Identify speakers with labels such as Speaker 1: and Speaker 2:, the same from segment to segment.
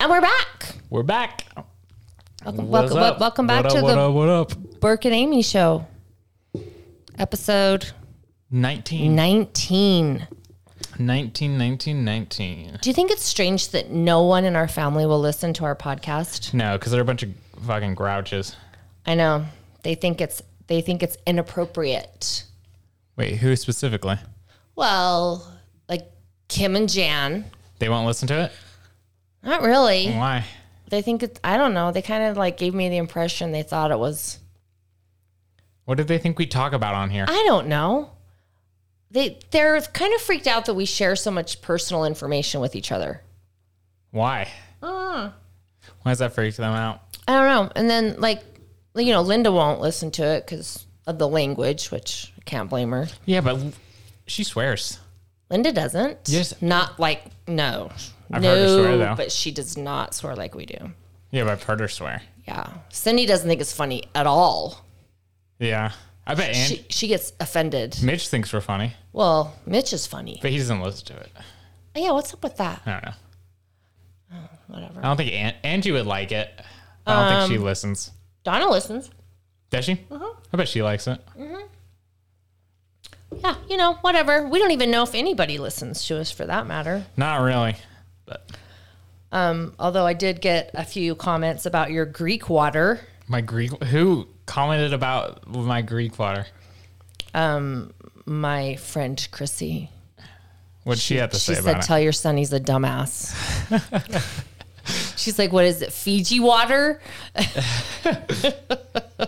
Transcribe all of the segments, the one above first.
Speaker 1: And we're back.
Speaker 2: We're back.
Speaker 1: Welcome,
Speaker 2: What's
Speaker 1: welcome,
Speaker 2: up?
Speaker 1: welcome back
Speaker 2: What
Speaker 1: to
Speaker 2: up,
Speaker 1: the
Speaker 2: what up, what up?
Speaker 1: Burke and Amy show, episode
Speaker 2: 19,
Speaker 1: 19.
Speaker 2: 19, 19, 19.
Speaker 1: Do you think it's strange that no one in our family will listen to our podcast?
Speaker 2: No, because they're a bunch of fucking grouches.
Speaker 1: I know they think it's they think it's inappropriate.
Speaker 2: Wait, who specifically?
Speaker 1: Well, like Kim and Jan,
Speaker 2: They won't listen to it?
Speaker 1: not really.
Speaker 2: Why?
Speaker 1: They think it's I don't know. They kind of like gave me the impression they thought it was
Speaker 2: What did they think we talk about on here?
Speaker 1: I don't know. They they're kind of freaked out that we share so much personal information with each other.
Speaker 2: Why? Why does that freak them out?
Speaker 1: I don't know. And then like you know, Linda won't listen to it because of the language, which I can't blame her.
Speaker 2: Yeah, but l- she swears.
Speaker 1: Linda doesn't.
Speaker 2: Yes.
Speaker 1: Not like no.
Speaker 2: I've
Speaker 1: no,
Speaker 2: heard her swear, though.
Speaker 1: but she does not swear like we do.
Speaker 2: Yeah, but I've heard her swear.
Speaker 1: Yeah. Cindy doesn't think it's funny at all.
Speaker 2: Yeah. I bet and
Speaker 1: She she gets offended.
Speaker 2: Mitch thinks we're funny,
Speaker 1: Well, Mitch is funny.
Speaker 2: but he doesn't listen to it.
Speaker 1: Oh, yeah, what's up with that?
Speaker 2: I don't know.
Speaker 1: Whatever.
Speaker 2: I don't think An- Angie would like it. I don't think
Speaker 1: Um,
Speaker 2: she listens.
Speaker 1: Donna listens.
Speaker 2: Does she?
Speaker 1: uh-huh.
Speaker 2: I bet she likes it.
Speaker 1: Yeah, you know, whatever. We don't even know if anybody listens to us for that matter.
Speaker 2: Not really. But
Speaker 1: Although I did get a few comments about your Greek water.
Speaker 2: my Greek who commented about my Greek water?
Speaker 1: My friend Chrissy.
Speaker 2: What she, had to
Speaker 1: She
Speaker 2: say
Speaker 1: said,
Speaker 2: about it?
Speaker 1: Tell your son he's a dumbass. She's like, What is it? Fiji water?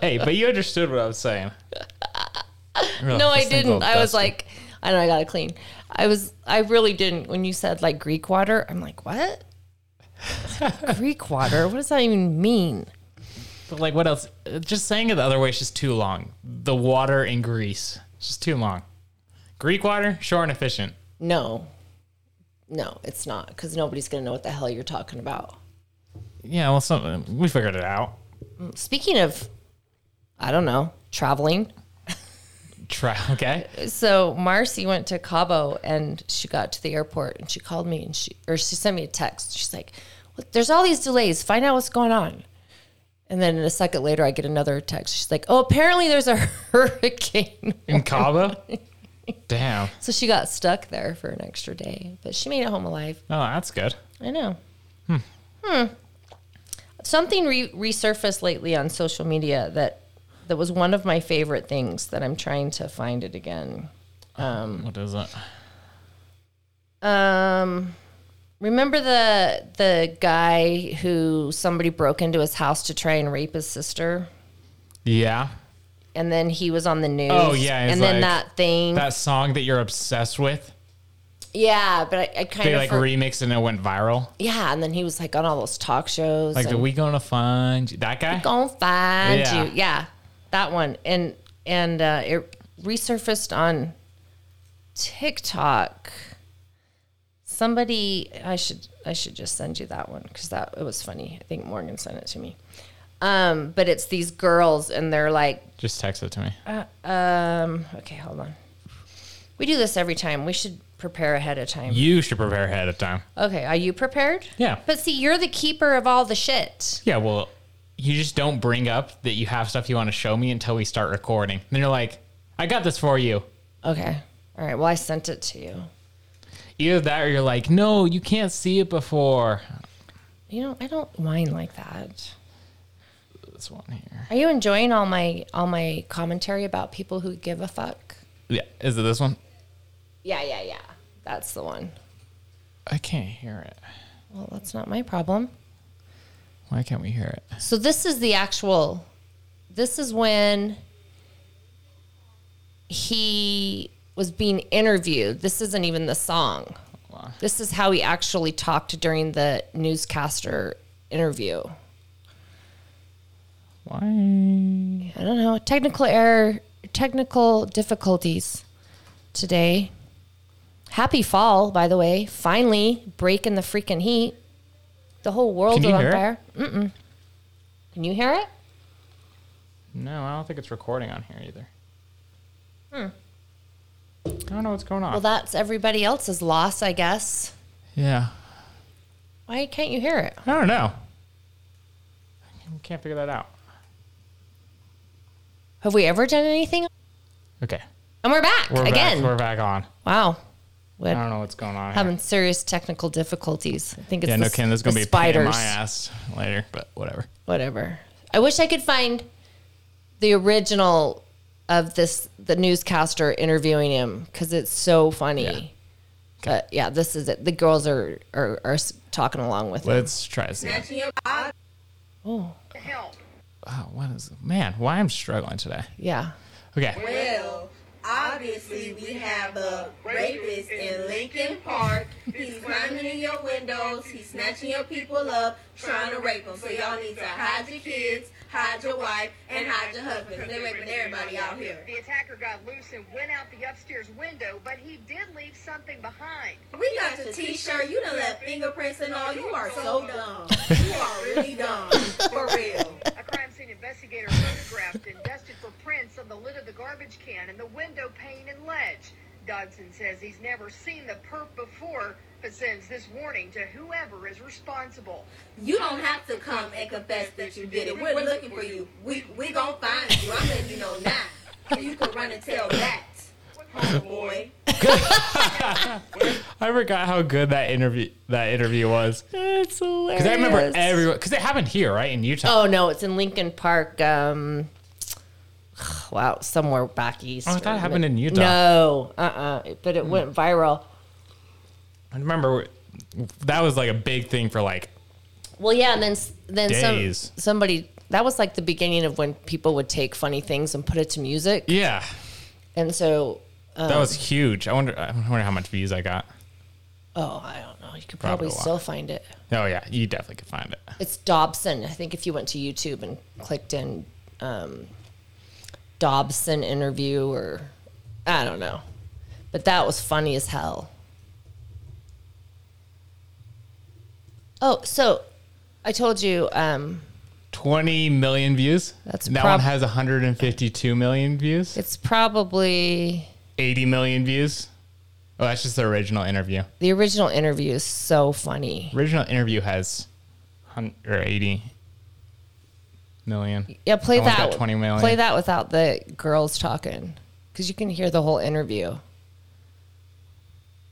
Speaker 2: hey, but you understood what I was saying. Oh,
Speaker 1: No, I didn't. I was like, I know I got to clean. I was, I really didn't. When you said like Greek water, I'm like, What? Greek water? What does that even mean?
Speaker 2: But like, what else? Uh, Just saying it the other way is just too long. The water in Greece, it's just too long. Greek water, sure and efficient.
Speaker 1: No, no, it's not because nobody's going to know what the hell you're talking about.
Speaker 2: Yeah, well, something we figured it out.
Speaker 1: Speaking of, I don't know, traveling.
Speaker 2: Try, okay.
Speaker 1: So Marcy went to Cabo and she got to the airport and she called me and she or she sent me a text. She's like, "Well, "There's all these delays. Find out what's going on." And then a second later, I get another text. She's like, "Oh, apparently there's a hurricane."
Speaker 2: In Cabo, damn.
Speaker 1: So she got stuck there for an extra day, but she made it home alive.
Speaker 2: Oh, that's good.
Speaker 1: I know. Hmm. Hmm. Something re- resurfaced lately on social media that that was one of my favorite things that I'm trying to find it again.
Speaker 2: What is it?
Speaker 1: Um, remember the the guy who somebody broke into his house to try and rape his sister,
Speaker 2: Yeah,
Speaker 1: and then he was on the news.
Speaker 2: Oh, yeah, he's
Speaker 1: and then
Speaker 2: like-
Speaker 1: that thing.
Speaker 2: that song that you're obsessed with.
Speaker 1: yeah, but I, I kind
Speaker 2: They
Speaker 1: of
Speaker 2: like remixed and it went viral.
Speaker 1: yeah, and then he was like on all those talk shows.
Speaker 2: Like,
Speaker 1: and,
Speaker 2: are we gonna find you? that guy?
Speaker 1: gonna find
Speaker 2: Yeah.
Speaker 1: you. Yeah, that one, and and uh, it resurfaced on TikTok. Somebody, I should I should just send you that one because that it was funny. I think Morgan sent it to me. Um, but it's these girls and they're like, uh,
Speaker 2: Just text it to me.
Speaker 1: um, okay, hold on. We do this every time. We should prepare ahead of time.
Speaker 2: You should prepare ahead of time.
Speaker 1: Okay, are you prepared?
Speaker 2: Yeah.
Speaker 1: But see, you're the keeper of all the shit.
Speaker 2: Yeah, well, you just don't bring up that you have stuff you want to show me until we start recording. Then you're like, I got this for you.
Speaker 1: Okay. All right. Well, I sent it to you.
Speaker 2: Either that or you're like, no, you can't see it before.
Speaker 1: You know, I don't whine like that.
Speaker 2: This one here.
Speaker 1: Are you enjoying all my all my commentary about people who give a fuck?
Speaker 2: Yeah, is it this one?
Speaker 1: Yeah, yeah, yeah. That's the one.
Speaker 2: I can't hear it.
Speaker 1: Well, that's not my problem.
Speaker 2: Why can't we hear it?
Speaker 1: So this is the actual this is when he was being interviewed. This isn't even the song. This is how he actually talked during the newscaster interview.
Speaker 2: Why?
Speaker 1: I don't know. Technical error, technical difficulties today. Happy fall, by the way. Finally, breaking the freaking heat. The whole world
Speaker 2: Can
Speaker 1: is
Speaker 2: you
Speaker 1: on
Speaker 2: hear it?
Speaker 1: fire. Mm-mm. Can you hear it?
Speaker 2: No, I don't think it's recording on here either. Hmm. I don't know what's going on.
Speaker 1: Well, that's everybody else's loss, I guess.
Speaker 2: yeah.
Speaker 1: Why can't you hear it?
Speaker 2: I don't know. I can't figure that out.
Speaker 1: Have we ever done anything?
Speaker 2: Okay.
Speaker 1: And we're back
Speaker 2: We're
Speaker 1: again.
Speaker 2: Back, we're back on.
Speaker 1: wow. We're
Speaker 2: I don't know what's going on. here.
Speaker 1: having serious technical difficulties. I think it's
Speaker 2: Yeah,
Speaker 1: the,
Speaker 2: no kidding. There's
Speaker 1: the
Speaker 2: gonna be a pain
Speaker 1: spiders.
Speaker 2: in my ass later, but whatever.
Speaker 1: Whatever. I wish I could find the original of this the newscaster interviewing him because it's so funny. But yeah, this is it. The girls are are, are s- talking along with it.
Speaker 2: Let's try this. again. Oh, what is man? Why I'm struggling today?
Speaker 1: Yeah.
Speaker 2: Okay,
Speaker 3: Well, obviously we have a rapist in Lincoln Park. He's climbing in your windows. He's snatching your people up, trying to rape them. So y'all need to hide your kids, hide your wife, and hide your husband. 'cause They're raping everybody out here.
Speaker 4: The attacker got loose and went out the upstairs window, but he did leave something behind.
Speaker 3: We got your T-shirt. You done left fingerprints and all. You are so dumb. You are really dumb. For real.
Speaker 4: A crime scene investigator photographed and dusted for prints on the lid of the garbage can and the window pane and ledge. Dodson says he's never seen the perp before, but sends this warning to whoever is responsible.
Speaker 3: You don't have to come and confess that you did it. We're looking for you. We we gonna find you. I'm letting you know now. You can run and tell that, homeboy.
Speaker 2: I forgot how good that interview that interview was
Speaker 1: It's hilarious.
Speaker 2: because I remember everyone because it happened here, right in Utah.
Speaker 1: Oh no, it's in Lincoln Park. Um, wow, somewhere back east.
Speaker 2: Oh, I thought it happened in Utah. Hmm.
Speaker 1: No, uh, uh but it went viral.
Speaker 2: I remember that was like a big thing for like
Speaker 1: Well, yeah, and then s- then
Speaker 2: Days.
Speaker 1: some somebody that was like the beginning of when people would take funny things and put it to music,
Speaker 2: yeah,
Speaker 1: and so
Speaker 2: that was huge. I wonder I wonder how much views I got.
Speaker 1: oh, I don't know, you could probably,
Speaker 2: Probably a lot.
Speaker 1: still find it.
Speaker 2: Oh yeah, you definitely could find it.
Speaker 1: It's Dobson. I think if you went to YouTube and clicked in um, Dobson interview or I don't know, but that was funny as hell. Oh, so I told you um,
Speaker 2: 20 million views.
Speaker 1: That's
Speaker 2: that
Speaker 1: prob-
Speaker 2: one has 152 million views,
Speaker 1: it's probably
Speaker 2: 80 million views. Oh, that's just the original interview.
Speaker 1: the original interview is so funny.
Speaker 2: Original interview has 100 or 80 million.
Speaker 1: Yeah, play
Speaker 2: That one's
Speaker 1: that.
Speaker 2: got 20 million.
Speaker 1: Play that without the girls talking, because you can hear the whole interview.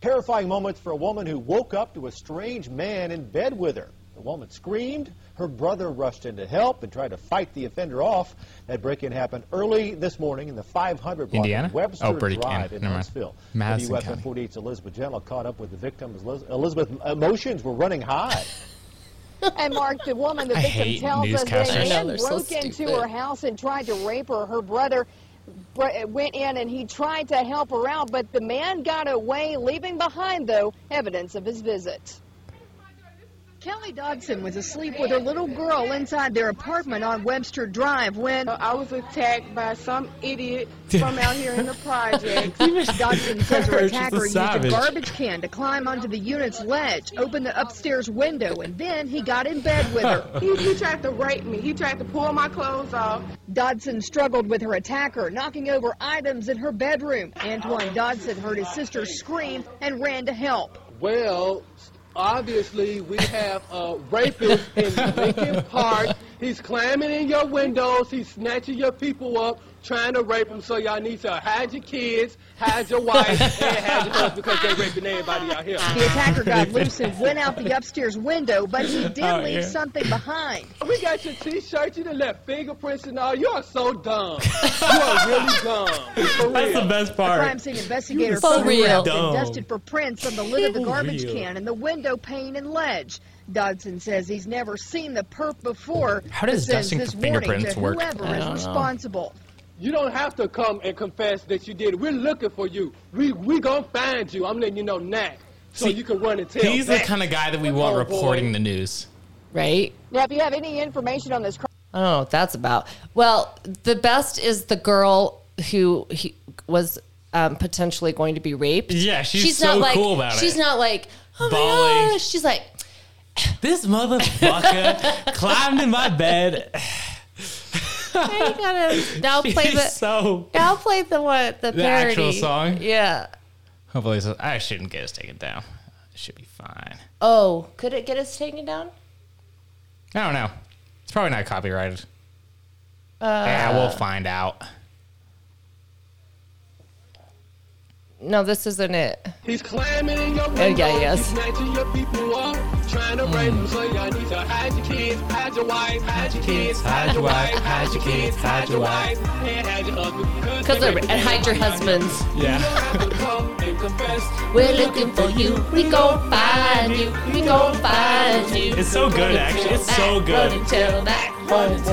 Speaker 5: Terrifying moments for a woman who woke up to a strange man in bed with her. The woman screamed. Her brother rushed in to help and tried to fight the offender off. That break-in happened early this morning in the 500 block
Speaker 2: Indiana?
Speaker 5: of Webster
Speaker 2: Oh, Brady
Speaker 5: Drive
Speaker 2: Canyon.
Speaker 5: in
Speaker 2: Never mind.
Speaker 5: Huntsville.
Speaker 2: Madison
Speaker 5: WFM
Speaker 2: County.
Speaker 5: 48's Elizabeth Gentle caught up with the victims. Eliz- Elizabeth, emotions were running high.
Speaker 6: And Mark, the woman, the
Speaker 2: I
Speaker 6: victim
Speaker 2: hate
Speaker 6: tells us that
Speaker 2: newscasters.
Speaker 1: I
Speaker 6: man
Speaker 1: know, they're
Speaker 6: broke
Speaker 1: so
Speaker 6: into
Speaker 1: stupid.
Speaker 6: her house and tried to rape her. Her brother br- went in and he tried to help her out, but the man got away, leaving behind, though, evidence of his visit.
Speaker 4: Kelly Dodson was asleep with her little girl inside their apartment on Webster Drive when
Speaker 7: I was attacked by some idiot from out here in the projects.
Speaker 4: Dodson says her
Speaker 2: She's a
Speaker 4: attacker used a
Speaker 2: savage.
Speaker 4: garbage can to climb onto the unit's ledge, open the upstairs window, and then he got in bed with her.
Speaker 7: He, he tried to rape me. He tried to pull my clothes off.
Speaker 4: Dodson struggled with her attacker, knocking over items in her bedroom. Antoine Dodson heard his sister scream and ran to help.
Speaker 8: Well, obviously we have a rapist in Lincoln Park. He's climbing in your windows. He's snatching your people up, trying to rape them. So y'all need to hide your kids, hide your wife, and hide your husband because they're raping everybody out here.
Speaker 4: The attacker got loose and went out the upstairs window, but he did
Speaker 2: Oh,
Speaker 4: leave
Speaker 2: yeah.
Speaker 4: something behind.
Speaker 8: We got your T-shirt. You done left fingerprints and all. You are so dumb. You are really dumb. For
Speaker 2: That's
Speaker 8: real.
Speaker 2: the best
Speaker 4: Crime
Speaker 2: part.
Speaker 4: scene investigator
Speaker 1: For
Speaker 4: photographed
Speaker 2: real.
Speaker 4: and dusted for prints on the lid of the
Speaker 2: For
Speaker 4: garbage
Speaker 2: real.
Speaker 4: can and the window pane and ledge. Dodson says he's never seen the perp before.
Speaker 2: How does
Speaker 4: but sends
Speaker 2: dusting
Speaker 4: this
Speaker 2: for
Speaker 4: warning
Speaker 2: fingerprints
Speaker 4: to
Speaker 2: work?
Speaker 4: Whoever is responsible.
Speaker 8: You don't have to come and confess that you did it. We're looking for you. We we gonna find you. I'm letting you know now, so
Speaker 2: See,
Speaker 8: you can run and tell.
Speaker 2: He's the
Speaker 8: that.
Speaker 2: kind of guy that we want
Speaker 8: Oh, boy.
Speaker 2: reporting the news.
Speaker 1: Right?
Speaker 6: Now, if you have any information on this crime,
Speaker 1: I don't know what Oh, that's about. Well, the best is the girl who he was um, potentially going to be raped.
Speaker 2: Yeah, she's so
Speaker 1: like,
Speaker 2: cool about it.
Speaker 1: She's not like, oh
Speaker 2: Bawling.
Speaker 1: my gosh. She's like,
Speaker 2: This motherfucker climbed in my bed.
Speaker 1: I gotta now play the
Speaker 2: so.
Speaker 1: now play the what the,
Speaker 2: The
Speaker 1: parody
Speaker 2: actual song?
Speaker 1: Yeah.
Speaker 2: Hopefully, this is- I shouldn't get us taken down. It should be fine.
Speaker 1: Oh, could it get us taken down?
Speaker 2: I don't know. It's probably not copyrighted.
Speaker 1: Uh,
Speaker 2: yeah, we'll find out.
Speaker 1: No, this isn't it.
Speaker 8: He's climbing in your
Speaker 1: Oh, yeah, Hmm.
Speaker 8: windows.
Speaker 1: yes.
Speaker 8: He's snatching your people up, trying to rape them. So y'all need to hide your kids, hide your wife, hide your kids, hide your wife, hide your kids, hide your wife, and hide your husband.
Speaker 1: Because and hide your husbands.
Speaker 2: Yeah.
Speaker 1: We're looking for you. We gon' find you. We gon' find you.
Speaker 9: It's so good, actually. It's so
Speaker 1: Run
Speaker 9: good.
Speaker 1: and tell that homeboy.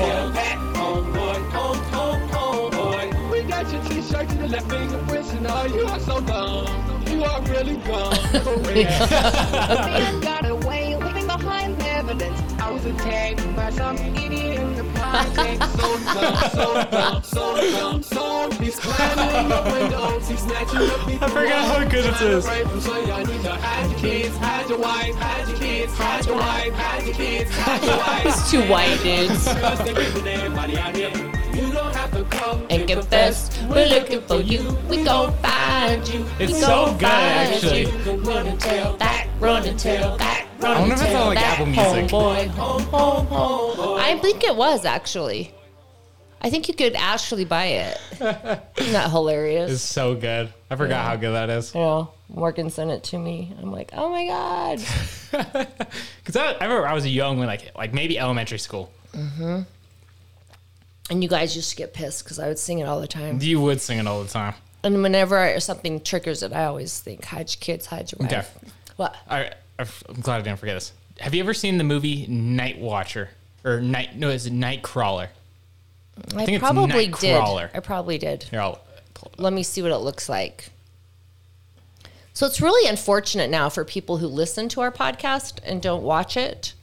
Speaker 8: oh, We got your t-shirts and the left fingerprints and all. You are so dumb. You are really dumb. For real.
Speaker 6: The man got away, leaving behind evidence.
Speaker 7: I was attacked by some idiot in the project.
Speaker 8: So dumb, so dumb, so dumb, so dumb. He's climbing your windows. He's snatching your people.
Speaker 9: I forgot how good this
Speaker 8: Trying to
Speaker 9: is.
Speaker 8: rape 'em, So y'all need to hide your kids, hide your wife, hide your kids, hide your wife, hide your kids, hide your wife.
Speaker 1: It's two white dudes.
Speaker 8: and
Speaker 1: And confess, we're looking for you. We gon' find you.
Speaker 9: It's
Speaker 1: we
Speaker 9: so
Speaker 1: gon'
Speaker 9: good,
Speaker 1: find
Speaker 9: actually.
Speaker 1: You. Run and tell that. Run and tell that. Run
Speaker 2: I wonder
Speaker 1: and
Speaker 2: if it's
Speaker 1: tell
Speaker 2: on, like,
Speaker 1: that
Speaker 2: Apple Music.
Speaker 1: Homeboy. Home, home, home. I think it was actually. I think you could actually buy it. Isn't that hilarious?
Speaker 2: It's so good. I forgot how good that is.
Speaker 1: you know, Morgan sent it to me. I'm like, oh my god.
Speaker 2: Because I, I remember I was young when, like, like maybe elementary school.
Speaker 1: And you guys used to get pissed because I would sing it all the time.
Speaker 2: You would sing it all the time.
Speaker 1: And whenever I, something triggers it, I always think, hide your kids, hide your wife.
Speaker 2: Okay.
Speaker 1: What?
Speaker 2: I, I'm glad I didn't forget this. Have you ever seen the movie Night Watcher or Night? No, it's Night Crawler.
Speaker 1: I,
Speaker 2: think it's
Speaker 1: probably did.
Speaker 2: Nightcrawler.
Speaker 1: I probably did.
Speaker 2: Here, I'll-
Speaker 1: Let me see what it looks like. So it's really unfortunate now for people who listen to our podcast and don't watch it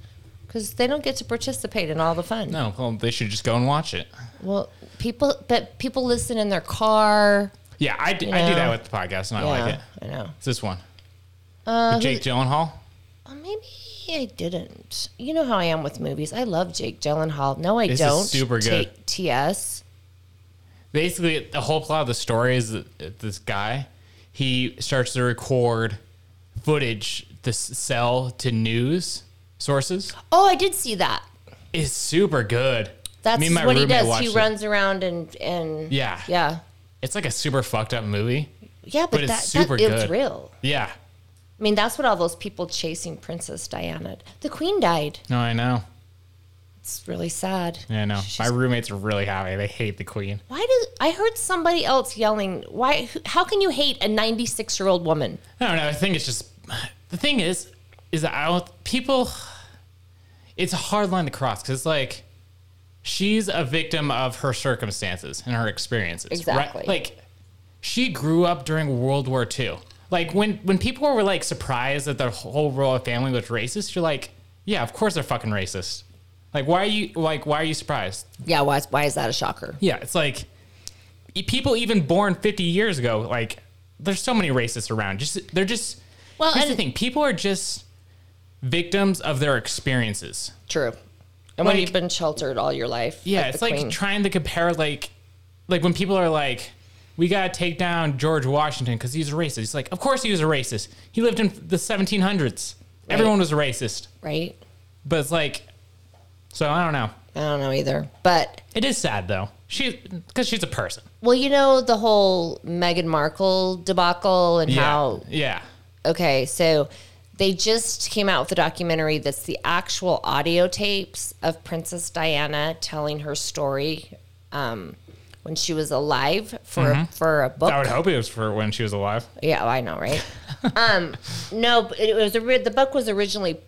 Speaker 1: because they don't get to participate in all the fun.
Speaker 2: no, well, they should just go and watch it.
Speaker 1: Well, people, but people listen in their car.
Speaker 2: Yeah, I do, I do
Speaker 1: Yeah.
Speaker 2: that with the podcast, and I like it.
Speaker 1: I know.
Speaker 2: It's this one. Uh, Jake Gyllenhaal.
Speaker 1: Oh, maybe I didn't. You know how I am with movies. I love Jake Gyllenhaal. No, I
Speaker 2: This is
Speaker 1: don't.
Speaker 2: super
Speaker 1: Ta-
Speaker 2: good.
Speaker 1: TS.
Speaker 2: basically the whole plot of the story is that uh, this guy he starts to record footage to s- sell to news sources
Speaker 1: Oh, I did see that.
Speaker 2: is super good
Speaker 1: That's
Speaker 2: Me and my
Speaker 1: what he
Speaker 2: roommate
Speaker 1: does.
Speaker 2: watched
Speaker 1: He
Speaker 2: it.
Speaker 1: runs around and and
Speaker 2: yeah
Speaker 1: yeah,
Speaker 2: it's like a super fucked up movie
Speaker 1: yeah. But,
Speaker 2: But it's
Speaker 1: that,
Speaker 2: super
Speaker 1: that it's
Speaker 2: good.
Speaker 1: real.
Speaker 2: yeah
Speaker 1: I mean, that's what all those people chasing Princess Diana. The Queen died.
Speaker 2: no i know
Speaker 1: It's really sad.
Speaker 2: yeah i know
Speaker 1: She's-
Speaker 2: my roommates are really happy they hate the queen
Speaker 1: Why did I heard somebody else yelling? Why? who- How can you hate a ninety-six-year-old woman?
Speaker 2: i don't know i think it's just the thing is is that i don't people it's a hard line to cross because it's like she's a victim of her circumstances and her experiences. right?
Speaker 1: Exactly.
Speaker 2: Like she grew up during World War II. Like when when people were like surprised that their whole royal family was racist, you're like, yeah, of course they're fucking racist. Like why are you like why are you surprised?
Speaker 1: Yeah. Why? is- Why is that a shocker?
Speaker 2: Yeah, it's like e- people even born 50 years ago, like there's so many racists around. Just they're just
Speaker 1: Well,
Speaker 2: Here's the
Speaker 1: and-
Speaker 2: thing: people are just victims of their experiences.
Speaker 1: True. And when
Speaker 2: Like-
Speaker 1: you've been sheltered all your life.
Speaker 2: Yeah,
Speaker 1: the
Speaker 2: it's like
Speaker 1: Queen.
Speaker 2: trying to compare like like when people are like we got to take down George Washington cuz he's a racist. It's like of course he was a racist. He lived in the 1700s. Everyone was a racist.
Speaker 1: right?
Speaker 2: But it's like so I don't know.
Speaker 1: I don't know either. But
Speaker 2: It is sad though. She cuz she's a person.
Speaker 1: well, you know the whole Meghan Markle debacle and
Speaker 2: Yeah.
Speaker 1: how
Speaker 2: Yeah.
Speaker 1: okay, so they just came out with a documentary that's the actual audio tapes of Princess Diana telling her story um, when she was alive for for a book.
Speaker 2: I would hope it was for when she was alive.
Speaker 1: Yeah, oh, I know, right? um, no, but it was ori- the book was originally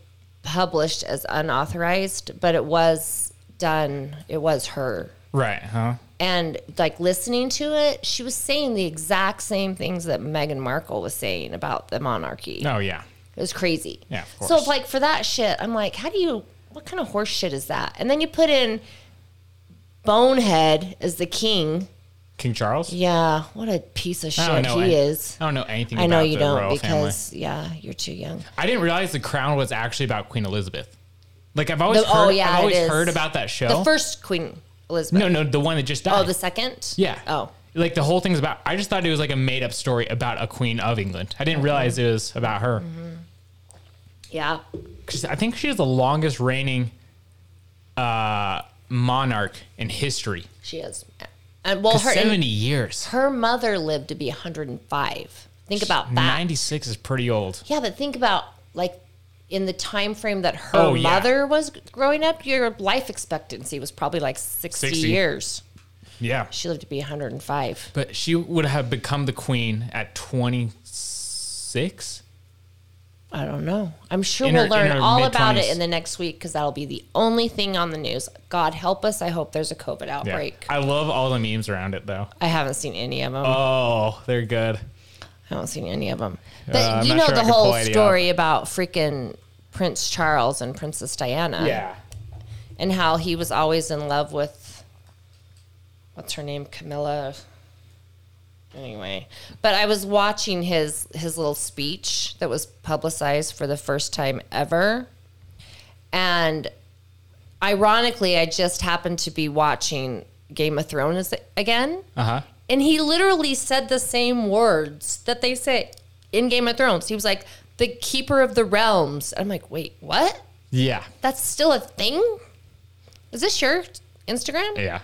Speaker 1: published as unauthorized, but it was done. It was her,
Speaker 2: Right, huh?
Speaker 1: and like listening to it, she was saying the exact same things that Meghan Markle was saying about the monarchy.
Speaker 2: Oh yeah.
Speaker 1: It was crazy.
Speaker 2: Yeah, of
Speaker 1: So
Speaker 2: course.
Speaker 1: like for that shit, I'm like, how do you? What kind of horse shit is that? And then you put in Bonehead as the king.
Speaker 2: King Charles?
Speaker 1: Yeah, what a piece of
Speaker 2: I don't
Speaker 1: shit
Speaker 2: know.
Speaker 1: he
Speaker 2: any-
Speaker 1: is.
Speaker 2: I don't know anything
Speaker 1: I know
Speaker 2: about
Speaker 1: you
Speaker 2: the
Speaker 1: don't
Speaker 2: royal family.
Speaker 1: because yeah, you're too young.
Speaker 2: I didn't realize the crown was actually about Queen Elizabeth. Like I've always
Speaker 1: The- oh,
Speaker 2: heard,
Speaker 1: yeah,
Speaker 2: I've
Speaker 1: it
Speaker 2: always
Speaker 1: is.
Speaker 2: heard about that show.
Speaker 1: The first Queen Elizabeth.
Speaker 2: no, no, the one that just died.
Speaker 1: Oh, the second.
Speaker 2: yeah.
Speaker 1: Oh,
Speaker 2: like the whole thing's about. I just thought it was
Speaker 1: Mm-hmm.
Speaker 2: like a made up story about a queen of England. I didn't realize it was about her.
Speaker 1: Yeah.
Speaker 2: 'Cause I think she's the longest reigning uh, monarch in history.
Speaker 1: She is. And well,
Speaker 2: 'Cause
Speaker 1: her
Speaker 2: Seventy years.
Speaker 1: her mother lived to be 105. Think about that.
Speaker 2: Ninety six is pretty old.
Speaker 1: Yeah, but think about like in the time frame that her
Speaker 2: Oh, yeah.
Speaker 1: mother was growing up, your life expectancy was probably like 60,
Speaker 2: 60.
Speaker 1: years.
Speaker 2: Yeah.
Speaker 1: She lived to be 105.
Speaker 2: But she would have become the queen at twenty six.
Speaker 1: I don't know. I'm sure
Speaker 2: In
Speaker 1: we'll
Speaker 2: her- in
Speaker 1: learn
Speaker 2: her
Speaker 1: all about it
Speaker 2: mid-twenties.
Speaker 1: in the next week because that'll be the only thing on the news. God help us. I hope there's a COVID
Speaker 2: Yeah.
Speaker 1: outbreak.
Speaker 2: I love all the memes around it though.
Speaker 1: I haven't seen any of them.
Speaker 2: Oh, they're good.
Speaker 1: I haven't seen any of them. But
Speaker 2: Uh, I'm
Speaker 1: you
Speaker 2: not
Speaker 1: know
Speaker 2: sure I
Speaker 1: the
Speaker 2: can pull
Speaker 1: whole
Speaker 2: any out.
Speaker 1: story about freaking Prince Charles and Princess Diana. and how he was always in love with what's her name camilla anyway but i was watching his his little speech that was publicized for the first time ever and ironically i just happened to be watching game of thrones again
Speaker 2: Uh huh.
Speaker 1: and he literally said the same words that they say in game of thrones he was like the keeper of the realms i'm like wait what
Speaker 2: Yeah.
Speaker 1: that's still a thing? Is this your Instagram?
Speaker 2: Yeah.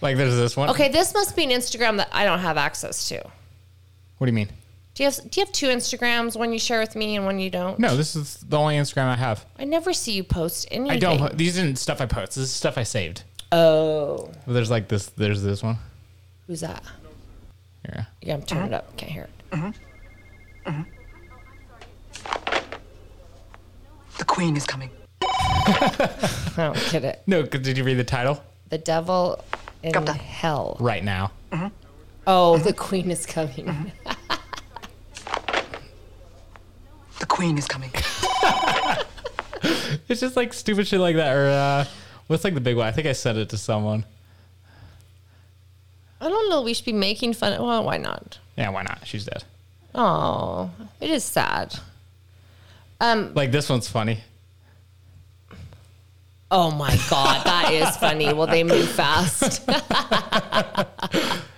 Speaker 2: Like there's this one.
Speaker 1: Okay, this must be an Instagram that I don't have access to.
Speaker 2: What do you mean?
Speaker 1: Do you have do you have two Instagrams, one you share with me and one you don't?
Speaker 2: No, this is the only Instagram I have.
Speaker 1: I never see you post anything.
Speaker 2: I don't. po- These isn't stuff I post. This is stuff I saved.
Speaker 1: Oh.
Speaker 2: There's like this. There's this one.
Speaker 1: Who's that?
Speaker 2: Yeah.
Speaker 1: Yeah, I'm
Speaker 10: Uh-huh.
Speaker 1: turning it up. Can't hear it.
Speaker 10: Uh-huh. The queen is coming.
Speaker 1: I don't get it.
Speaker 2: No, 'cause did you read the title?
Speaker 1: The devil in
Speaker 10: Got that.
Speaker 1: hell.
Speaker 2: Right now.
Speaker 1: Oh, the queen is
Speaker 10: Uh-huh.
Speaker 1: coming.
Speaker 10: The queen is coming.
Speaker 2: It's just like stupid shit like that. Or uh, what's like the big one? I think I sent it to someone.
Speaker 1: I don't know. We should be making fun. Of, well, why not?
Speaker 2: Yeah, why not? She's dead.
Speaker 1: Oh, it is sad.
Speaker 2: Like this one's funny.
Speaker 1: Oh my god, that is funny. Well, they move fast.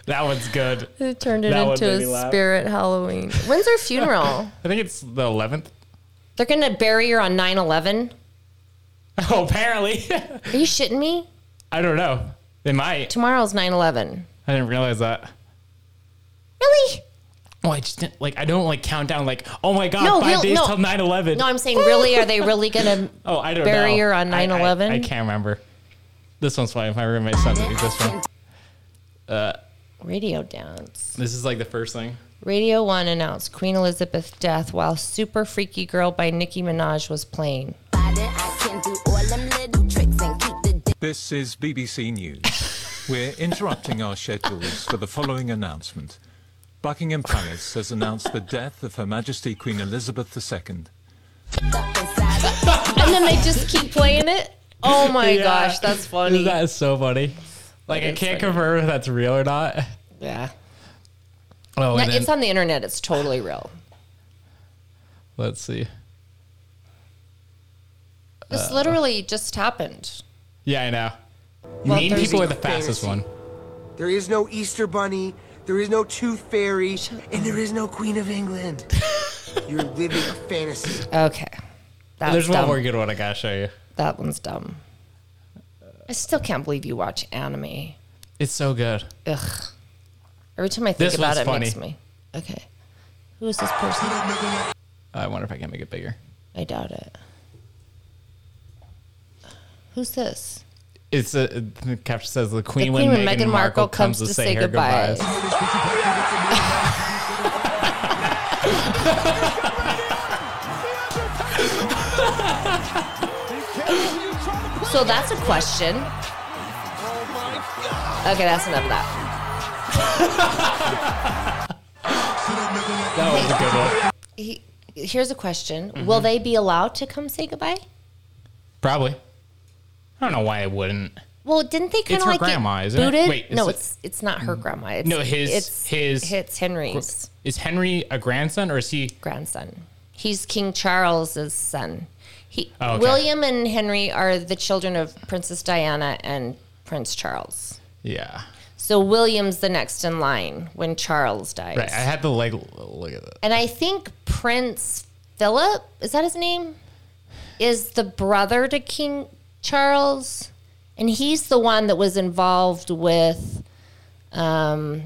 Speaker 2: That one's good.
Speaker 1: It turned it
Speaker 2: That one
Speaker 1: into
Speaker 2: made me
Speaker 1: a
Speaker 2: laugh.
Speaker 1: spirit Halloween. When's her funeral?
Speaker 2: I think it's the eleventh.
Speaker 1: They're going to bury her on 9 11?
Speaker 2: Oh, apparently.
Speaker 1: Are you shitting me?
Speaker 2: I don't know. They might.
Speaker 1: Tomorrow's 9 11.
Speaker 2: I didn't realize that.
Speaker 1: Really?
Speaker 2: Oh, I just didn't like. I don't like count down. Like, oh my god,
Speaker 1: No,
Speaker 2: five
Speaker 1: real-
Speaker 2: days
Speaker 1: no.
Speaker 2: till 9-11.
Speaker 1: No, I'm saying, really? Are they really going to?
Speaker 2: Oh, I don't know.
Speaker 1: Barrier on
Speaker 2: I- I-
Speaker 1: 9/11?
Speaker 2: I, can't remember. This one's funny. My roommate sent me this one.
Speaker 1: Radio dance.
Speaker 2: This is like the first thing.
Speaker 1: Radio One announced Queen Elizabeth's death while Super Freaky Girl by Nicki Minaj was playing.
Speaker 11: This is BBC News. We're interrupting our schedules for the following announcement. Buckingham Palace has announced the death of Her Majesty Queen Elizabeth II.
Speaker 1: And then they just keep playing it? Oh my
Speaker 2: Yeah.
Speaker 1: gosh, that's funny.
Speaker 2: That is so funny. Like,
Speaker 1: That
Speaker 2: I
Speaker 1: is
Speaker 2: can't
Speaker 1: funny.
Speaker 2: confirm if that's real or not.
Speaker 1: yeah.
Speaker 2: Oh,
Speaker 1: No,
Speaker 2: and then,
Speaker 1: it's on the internet. It's totally real.
Speaker 2: let's see.
Speaker 1: This literally just happened.
Speaker 2: Yeah, I know.
Speaker 1: Well,
Speaker 2: Mean
Speaker 1: there's-
Speaker 2: people are the fastest one.
Speaker 10: There is no Easter Bunny, there is no Tooth Fairy, and there is no Queen of England. You're living a fantasy.
Speaker 1: Okay. That's
Speaker 2: There's
Speaker 1: dumb.
Speaker 2: one more good one I gotta show you.
Speaker 1: That one's dumb. I still can't believe you watch anime.
Speaker 2: It's so good.
Speaker 1: Ugh. Every time I think
Speaker 2: This
Speaker 1: about
Speaker 2: one's
Speaker 1: it, it makes
Speaker 2: funny.
Speaker 1: me. Okay. Who is this person?
Speaker 2: I wonder if I can make it bigger.
Speaker 1: I doubt it. Who's this?
Speaker 2: It's a, the caption says the
Speaker 1: The
Speaker 2: queen,
Speaker 1: queen when
Speaker 2: when Meghan,
Speaker 1: Meghan
Speaker 2: Markle, comes to say, her goodbyes.
Speaker 1: so that's a question. Okay, that's enough of that.
Speaker 2: That was a good one.
Speaker 1: He, here's a question Will
Speaker 2: Mm-hmm.
Speaker 1: they be allowed to come say goodbye?
Speaker 2: Probably. I don't know why I wouldn't.
Speaker 1: Well, didn't they kind
Speaker 2: It's
Speaker 1: of
Speaker 2: her
Speaker 1: like get
Speaker 2: grandma, isn't it?
Speaker 1: booted?
Speaker 2: Wait, is
Speaker 1: no,
Speaker 2: it- Mm.
Speaker 1: it's it's not her grandma. It's,
Speaker 2: No, his-
Speaker 1: it's
Speaker 2: his-
Speaker 1: it's Henry's
Speaker 2: Is Henry a grandson or is he?
Speaker 1: grandson. He's King Charles's son. He
Speaker 2: Oh, okay.
Speaker 1: William and Henry are the children of Princess Diana and Prince Charles.
Speaker 2: Yeah.
Speaker 1: So William's the next in line when Charles dies.
Speaker 2: Right. I had to like l- look at that.
Speaker 1: and I think Prince Philip, is that his name? Is the brother to King Charles, and he's the one that was involved with um,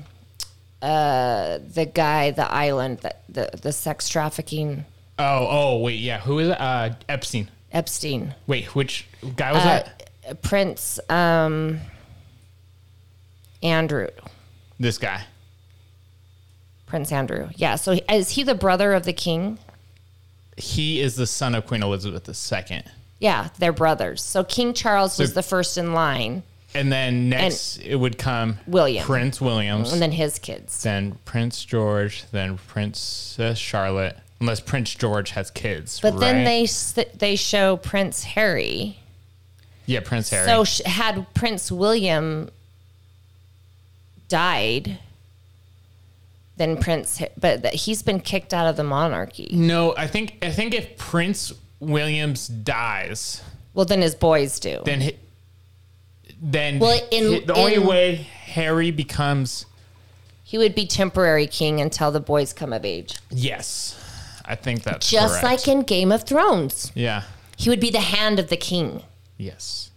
Speaker 1: uh, the guy, the island, the, the the sex trafficking
Speaker 2: Oh, oh, wait, yeah. Who is uh Epstein?
Speaker 1: Epstein.
Speaker 2: Wait, which guy was
Speaker 1: Uh,
Speaker 2: that?
Speaker 1: Prince um, Andrew.
Speaker 2: This guy.
Speaker 1: Prince Andrew. Yeah. So he- is he the brother of the king?
Speaker 2: He is the son of Queen Elizabeth II.
Speaker 1: Yeah, they're brothers. So King Charles was
Speaker 2: So-
Speaker 1: the first in line,
Speaker 2: And then next it would come
Speaker 1: William.
Speaker 2: Prince Williams.
Speaker 1: and then his kids.
Speaker 2: then Prince George, then Princess Charlotte, unless Prince George has kids.
Speaker 1: But then
Speaker 2: right?
Speaker 1: they s- they show Prince Harry.
Speaker 2: yeah, Prince Harry.
Speaker 1: So sh- had Prince William died, then Prince, Ha- but th- he's been kicked out of the monarchy.
Speaker 2: no, I think I think if Prince Williams dies,
Speaker 1: Well, then his boys do.
Speaker 2: then hi- then
Speaker 1: Well, in-
Speaker 2: hi- the only
Speaker 1: in-
Speaker 2: way Harry becomes
Speaker 1: He would be temporary king until the boys come of age,
Speaker 2: yes, I think that's
Speaker 1: just like in Game of Thrones.
Speaker 2: yeah,
Speaker 1: He would be the hand of the king,
Speaker 2: yes.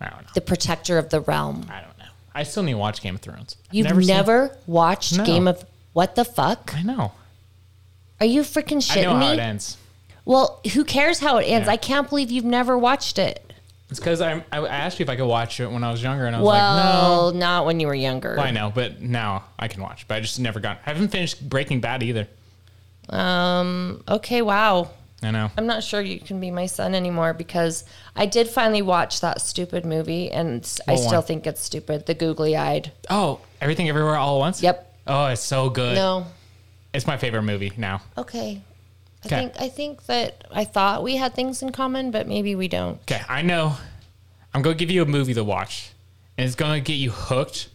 Speaker 2: I don't know.
Speaker 1: the protector of the realm.
Speaker 2: I don't know. I still need to watch Game of Thrones. I've
Speaker 1: You've never,
Speaker 2: seen-
Speaker 1: watched
Speaker 2: No.
Speaker 1: Game of what the fuck?
Speaker 2: I know.
Speaker 1: Are you freaking
Speaker 2: I
Speaker 1: shitting
Speaker 2: know how
Speaker 1: me?
Speaker 2: it ends.
Speaker 1: Well, who cares how it ends?
Speaker 2: Yeah.
Speaker 1: I can't believe you've never watched it.
Speaker 2: It's because I I asked you if I could watch it when I was younger, and I was like, no.
Speaker 1: well, not when you were younger.
Speaker 2: Well, I know, but now I can watch. But I just never got. I haven't finished Breaking Bad either.
Speaker 1: Um. Okay. Wow.
Speaker 2: I know.
Speaker 1: I'm not sure you can be my son anymore because I did finally watch that stupid movie, and s- I
Speaker 2: What
Speaker 1: still
Speaker 2: one?
Speaker 1: think it's stupid. The googly eyed.
Speaker 2: Oh, everything everywhere all at once.
Speaker 1: Yep.
Speaker 2: Oh, it's so good.
Speaker 1: No.
Speaker 2: It's my favorite movie now.
Speaker 1: Okay. I
Speaker 2: Okay.
Speaker 1: think I think that I thought we had things in common, but maybe we don't.
Speaker 2: Okay, I know. I'm gonna give you a movie to watch, and it's gonna get you hooked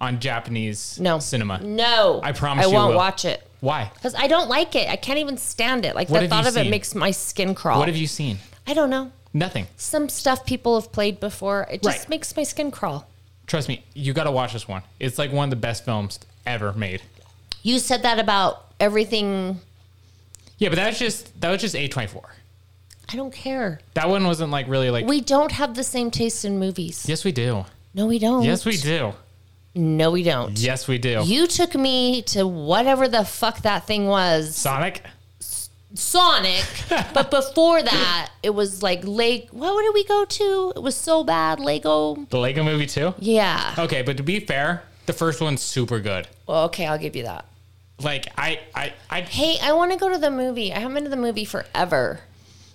Speaker 2: on Japanese
Speaker 1: No.
Speaker 2: cinema.
Speaker 1: No.
Speaker 2: I promise
Speaker 1: I
Speaker 2: you
Speaker 1: won't
Speaker 2: will.
Speaker 1: watch it.
Speaker 2: Why?
Speaker 1: Because I don't like it. I can't even stand it. Like
Speaker 2: What
Speaker 1: the
Speaker 2: have you
Speaker 1: thought of it
Speaker 2: seen?
Speaker 1: makes my skin crawl.
Speaker 2: What have you seen?
Speaker 1: I don't know.
Speaker 2: Nothing.
Speaker 1: Some stuff people have played before. It just
Speaker 2: Right.
Speaker 1: makes my skin crawl.
Speaker 2: Trust me, you gotta watch this one. It's like one of the best films ever made.
Speaker 1: You said that about everything.
Speaker 2: Yeah, but that's just that was just A24.
Speaker 1: I don't care.
Speaker 2: That one wasn't like really like.
Speaker 1: We don't have the same taste in movies.
Speaker 2: yes, we do.
Speaker 1: No, we don't.
Speaker 2: Yes, we do.
Speaker 1: No, we don't.
Speaker 2: Yes, we do.
Speaker 1: You took me to whatever the fuck that thing was.
Speaker 2: Sonic.
Speaker 1: Sonic. but before that, it was like Lake. What did we go to? It was so bad. Lego.
Speaker 2: The Lego movie too?
Speaker 1: Yeah.
Speaker 2: Okay, but to be fair, the first one's super good.
Speaker 1: Well, okay, I'll give you that.
Speaker 2: Like I I I
Speaker 1: Hey, I want to go to the movie. I haven't been to the movie forever.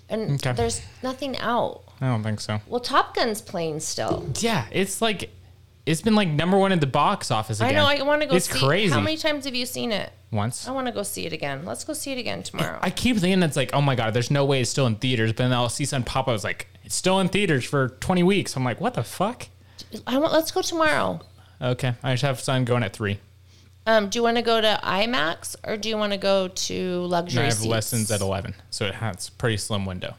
Speaker 1: And
Speaker 2: Okay.
Speaker 1: there's nothing out.
Speaker 2: I don't think so.
Speaker 1: Well, Top Gun's playing still.
Speaker 2: Yeah, it's like it's been like number one in the box office
Speaker 1: I
Speaker 2: again.
Speaker 1: know. I want to go
Speaker 2: It's
Speaker 1: see
Speaker 2: crazy.
Speaker 1: How many Oh. times have you seen it?
Speaker 2: Once.
Speaker 1: I want to go see it again. Let's go see it again tomorrow.
Speaker 2: I keep thinking it's like, oh my god, there's no way it's still in theaters. But then I'll see some pop. I was like, it's still in theaters for 20 weeks. I'm like, what the fuck?
Speaker 1: I want. Let's go tomorrow.
Speaker 2: Okay, I just have son going at three.
Speaker 1: Um, do you want to go to IMAX or do you want to go to
Speaker 2: And
Speaker 1: luxury?
Speaker 2: I have
Speaker 1: seats?
Speaker 2: lessons at 11, so it has a pretty slim window.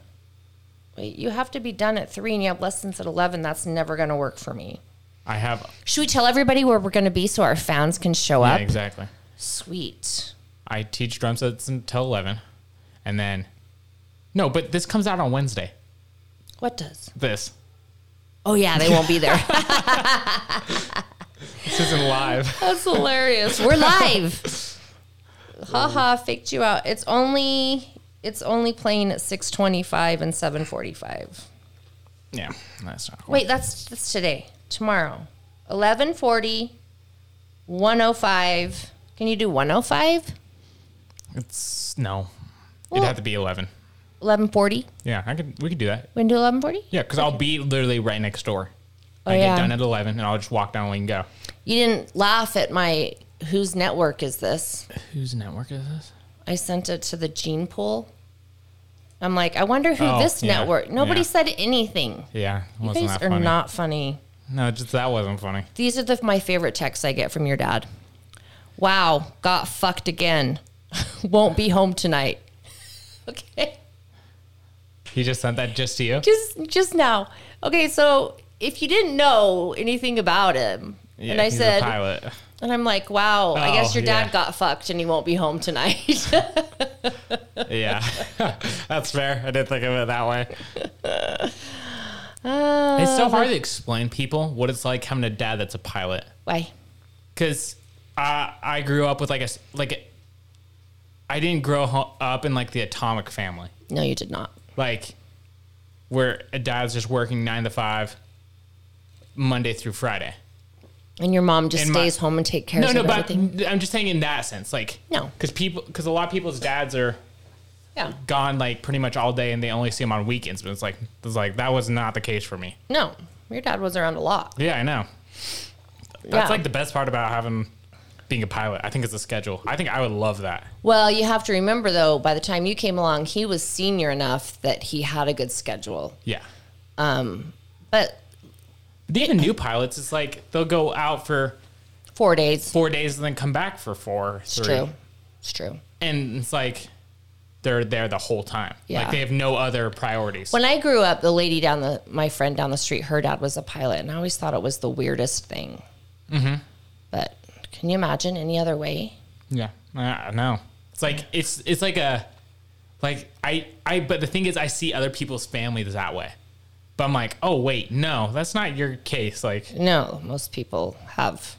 Speaker 1: Wait, you have to be done at three, and you have lessons at eleven. That's never going to work for me.
Speaker 2: I have
Speaker 1: Should we tell everybody where we're going to be so our fans can show
Speaker 2: yeah,
Speaker 1: up?
Speaker 2: exactly.
Speaker 1: Sweet.
Speaker 2: I teach drum sets until 11, and then no, but this comes out on Wednesday.
Speaker 1: What does?
Speaker 2: This.
Speaker 1: Oh yeah, they won't be there.
Speaker 2: This isn't live.
Speaker 1: That's hilarious. We're live. Haha, faked you out. It's only it's only playing at six twenty five and seven forty five.
Speaker 2: yeah, that's not cool.
Speaker 1: Wait, that's that's today. Tomorrow. 1140, 105. Can you do 105?
Speaker 2: It's no.
Speaker 1: Well-
Speaker 2: It'd have to be 11.
Speaker 1: 1140?
Speaker 2: Yeah, I could. We could do that.
Speaker 1: We can do 1140?
Speaker 2: Yeah, because I'll be literally right next door.
Speaker 1: Oh,
Speaker 2: I
Speaker 1: yeah.
Speaker 2: get done at 11, and I'll just walk down and we can go.
Speaker 1: You didn't laugh at my whose network is this?
Speaker 2: Whose network is this?
Speaker 1: I sent it to the gene pool. I'm like, I wonder who
Speaker 2: Oh,
Speaker 1: this
Speaker 2: yeah,
Speaker 1: network. Nobody
Speaker 2: yeah.
Speaker 1: said anything.
Speaker 2: Yeah, it
Speaker 1: You
Speaker 2: wasn't
Speaker 1: guys
Speaker 2: that
Speaker 1: are
Speaker 2: funny.
Speaker 1: not funny.
Speaker 2: no, just that wasn't funny.
Speaker 1: These are the my favorite texts I get from your dad. Wow, got fucked again. Won't be home tonight. okay.
Speaker 2: He just sent that just to you.
Speaker 1: Just just now. Okay, so if you didn't know anything about him,
Speaker 2: yeah,
Speaker 1: and I
Speaker 2: he's
Speaker 1: said
Speaker 2: a pilot.
Speaker 1: and I'm like, wow, I guess
Speaker 2: Oh,
Speaker 1: your dad
Speaker 2: yeah.
Speaker 1: got fucked and he won't be home tonight.
Speaker 2: yeah, that's fair. I didn't think of it that way.
Speaker 1: Uh,
Speaker 2: it's so hard to explain people what it's like having a dad that's a pilot.
Speaker 1: Why?
Speaker 2: Because I I grew up with like a s- like a, I didn't grow ho- up in like the atomic family.
Speaker 1: No, you did not.
Speaker 2: Like where a dad's just working nine to five, Monday through Friday.
Speaker 1: And your mom just
Speaker 2: And my-
Speaker 1: stays home and take care
Speaker 2: no,
Speaker 1: of
Speaker 2: no, but
Speaker 1: everything.
Speaker 2: I'm just saying in that sense, like
Speaker 1: No.
Speaker 2: because people because a lot of people's dads are
Speaker 1: Yeah.
Speaker 2: gone like pretty much all day and they only see them on weekends. But it's like it's like that was not the case for me.
Speaker 1: No, your dad was around a lot.
Speaker 2: Yeah, I know.
Speaker 1: Yeah.
Speaker 2: That's like the best part about having being a pilot. I think it's the schedule. I think I would love that.
Speaker 1: Well, you have to remember though, by the time you came along, he was senior enough that he had a good schedule.
Speaker 2: Yeah.
Speaker 1: Um, but
Speaker 2: Even new pilots, it's like they'll go out for
Speaker 1: four days,
Speaker 2: four days, and then come back for four,
Speaker 1: it's
Speaker 2: three.
Speaker 1: true. It's true.
Speaker 2: And it's like they're there the whole time.
Speaker 1: Yeah.
Speaker 2: Like they have no other priorities.
Speaker 1: When I grew up, the lady down the my friend down the street, her dad was a pilot, and I always thought it was the weirdest thing.
Speaker 2: mm-hmm.
Speaker 1: But can you imagine any other way?
Speaker 2: Yeah, I I know. It's like it's it's like a like I I but the thing is I see other people's families that way. But I'm like, "Oh wait, no, that's not your case." Like
Speaker 1: No, most people have,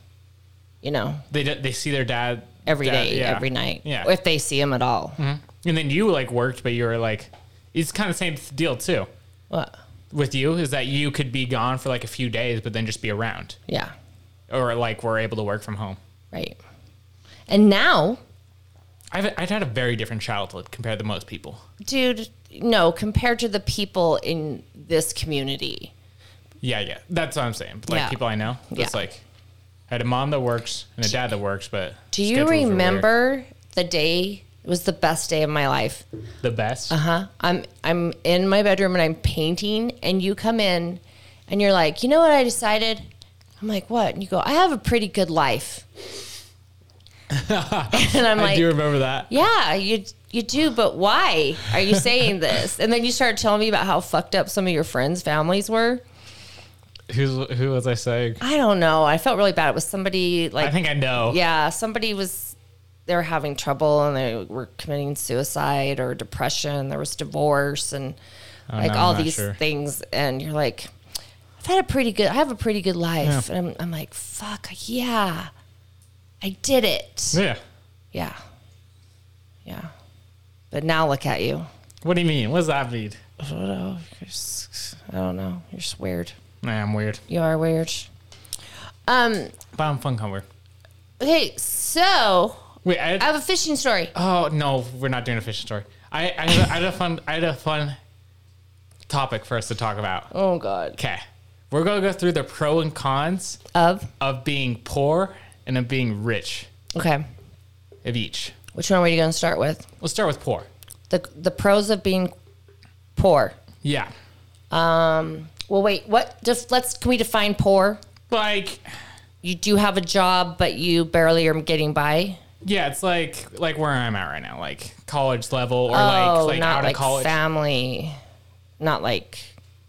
Speaker 1: you know,
Speaker 2: they d- they see their dad
Speaker 1: every
Speaker 2: dad-
Speaker 1: day,
Speaker 2: yeah.
Speaker 1: every night,
Speaker 2: Yeah.
Speaker 1: if they see him at all.
Speaker 2: Mhm. And then you like worked, but you were like it's kind of the same deal too.
Speaker 1: What?
Speaker 2: With you is that you could be gone for like a few days but then just be around.
Speaker 1: Yeah,
Speaker 2: Or like we're able to work from home.
Speaker 1: right. And now,
Speaker 2: I've I've had a very different childhood compared to most people.
Speaker 1: dude, no, compared to the people in this community,
Speaker 2: Yeah, yeah. That's what I'm saying. Like
Speaker 1: Yeah.
Speaker 2: people I know. It's
Speaker 1: Yeah.
Speaker 2: like I had a mom that works and a dad that works, but
Speaker 1: do you
Speaker 2: schedules are weird.
Speaker 1: remember the day? It was the best day of my life.
Speaker 2: the best?
Speaker 1: Uh huh. I'm I'm in my bedroom and I'm painting, and you come in, and you're like, you know what I decided? I'm like, what? And you go, I have a pretty good life. and I'm
Speaker 2: I
Speaker 1: like,
Speaker 2: do remember that.
Speaker 1: yeah, you you do, but why are you saying this? And then you start telling me about how fucked up some of your friends' families were.
Speaker 2: Who's who was I saying?
Speaker 1: I don't know. I felt really bad. It was somebody like
Speaker 2: I think I know.
Speaker 1: Yeah, somebody was they were having trouble and they were committing suicide or depression. There was divorce and
Speaker 2: Oh,
Speaker 1: like
Speaker 2: no,
Speaker 1: all
Speaker 2: I'm not
Speaker 1: these
Speaker 2: sure.
Speaker 1: things. And you're like, I've had a pretty good. I have a pretty good life.
Speaker 2: Yeah.
Speaker 1: And I'm, I'm like, fuck yeah, I did it.
Speaker 2: Yeah.
Speaker 1: yeah, yeah. But now look at you.
Speaker 2: What do you mean? What does that mean?
Speaker 1: I don't know. You're s- I don't know. You're just weird.
Speaker 2: Nah, I'm weird.
Speaker 1: You are weird. Um.
Speaker 2: But I'm fun cover.
Speaker 1: Okay. So
Speaker 2: Wait, I,
Speaker 1: I have a fishing story.
Speaker 2: Oh no, we're not doing a fishing story. I I had, a, I had a fun I had a fun topic for us to talk about.
Speaker 1: Oh God.
Speaker 2: Okay. We're gonna go through the pro and cons
Speaker 1: Of.
Speaker 2: of being poor and of being rich
Speaker 1: Okay.
Speaker 2: of each.
Speaker 1: Which one were you going to start with?
Speaker 2: Let's start with poor.
Speaker 1: The the pros of being poor.
Speaker 2: Yeah.
Speaker 1: Um. Well, wait. What? Just let's. Can we define poor?
Speaker 2: Like.
Speaker 1: You do have a job, but you barely are getting by.
Speaker 2: Yeah, it's like like where I'm at right now, like college level or
Speaker 1: oh,
Speaker 2: like like
Speaker 1: not
Speaker 2: out
Speaker 1: like
Speaker 2: of college.
Speaker 1: family, not like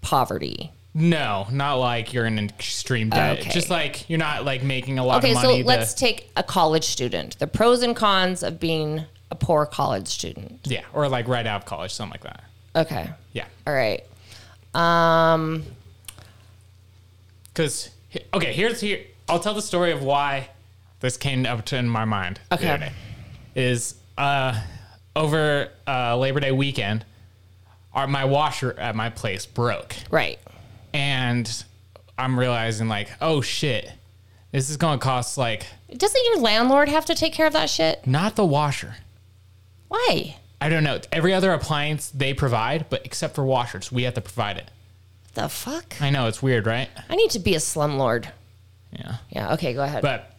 Speaker 1: poverty.
Speaker 2: no, not like you're in extreme debt.
Speaker 1: Okay.
Speaker 2: Just like you're not like making a lot
Speaker 1: okay,
Speaker 2: of money.
Speaker 1: so let's take a college student. The pros and cons of being a poor college student.
Speaker 2: yeah, or like right out of college, something like that.
Speaker 1: Okay.
Speaker 2: Yeah,
Speaker 1: All right. Um.
Speaker 2: because okay, here's here. I'll tell the story of why this came up to in my mind. the
Speaker 1: Okay.
Speaker 2: other day. is uh over uh Labor Day weekend, our my washer at my place broke.
Speaker 1: Right.
Speaker 2: and I'm realizing like, oh shit, this is gonna cost like
Speaker 1: Doesn't your landlord have to take care of that shit?
Speaker 2: not the washer.
Speaker 1: Why?
Speaker 2: I don't know. Every other appliance they provide, but except for washers, we have to provide it.
Speaker 1: The fuck?
Speaker 2: I know it's weird, right?
Speaker 1: I need to be a slumlord.
Speaker 2: Yeah.
Speaker 1: Yeah. Okay. Go ahead.
Speaker 2: But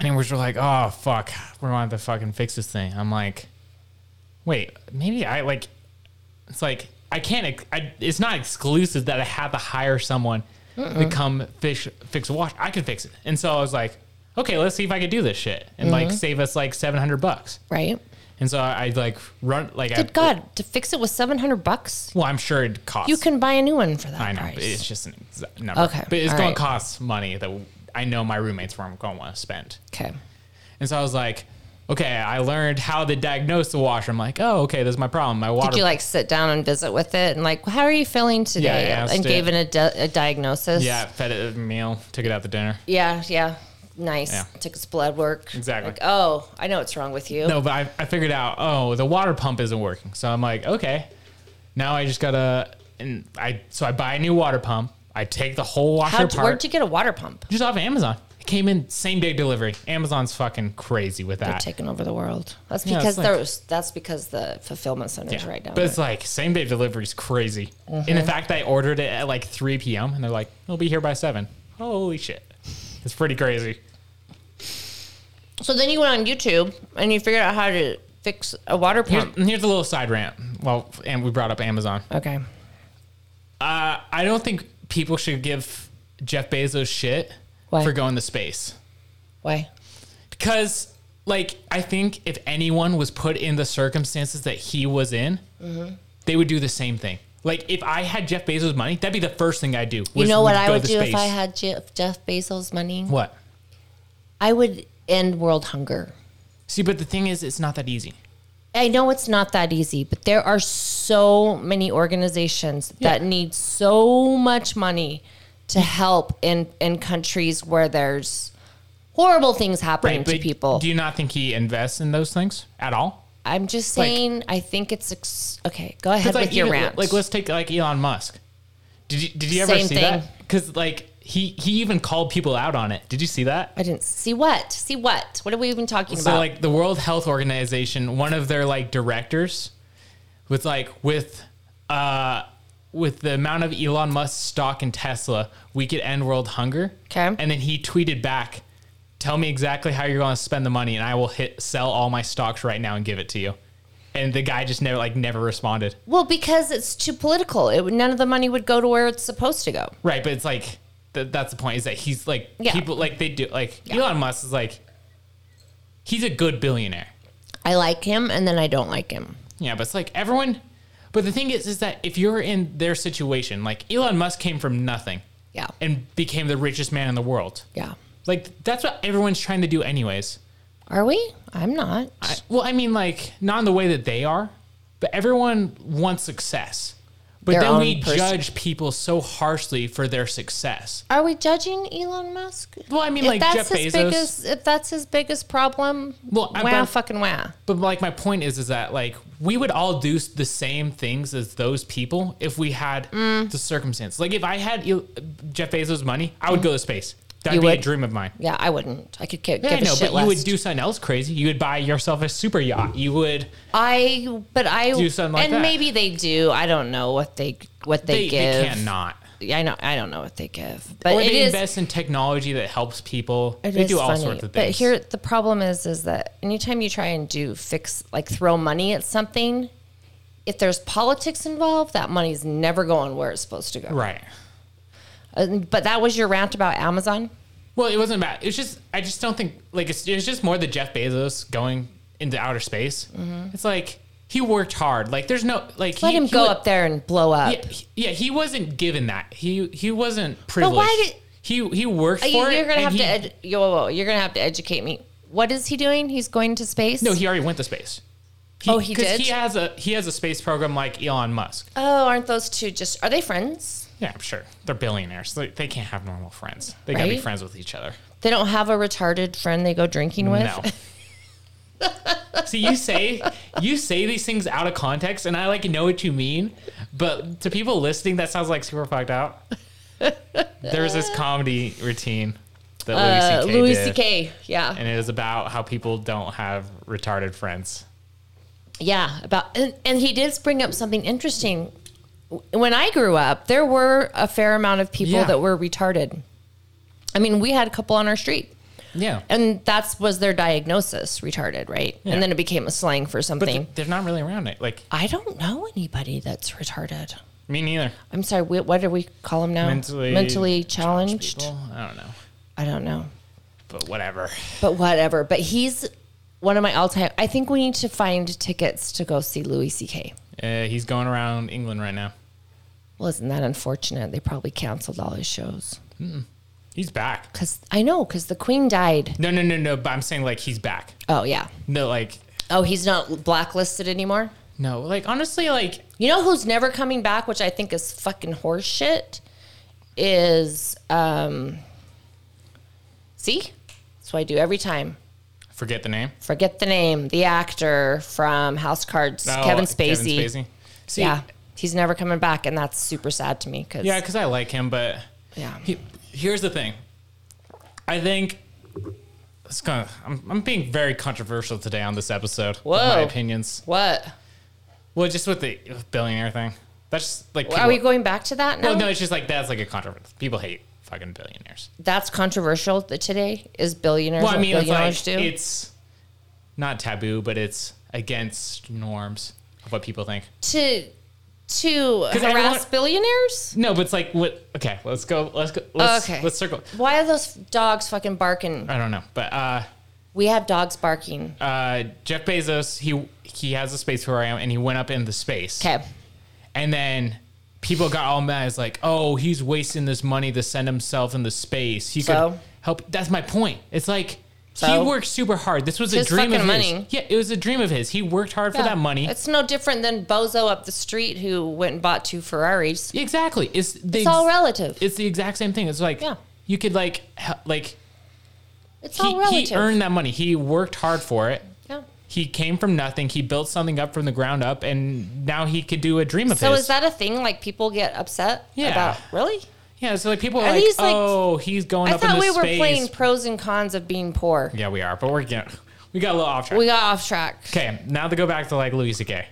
Speaker 2: anyways, we're like, oh fuck, we're gonna have to fucking fix this thing. I'm like, wait, maybe I like. It's like I can't. ex- I, it's not exclusive that I have to hire someone to
Speaker 9: Mm-mm.
Speaker 2: come fish fix a wash. I can fix it. And so I was like, okay, let's see if I can do this shit and like
Speaker 1: Mhm.
Speaker 2: save us like seven hundred bucks.
Speaker 1: right.
Speaker 2: And so I, I like run like I,
Speaker 1: Good God! To fix it with seven hundred bucks,
Speaker 2: Well, I'm sure it costs.
Speaker 1: you can buy a new one for that.
Speaker 2: I know, but it's just an exact number.
Speaker 1: Okay,
Speaker 2: But it's
Speaker 1: all
Speaker 2: going
Speaker 1: right.
Speaker 2: to cost money that I know my roommates weren't going to want to spend.
Speaker 1: Okay.
Speaker 2: And so I was like, okay, I learned how to diagnose the washer. I'm like, oh, okay, this is my problem. My water.
Speaker 1: Did you like sit down and visit with it and like, how are you feeling today?
Speaker 2: asked
Speaker 1: and
Speaker 2: it.
Speaker 1: gave it a, di- a diagnosis.
Speaker 2: yeah, fed it a meal, took it out to dinner.
Speaker 1: Yeah. Yeah. Nice.
Speaker 2: Yeah.
Speaker 1: Took its blood work.
Speaker 2: Exactly.
Speaker 1: Like, oh, I know what's wrong with you.
Speaker 2: No, but I, I figured out, oh, the water pump isn't working. So I'm like, okay, now I just gotta, and I, so I buy a new water pump. I take the whole washer
Speaker 1: How,
Speaker 2: apart.
Speaker 1: where'd you get a water pump?
Speaker 2: Just off Amazon. It came in same day delivery. Amazon's fucking crazy with that.
Speaker 1: They're taking over the world. That's
Speaker 2: Yeah, it's
Speaker 1: because
Speaker 2: like-
Speaker 1: there's that's because the fulfillment center's
Speaker 2: Yeah.
Speaker 1: right down
Speaker 2: But
Speaker 1: there.
Speaker 2: it's like same day delivery is crazy.
Speaker 1: Mhm.
Speaker 2: And in fact, I ordered it at like 3 p.m. and they're like, it'll be here by 7. Holy shit. It's pretty crazy.
Speaker 1: So then you went on YouTube and you figured out how to fix a water
Speaker 2: Here's,
Speaker 1: pump.
Speaker 2: here's a little side rant. Well, and we brought up Amazon.
Speaker 1: Okay.
Speaker 2: Uh, I don't think people should give Jeff Bezos shit
Speaker 1: Why?
Speaker 2: for going to space.
Speaker 1: Why?
Speaker 2: Because, like, I think if anyone was put in the circumstances that he was in,
Speaker 1: Mm-hmm.
Speaker 2: they would do the same thing. Like, if I had Jeff Bezos' money, that'd be the first thing I'd do.
Speaker 1: You
Speaker 2: was
Speaker 1: know what
Speaker 2: go
Speaker 1: I would
Speaker 2: to
Speaker 1: do if
Speaker 2: space.
Speaker 1: I had Jeff, Jeff Bezos' money?
Speaker 2: What?
Speaker 1: I would end world hunger.
Speaker 2: See, but the thing is, it's not that easy.
Speaker 1: I know it's not that easy, but there are so many organizations that need so much money to help in in countries where there's horrible things happening to
Speaker 2: but
Speaker 1: people.
Speaker 2: Do you not think he invests in those things at all?
Speaker 1: I'm just
Speaker 2: Like-
Speaker 1: saying, I think it's ex- okay. Go
Speaker 2: 'Cause,
Speaker 1: ahead
Speaker 2: like,
Speaker 1: with your
Speaker 2: even-
Speaker 1: rant.
Speaker 2: Like, let's take like Elon Musk. Did you did you ever
Speaker 1: Same
Speaker 2: see
Speaker 1: thing.
Speaker 2: that? Because like he he even called people out on it. Did you see that?
Speaker 1: I didn't see what. See what? What are we even talking
Speaker 2: So
Speaker 1: about?
Speaker 2: like the World Health Organization, one of their like directors was like with uh with the amount of Elon Musk stock in Tesla, we could end world hunger. Okay. And then he tweeted back, "Tell me exactly how you're going to spend the money and I will hit sell all my stocks right now and give it to you." And the guy just never like never responded.
Speaker 1: well, because it's too political. It, would- none of the money would go to where it's supposed to go.
Speaker 2: Right, but it's like th- that's the point is that he's like
Speaker 1: Yeah.
Speaker 2: people like they do like Elon Musk is like he's a good billionaire.
Speaker 1: I like him, and then I don't like him.
Speaker 2: Yeah, but it's like everyone. But the thing is, is that if you're in their situation, like Elon Musk came from nothing,
Speaker 1: yeah,
Speaker 2: and became the richest man in the world.
Speaker 1: Yeah,
Speaker 2: like that's what everyone's trying to do, anyways.
Speaker 1: Are we? I'm not.
Speaker 2: I, well, I mean, like not in the way that they are, but everyone wants success. But
Speaker 1: Their
Speaker 2: then
Speaker 1: own
Speaker 2: we
Speaker 1: person.
Speaker 2: judge people so harshly for their success.
Speaker 1: Are we judging Elon Musk?
Speaker 2: Well, I mean,
Speaker 1: if
Speaker 2: like,
Speaker 1: that's
Speaker 2: Jeff
Speaker 1: his
Speaker 2: Bezos-
Speaker 1: biggest, if that's his biggest problem,
Speaker 2: Well, I-
Speaker 1: wow,
Speaker 2: but-
Speaker 1: fucking wow.
Speaker 2: But like my point is, is that like we would all do the same things as those people if we had
Speaker 1: Mm.
Speaker 2: the circumstance. Like if I had El- Jeff Bezos' money, I would go to space. That'd
Speaker 1: You
Speaker 2: be
Speaker 1: would?
Speaker 2: a dream of mine.
Speaker 1: Yeah, I wouldn't. I could give,
Speaker 2: Yeah,
Speaker 1: give
Speaker 2: I know,
Speaker 1: a shit
Speaker 2: but
Speaker 1: less.
Speaker 2: you would do something else crazy. You would buy yourself a super yacht. You would.
Speaker 1: I, but I
Speaker 2: Do something like
Speaker 1: and
Speaker 2: that.
Speaker 1: maybe they do. I don't know what they what they,
Speaker 2: They- they
Speaker 1: give.
Speaker 2: cannot.
Speaker 1: Yeah, I know. I don't know what they give, but
Speaker 2: or
Speaker 1: it
Speaker 2: they
Speaker 1: is-
Speaker 2: invest in technology that helps people.
Speaker 1: It
Speaker 2: they
Speaker 1: is
Speaker 2: do all
Speaker 1: funny,
Speaker 2: sorts of
Speaker 1: But
Speaker 2: things.
Speaker 1: here, the problem is, is that anytime you try and do fix, like throw money at something, if there's politics involved, that money's never going where it's supposed to go.
Speaker 2: Right.
Speaker 1: Uh, but that was your rant about Amazon.
Speaker 2: Well, it wasn't bad. It's just I just don't think like it's, it's just more the Jeff Bezos going into outer space. It's like he worked hard. Like there's no like
Speaker 1: Mm-hmm. Let
Speaker 2: he-
Speaker 1: him
Speaker 2: he
Speaker 1: go
Speaker 2: would-
Speaker 1: up there and blow up.
Speaker 2: Yeah, he- yeah, he wasn't given that. He he wasn't privileged.
Speaker 1: why did-
Speaker 2: he he worked
Speaker 1: Uh,
Speaker 2: for
Speaker 1: you,
Speaker 2: it.
Speaker 1: are gonna
Speaker 2: and
Speaker 1: have
Speaker 2: he-
Speaker 1: to edu- yo, whoa, whoa, you're gonna have to educate me. What is he doing? He's going to space.
Speaker 2: No, he already went to space.
Speaker 1: Oh, he
Speaker 2: 'cause
Speaker 1: did?
Speaker 2: He has a he has a space program like Elon Musk.
Speaker 1: Oh, aren't those two just? Are they friends?
Speaker 2: Yeah, I'm sure they're billionaires. They, they can't have normal friends. They gotta be
Speaker 1: Right?
Speaker 2: friends with each other.
Speaker 1: They don't have a retarded friend they go drinking with.
Speaker 2: No. See, you say you say these things out of context, and I like know what you mean, but to people listening, that sounds like super fucked out. There's this comedy routine that
Speaker 1: Uh,
Speaker 2: Louis C.K.
Speaker 1: Louis
Speaker 2: did,
Speaker 1: C.K., yeah.
Speaker 2: and it was about how people don't have retarded friends.
Speaker 1: Yeah, about and, and he did bring up something interesting. When I grew up, there were a fair amount of people
Speaker 2: Yeah.
Speaker 1: that were retarded. I mean, we had a couple on our street.
Speaker 2: Yeah.
Speaker 1: And that's was their diagnosis, retarded, right?
Speaker 2: Yeah.
Speaker 1: And then it became a slang for
Speaker 2: But
Speaker 1: something.
Speaker 2: th- they're not really around it. Like
Speaker 1: I don't know anybody that's retarded.
Speaker 2: me neither.
Speaker 1: I'm sorry, we, what do we call them now?
Speaker 2: Mentally
Speaker 1: Mentally challenged.
Speaker 2: I don't know,
Speaker 1: I don't know.
Speaker 2: but whatever.
Speaker 1: But whatever. But he's one of my all time. I think we need to find tickets to go see Louis C.K.
Speaker 2: Uh, he's going around England right now.
Speaker 1: Well, isn't that unfortunate? They probably canceled all his shows.
Speaker 2: Mm-mm. He's back.
Speaker 1: Cause I know, cause the queen died.
Speaker 2: No, no, no, no. But I'm saying like he's back.
Speaker 1: Oh yeah.
Speaker 2: No, like
Speaker 1: Oh, he's not blacklisted anymore.
Speaker 2: No, like honestly, like
Speaker 1: you know who's never coming back, which I think is fucking horseshit. Is um, see, that's what I do every time.
Speaker 2: forget the name.
Speaker 1: Forget the name, the actor from House Cards,
Speaker 2: Oh,
Speaker 1: Kevin
Speaker 2: Kevin
Speaker 1: Spacey.
Speaker 2: Spacey. See-
Speaker 1: yeah, he's never coming back, and that's super sad to me. Cause
Speaker 2: Yeah, because I like him, but
Speaker 1: Yeah.
Speaker 2: He, here's the thing. I think it's gonna. I'm, I'm being very controversial today on this episode. with my
Speaker 1: Whoa.
Speaker 2: opinions.
Speaker 1: What?
Speaker 2: Well, just with the billionaire thing. That's just like.
Speaker 1: are we going back to that now?
Speaker 2: Well, no, it's just like that's like a controversy. People hate fucking billionaires.
Speaker 1: that's controversial. That today is billionaires.
Speaker 2: Well, I
Speaker 1: what
Speaker 2: mean, it's
Speaker 1: billionaires
Speaker 2: like
Speaker 1: do.
Speaker 2: it's not taboo, but it's against norms of what people think.
Speaker 1: to to
Speaker 2: 'Cause
Speaker 1: harass
Speaker 2: everyone-
Speaker 1: billionaires.
Speaker 2: No, but it's like what? Okay, let's go. Let's go. Let's,
Speaker 1: Okay.
Speaker 2: Let's circle.
Speaker 1: Why are those dogs fucking barking?
Speaker 2: I don't know, but uh,
Speaker 1: We have dogs barking.
Speaker 2: uh, Jeff Bezos, he he has a space program, and he went up into space.
Speaker 1: Okay.
Speaker 2: And then people got all mad. It's like, oh, he's wasting this money to send himself into space. He
Speaker 1: So?
Speaker 2: could help. That's my point. It's like
Speaker 1: So?
Speaker 2: he worked super hard. This was
Speaker 1: It's his
Speaker 2: a dream of
Speaker 1: fucking
Speaker 2: his.
Speaker 1: money.
Speaker 2: Yeah, it was a dream of his. He worked hard for
Speaker 1: Yeah.
Speaker 2: that money.
Speaker 1: It's no different than Bozo up the street who went and bought two Ferraris.
Speaker 2: Exactly. It's the
Speaker 1: It's all relative.
Speaker 2: It's the exact same thing. It's like
Speaker 1: Yeah.
Speaker 2: you could like he- like
Speaker 1: It's
Speaker 2: he,
Speaker 1: all relative.
Speaker 2: he earned that money. He worked hard for it.
Speaker 1: Yeah.
Speaker 2: He came from nothing. He built something up from the ground up, and now he could do a dream of
Speaker 1: So
Speaker 2: his.
Speaker 1: is that a thing? Like people get upset
Speaker 2: Yeah.
Speaker 1: about? Really?
Speaker 2: yeah. So like people are
Speaker 1: Are
Speaker 2: like,
Speaker 1: these, like-
Speaker 2: oh, he's going
Speaker 1: I
Speaker 2: up into
Speaker 1: thought we
Speaker 2: space.
Speaker 1: were playing pros and cons of being poor.
Speaker 2: Yeah, we are, but we're getting we got a little off track.
Speaker 1: We got off track.
Speaker 2: okay, now to go back to like Louis C.K.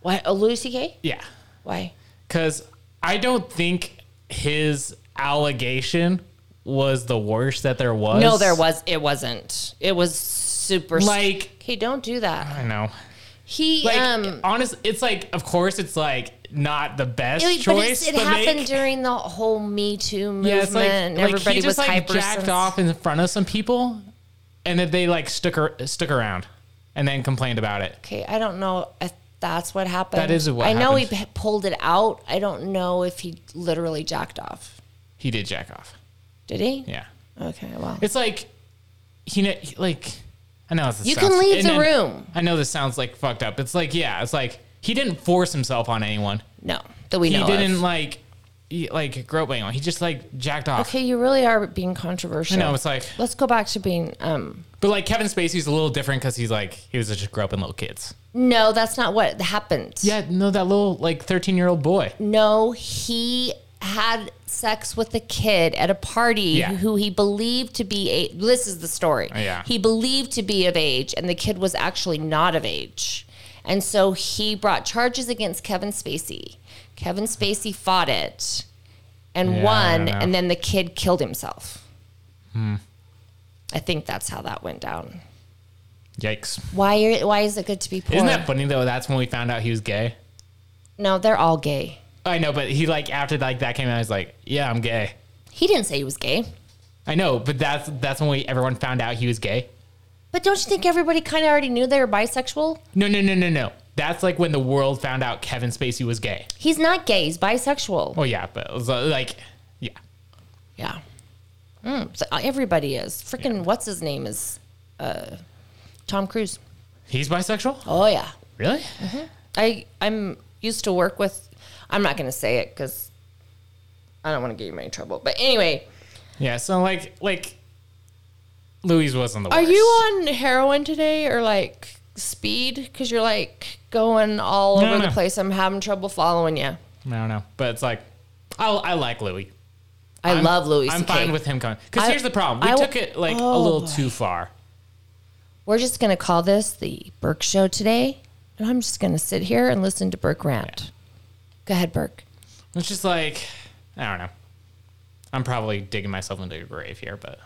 Speaker 1: Why? Oh, Louis C.K.
Speaker 2: Yeah,
Speaker 1: Why?
Speaker 2: because I don't think his allegation was the worst that there was.
Speaker 1: No, there was. It wasn't. It was super.
Speaker 2: Like-
Speaker 1: okay, don't do that.
Speaker 2: I know.
Speaker 1: He
Speaker 2: Like,
Speaker 1: um.
Speaker 2: honest, it's like, of course, it's like not the best
Speaker 1: It, but
Speaker 2: choice.
Speaker 1: it's, it
Speaker 2: to make.
Speaker 1: happened during the whole Me Too movement.
Speaker 2: Yeah, it's like,
Speaker 1: and
Speaker 2: like,
Speaker 1: everybody
Speaker 2: he just
Speaker 1: was
Speaker 2: like
Speaker 1: hyper.
Speaker 2: jacked
Speaker 1: sens-
Speaker 2: off in front of some people, and then they like stuck ar- stuck around, and then complained about it.
Speaker 1: Okay, I don't know if that's what happened.
Speaker 2: That is what
Speaker 1: I know. He
Speaker 2: happened.
Speaker 1: p- pulled it out. I don't know if he literally jacked off.
Speaker 2: He did jack off.
Speaker 1: Did he?
Speaker 2: Yeah,
Speaker 1: Okay. Well,
Speaker 2: it's like he kn- like I know this
Speaker 1: You
Speaker 2: sounds-
Speaker 1: can leave
Speaker 2: and
Speaker 1: the
Speaker 2: then-
Speaker 1: room.
Speaker 2: I know this sounds like fucked up. It's like yeah, it's like he didn't force himself on anyone.
Speaker 1: no, that we
Speaker 2: he
Speaker 1: know. of.
Speaker 2: didn't like he, like grope anyone. He just like jacked off.
Speaker 1: Okay, you really are being controversial.
Speaker 2: I know it's like
Speaker 1: Let's go back to being. um
Speaker 2: But like Kevin Spacey's a little different because he's like he was just groping little kids.
Speaker 1: No, that's not what happened.
Speaker 2: Yeah, no, that little like thirteen year old boy.
Speaker 1: No, he had sex with a kid at a party
Speaker 2: Yeah.
Speaker 1: who he believed to be a this is the story.
Speaker 2: Yeah.
Speaker 1: He believed to be of age and the kid was actually not of age. And so he brought charges against Kevin Spacey. Kevin Spacey fought it and
Speaker 2: Yeah, I
Speaker 1: won
Speaker 2: don't know. Hmm.
Speaker 1: and then the kid killed himself. I think that's how that went down.
Speaker 2: Yikes!
Speaker 1: Why are, why is it good to be poor?
Speaker 2: Isn't that funny though? That's when we found out he was gay.
Speaker 1: no, they're all gay.
Speaker 2: I know, but he like after like that came out, he's like, yeah, I'm gay.
Speaker 1: He didn't say he was gay.
Speaker 2: I know, but that's that's when we everyone found out he was gay.
Speaker 1: But don't you think everybody kind of already knew they were bisexual?
Speaker 2: No, no, no, no, no. That's like when the world found out Kevin Spacey was gay.
Speaker 1: He's not gay. He's bisexual.
Speaker 2: Well, yeah, but it was, uh, like, yeah,
Speaker 1: Yeah. Mm, so uh, everybody is. Freaking what's his name is uh, Tom Cruise.
Speaker 2: he's bisexual.
Speaker 1: Oh yeah.
Speaker 2: Really?
Speaker 1: I I'm used to work with. I'm not gonna say it because I don't want to get you in trouble. But anyway,
Speaker 2: Yeah. So like like, Louise wasn't the worst.
Speaker 1: are you on heroin today or like speed? Because you're like going all
Speaker 2: No,
Speaker 1: over the
Speaker 2: no.
Speaker 1: place. I'm having trouble following you.
Speaker 2: I don't know, but it's like, I I like Louis.
Speaker 1: I
Speaker 2: I'm-
Speaker 1: love Louis.
Speaker 2: I'm
Speaker 1: CK.
Speaker 2: fine with him coming. Because
Speaker 1: I-
Speaker 2: here's the problem: we
Speaker 1: I-
Speaker 2: took it like a
Speaker 1: oh,
Speaker 2: little
Speaker 1: boy.
Speaker 2: too far.
Speaker 1: we're just going to call this the Burke Show today. And I'm just going to sit here and listen to Burke rant. Go ahead, Burke.
Speaker 2: It's just like, I don't know. I'm probably digging myself into a grave here, but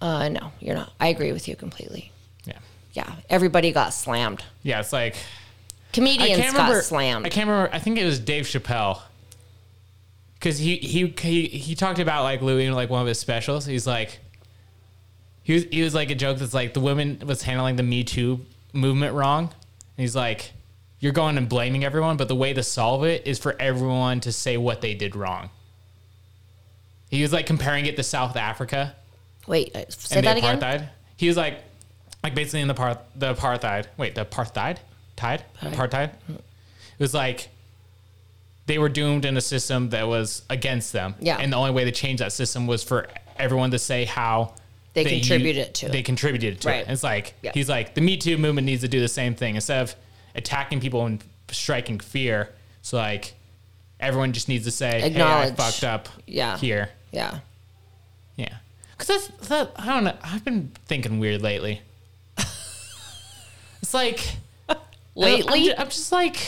Speaker 1: Uh, no, you're not. I agree with you completely.
Speaker 2: yeah,
Speaker 1: Yeah, everybody got slammed.
Speaker 2: yeah. It's like
Speaker 1: Comedians
Speaker 2: I can't
Speaker 1: got
Speaker 2: remember.
Speaker 1: slammed.
Speaker 2: I can't remember. I think it was Dave Chappelle. Because he, he he he talked about like Louis in like one of his specials. He's like, he was he was like a joke that's like the woman was handling the Me Too movement wrong. And he's like, you're going and blaming everyone, but the way to solve it is for everyone to say what they did wrong. He was like comparing it to South Africa
Speaker 1: Wait, uh, say
Speaker 2: and the
Speaker 1: that
Speaker 2: apartheid.
Speaker 1: again.
Speaker 2: He was like, like basically in the par- the apartheid. Wait, the apartheid, tide, apartheid. It was like they were doomed in a system that was against them.
Speaker 1: Yeah.
Speaker 2: and the only way to change that system was for everyone to say how
Speaker 1: They
Speaker 2: u-
Speaker 1: contributed to it.
Speaker 2: They contributed to
Speaker 1: Right.
Speaker 2: it. It's like
Speaker 1: Yeah.
Speaker 2: he's like the Me Too movement needs to do the same thing instead of attacking people and striking fear. So like everyone just needs to say, "Hey, I
Speaker 1: Acknowledge.
Speaker 2: fucked up."
Speaker 1: Yeah.
Speaker 2: here.
Speaker 1: Yeah.
Speaker 2: Yeah. Because that's, that, I don't know. I've been thinking weird lately. it's like.
Speaker 1: Lately?
Speaker 2: I'm, ju- I'm just like.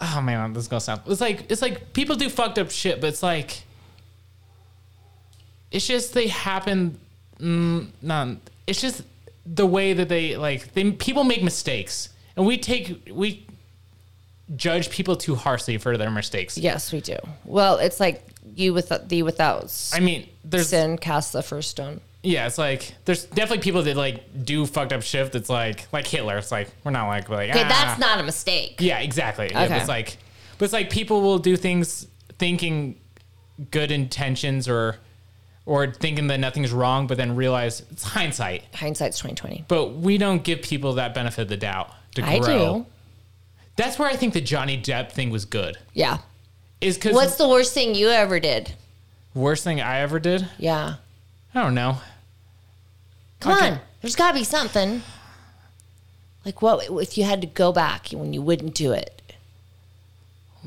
Speaker 2: Oh man, this is gonna sound. It's like it's like people do fucked up shit, but it's like. It's just they happen. Mm, not. It's just the way that they like. They people make mistakes, and we take we judge people too harshly for their mistakes.
Speaker 1: Yes, we do. Well, it's like you with the without.
Speaker 2: I mean, there's-
Speaker 1: sin cast the first stone.
Speaker 2: Yeah, it's like there's definitely people that like do fucked up shit. That's like like Hitler. It's like we're not like we're like
Speaker 1: Okay,
Speaker 2: ah.
Speaker 1: that's not a mistake.
Speaker 2: Yeah, exactly. Yeah, but
Speaker 1: Okay.
Speaker 2: it's like but it's like people will do things thinking good intentions or or thinking that nothing's wrong, but then realize it's hindsight.
Speaker 1: Hindsight's twenty twenty.
Speaker 2: But we don't give people that benefit of the doubt to grow.
Speaker 1: I do.
Speaker 2: That's where I think the Johnny Depp thing was good.
Speaker 1: Yeah.
Speaker 2: Is because
Speaker 1: What's the worst thing you ever did?
Speaker 2: worst thing I ever did?
Speaker 1: Yeah.
Speaker 2: I don't know.
Speaker 1: Come
Speaker 2: Okay.
Speaker 1: on. There's got to be something. Like what if you had to go back when you wouldn't do it?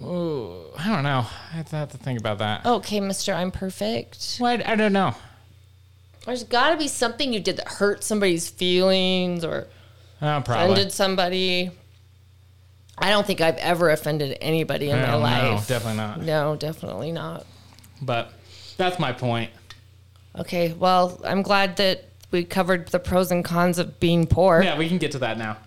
Speaker 2: Ooh, I don't know. I have to- have to think about that.
Speaker 1: Okay, Mister, I'm perfect.
Speaker 2: What? I don't know.
Speaker 1: There's got to be something you did that hurt somebody's feelings or
Speaker 2: Oh, probably.
Speaker 1: offended somebody. I don't think I've ever offended anybody in
Speaker 2: I
Speaker 1: my
Speaker 2: don't know.
Speaker 1: life.
Speaker 2: Definitely not.
Speaker 1: No, definitely not.
Speaker 2: But that's my point.
Speaker 1: Okay, well, I'm glad that we covered the pros and cons of being poor.
Speaker 2: Yeah, we can get to that now.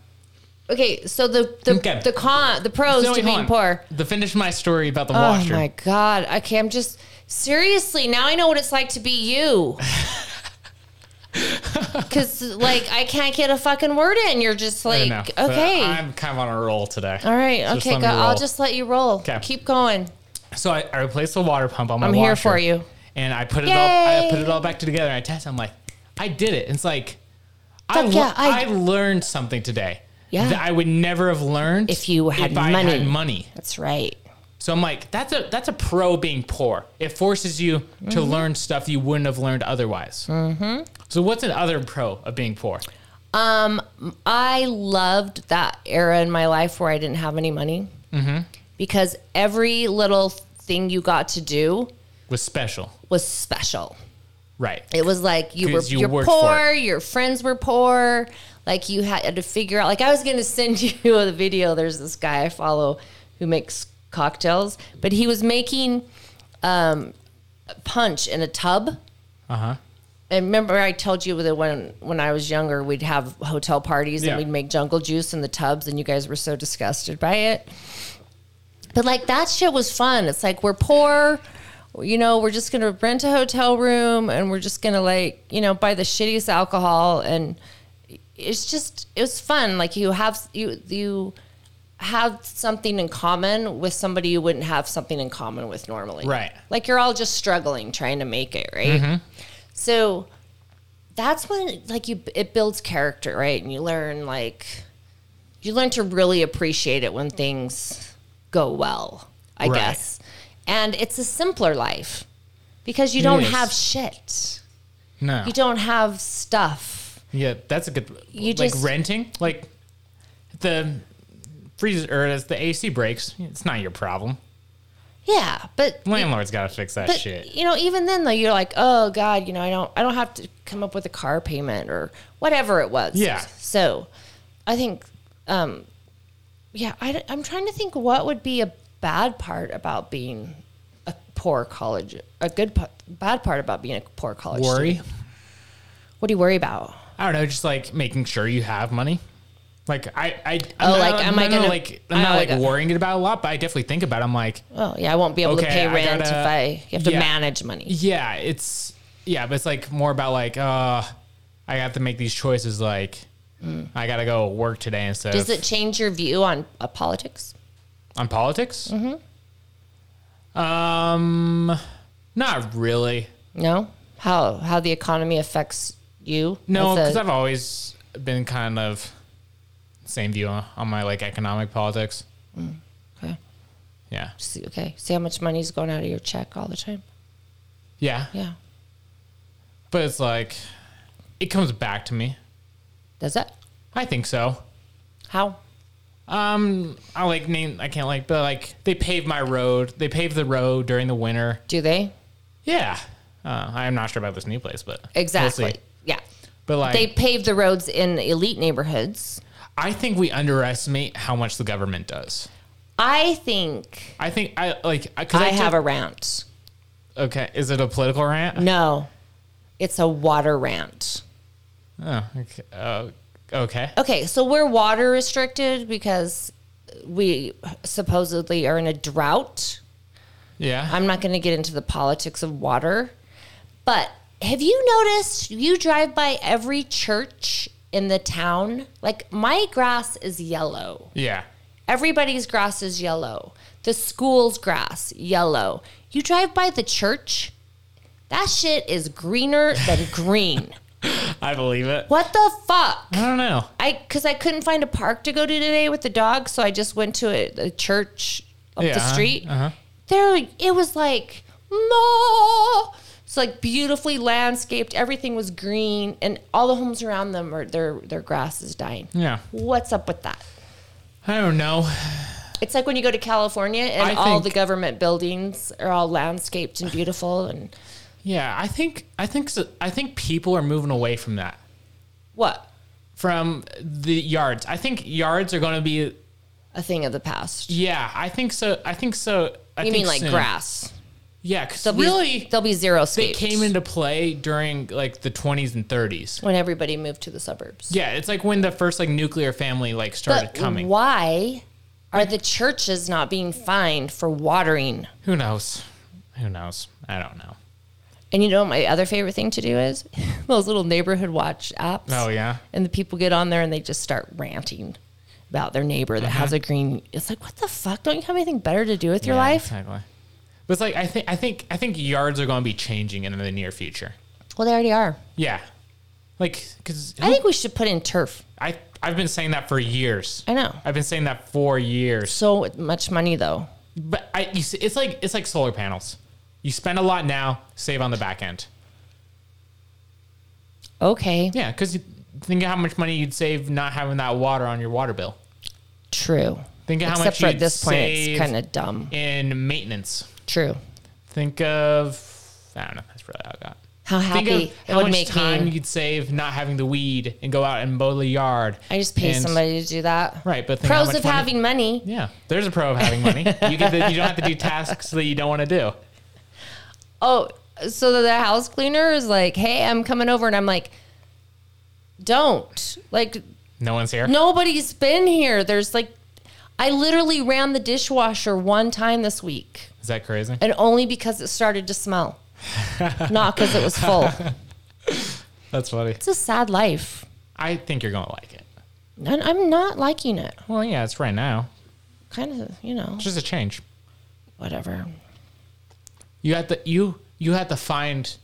Speaker 1: Okay, so the the
Speaker 2: Okay.
Speaker 1: the con the pros
Speaker 2: So
Speaker 1: to
Speaker 2: wait, hold
Speaker 1: being
Speaker 2: on.
Speaker 1: poor.
Speaker 2: To finish my story about the
Speaker 1: Oh
Speaker 2: washer.
Speaker 1: my god. Okay, I'm just seriously now I know what it's like to be you. Cause like I can't get a fucking word in. You're just
Speaker 2: I
Speaker 1: like
Speaker 2: know, but
Speaker 1: okay.
Speaker 2: I'm kind of on a roll today.
Speaker 1: All right.
Speaker 2: Just
Speaker 1: Okay.
Speaker 2: let
Speaker 1: Go,
Speaker 2: me
Speaker 1: I'll
Speaker 2: roll.
Speaker 1: just let you roll.
Speaker 2: Okay.
Speaker 1: Keep going.
Speaker 2: So I, I replaced the water pump on my.
Speaker 1: I'm
Speaker 2: washer,
Speaker 1: here for you.
Speaker 2: And I put it all. I
Speaker 1: Yay.
Speaker 2: put it all back together. And I test. I'm like, I did it. It's like, I,
Speaker 1: Fuck
Speaker 2: lear-
Speaker 1: yeah,
Speaker 2: I,
Speaker 1: I-
Speaker 2: learned something today.
Speaker 1: Yeah.
Speaker 2: That I would never have learned
Speaker 1: If you had
Speaker 2: if I
Speaker 1: money.
Speaker 2: had money.
Speaker 1: That's right.
Speaker 2: So I'm like, that's a that's a pro being poor. It forces you to learn stuff you wouldn't have learned otherwise.
Speaker 1: Mm-hmm.
Speaker 2: So what's an other pro of being poor?
Speaker 1: Um, I loved that era in my life where I didn't have any money
Speaker 2: Mm-hmm.
Speaker 1: because every little thing you got to do
Speaker 2: Was special,
Speaker 1: was special.
Speaker 2: right?
Speaker 1: It was like you were
Speaker 2: 'Cause you
Speaker 1: you are
Speaker 2: worked for
Speaker 1: poor, your friends were poor, like you had to figure out like I was going to send you a video there's this guy I follow who makes cocktails, but he was making um punch in a tub.
Speaker 2: Uh huh.
Speaker 1: And remember, I told you that when when I was younger, we'd have hotel parties
Speaker 2: Yeah.
Speaker 1: and we'd make jungle juice in the tubs, and you guys were so disgusted by it. But like that shit was fun. It's like we're poor, you know. We're just gonna rent a hotel room and we're just gonna like you know buy the shittiest alcohol, and it's just it was fun. Like you have you you have something in common with somebody you wouldn't have something in common with normally,
Speaker 2: Right.
Speaker 1: Like you're all just struggling trying to make it, right?
Speaker 2: Mhm.
Speaker 1: So that's when like you it builds character, right? And you learn like you learn to really appreciate it when things go well, I
Speaker 2: Right.
Speaker 1: guess. And it's a simpler life because you don't
Speaker 2: Yes.
Speaker 1: have shit.
Speaker 2: No.
Speaker 1: You don't have stuff.
Speaker 2: Yeah, that's a good.
Speaker 1: You
Speaker 2: like
Speaker 1: just-
Speaker 2: renting, like the freezer or as the AC breaks, it's not your problem.
Speaker 1: Yeah, but
Speaker 2: Landlord's got to fix that
Speaker 1: but
Speaker 2: shit.
Speaker 1: you know, even then though, you're like, oh god, you know, I don't, I don't have to come up with a car payment or whatever it was.
Speaker 2: Yeah.
Speaker 1: So, I think, um, yeah, I, am trying to think what would be a bad part about being a poor college, a good pa- bad part about being a poor college.
Speaker 2: Worry.
Speaker 1: student. What do you worry about?
Speaker 2: I don't know, just like making sure you have money. Like I, I,
Speaker 1: Oh,
Speaker 2: not-
Speaker 1: like, am I
Speaker 2: not,
Speaker 1: gonna-
Speaker 2: like I'm
Speaker 1: oh,
Speaker 2: not
Speaker 1: I
Speaker 2: like
Speaker 1: got-
Speaker 2: worrying about it a lot, but I definitely think about. it. I'm like,
Speaker 1: Oh yeah, I won't be able to
Speaker 2: okay,
Speaker 1: pay
Speaker 2: I
Speaker 1: rent
Speaker 2: gotta-
Speaker 1: if I you have to
Speaker 2: yeah.
Speaker 1: manage money.
Speaker 2: Yeah, it's yeah, but it's like more about like, uh, I have to make these choices. Like, I gotta go work today instead.
Speaker 1: Mm. Does
Speaker 2: of,
Speaker 1: it change your view on uh, politics?
Speaker 2: on politics?
Speaker 1: Mm-hmm.
Speaker 2: Um, Not really.
Speaker 1: No? How how the economy affects you?
Speaker 2: No,
Speaker 1: As a-
Speaker 2: because I've always been kind of same view on, on my like economic politics.
Speaker 1: Mm, okay.
Speaker 2: Yeah.
Speaker 1: See, okay. See how much money's going out of your check all the time?
Speaker 2: Yeah.
Speaker 1: Yeah.
Speaker 2: But it's like it comes back to me.
Speaker 1: Does it?
Speaker 2: I think so.
Speaker 1: How?
Speaker 2: Um, I like name. I can't like, but like they pave my road. They pave the road during the winter.
Speaker 1: Do they?
Speaker 2: Yeah. Uh, I'm not sure about this new place, but we'll see.
Speaker 1: Exactly. yeah.
Speaker 2: But like,
Speaker 1: they pave the roads in elite neighborhoods.
Speaker 2: I think we underestimate how much the government does.
Speaker 1: I think
Speaker 2: I think I like. I, 'cause
Speaker 1: I,
Speaker 2: I
Speaker 1: have
Speaker 2: took-
Speaker 1: a rant.
Speaker 2: Okay, is it a political rant?
Speaker 1: No, it's a water rant.
Speaker 2: Oh, okay. Uh, okay.
Speaker 1: Okay, so we're water restricted because we supposedly are in a drought.
Speaker 2: Yeah.
Speaker 1: I'm not going to get into the politics of water, but have you noticed you drive by every church in the town? Like my grass is yellow.
Speaker 2: Yeah.
Speaker 1: Everybody's grass is yellow. The school's grass, yellow. You drive by the church, that shit is greener than green.
Speaker 2: I believe it.
Speaker 1: What the fuck?
Speaker 2: I don't know.
Speaker 1: I because I couldn't find a park to go to today with the dog, so I just went to a, a church up the
Speaker 2: Yeah,
Speaker 1: street.
Speaker 2: uh-huh.
Speaker 1: There, it was like "Ma." It's like beautifully landscaped. Everything was green, and all the homes around them are their their grass is dying.
Speaker 2: Yeah.
Speaker 1: What's up with that?
Speaker 2: I don't know.
Speaker 1: It's like when you go to California and
Speaker 2: I
Speaker 1: all
Speaker 2: think-
Speaker 1: the government buildings are all landscaped and beautiful. And
Speaker 2: Yeah, I think I think so, I think people are moving away from that.
Speaker 1: What?
Speaker 2: From the yards. I think yards are going to be
Speaker 1: a thing of the past.
Speaker 2: Yeah, I think so. I think so. I
Speaker 1: you
Speaker 2: think
Speaker 1: mean like
Speaker 2: soon.
Speaker 1: grass?
Speaker 2: Yeah, because
Speaker 1: There'll be-
Speaker 2: really,
Speaker 1: there'll be zero
Speaker 2: they
Speaker 1: scaped
Speaker 2: came into play during like the 20s and 30s.
Speaker 1: when everybody moved to the suburbs.
Speaker 2: Yeah, it's like when the first like nuclear family like started
Speaker 1: But
Speaker 2: coming.
Speaker 1: why are the churches not being fined for watering?
Speaker 2: Who knows? Who knows? I don't know.
Speaker 1: And you know what my other favorite thing to do is those little neighborhood watch apps.
Speaker 2: Oh yeah,
Speaker 1: And the people get on there and they just start ranting about their neighbor that has a green. It's like, what the fuck? Don't you have anything better to do with your
Speaker 2: Uh-huh. Yeah,
Speaker 1: life?
Speaker 2: Exactly. But it's like I think I think I think yards are going to be changing in the near future.
Speaker 1: Well, they already are.
Speaker 2: Yeah, like because
Speaker 1: I think we should put in turf.
Speaker 2: I I've been saying that for years.
Speaker 1: I know.
Speaker 2: I've been saying that for years.
Speaker 1: So much money though.
Speaker 2: But I, you see, it's like it's like solar panels. You spend a lot now, save on the back end.
Speaker 1: Okay.
Speaker 2: Yeah, because think of how much money you'd save not having that water on your water bill.
Speaker 1: True.
Speaker 2: Think of how
Speaker 1: Except
Speaker 2: much
Speaker 1: for
Speaker 2: you'd
Speaker 1: at this point,
Speaker 2: save
Speaker 1: it's kind of dumb.
Speaker 2: in maintenance.
Speaker 1: True.
Speaker 2: Think of I don't know. That's really all I got.
Speaker 1: How
Speaker 2: Think
Speaker 1: happy
Speaker 2: of
Speaker 1: it
Speaker 2: how
Speaker 1: would
Speaker 2: much
Speaker 1: make me.
Speaker 2: time you'd save not having the weed and go out and mow the yard.
Speaker 1: I just pay
Speaker 2: and-
Speaker 1: somebody to do that.
Speaker 2: Right, but think how
Speaker 1: Pros
Speaker 2: much
Speaker 1: of
Speaker 2: money-
Speaker 1: having money.
Speaker 2: Yeah, there's a pro of having money. You get the, you don't have to do tasks that you don't want to do.
Speaker 1: Oh, so the house cleaner is like, "Hey, I'm coming over," and I'm like, "Don't." Like
Speaker 2: No one's here.
Speaker 1: nobody's been here. There's like, I literally ran the dishwasher one time this week,
Speaker 2: Is that crazy?
Speaker 1: and only because it started to smell, not because it was full.
Speaker 2: That's funny.
Speaker 1: It's a sad life.
Speaker 2: I think you're gonna like it.
Speaker 1: And I'm not liking it.
Speaker 2: Well, yeah, it's right now.
Speaker 1: Kind of, you know,
Speaker 2: It's just a change.
Speaker 1: whatever.
Speaker 2: You had to you you had to find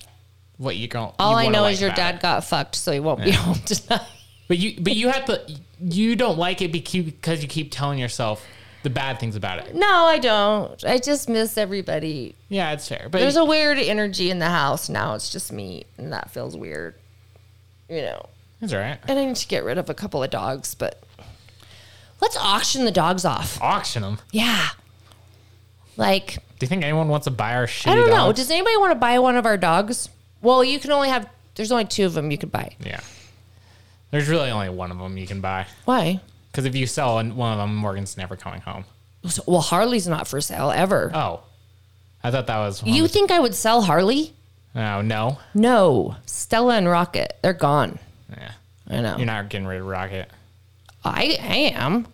Speaker 2: what you're going.
Speaker 1: All I know is your dad got fucked, so he won't be
Speaker 2: Yeah.
Speaker 1: home tonight.
Speaker 2: But you but you have to you don't like it becu- because you keep telling yourself the bad things about it.
Speaker 1: No, I don't. I just miss everybody.
Speaker 2: Yeah, it's fair. But
Speaker 1: There's a weird energy in the house now. It's just me, and that feels weird. You know,
Speaker 2: it's all right.
Speaker 1: and I need to get rid of a couple of dogs, but let's auction the dogs off.
Speaker 2: Auction them.
Speaker 1: Yeah. Like,
Speaker 2: Do you think anyone wants to buy our shitty
Speaker 1: I don't know.
Speaker 2: dogs?
Speaker 1: Does anybody want to buy one of our dogs? Well, you can only have, there's only two of them you could buy.
Speaker 2: yeah. There's really only one of them you can buy
Speaker 1: Why?
Speaker 2: because if you sell one one of them, Morgan's never coming home.
Speaker 1: So- Well, Harley's not for sale ever.
Speaker 2: Oh, I thought that was one
Speaker 1: you
Speaker 2: of-
Speaker 1: think I would sell Harley?
Speaker 2: Oh no.
Speaker 1: No. Stella and Rocket, they're gone.
Speaker 2: Yeah.
Speaker 1: I know.
Speaker 2: You're not getting rid of Rocket.
Speaker 1: I, I am.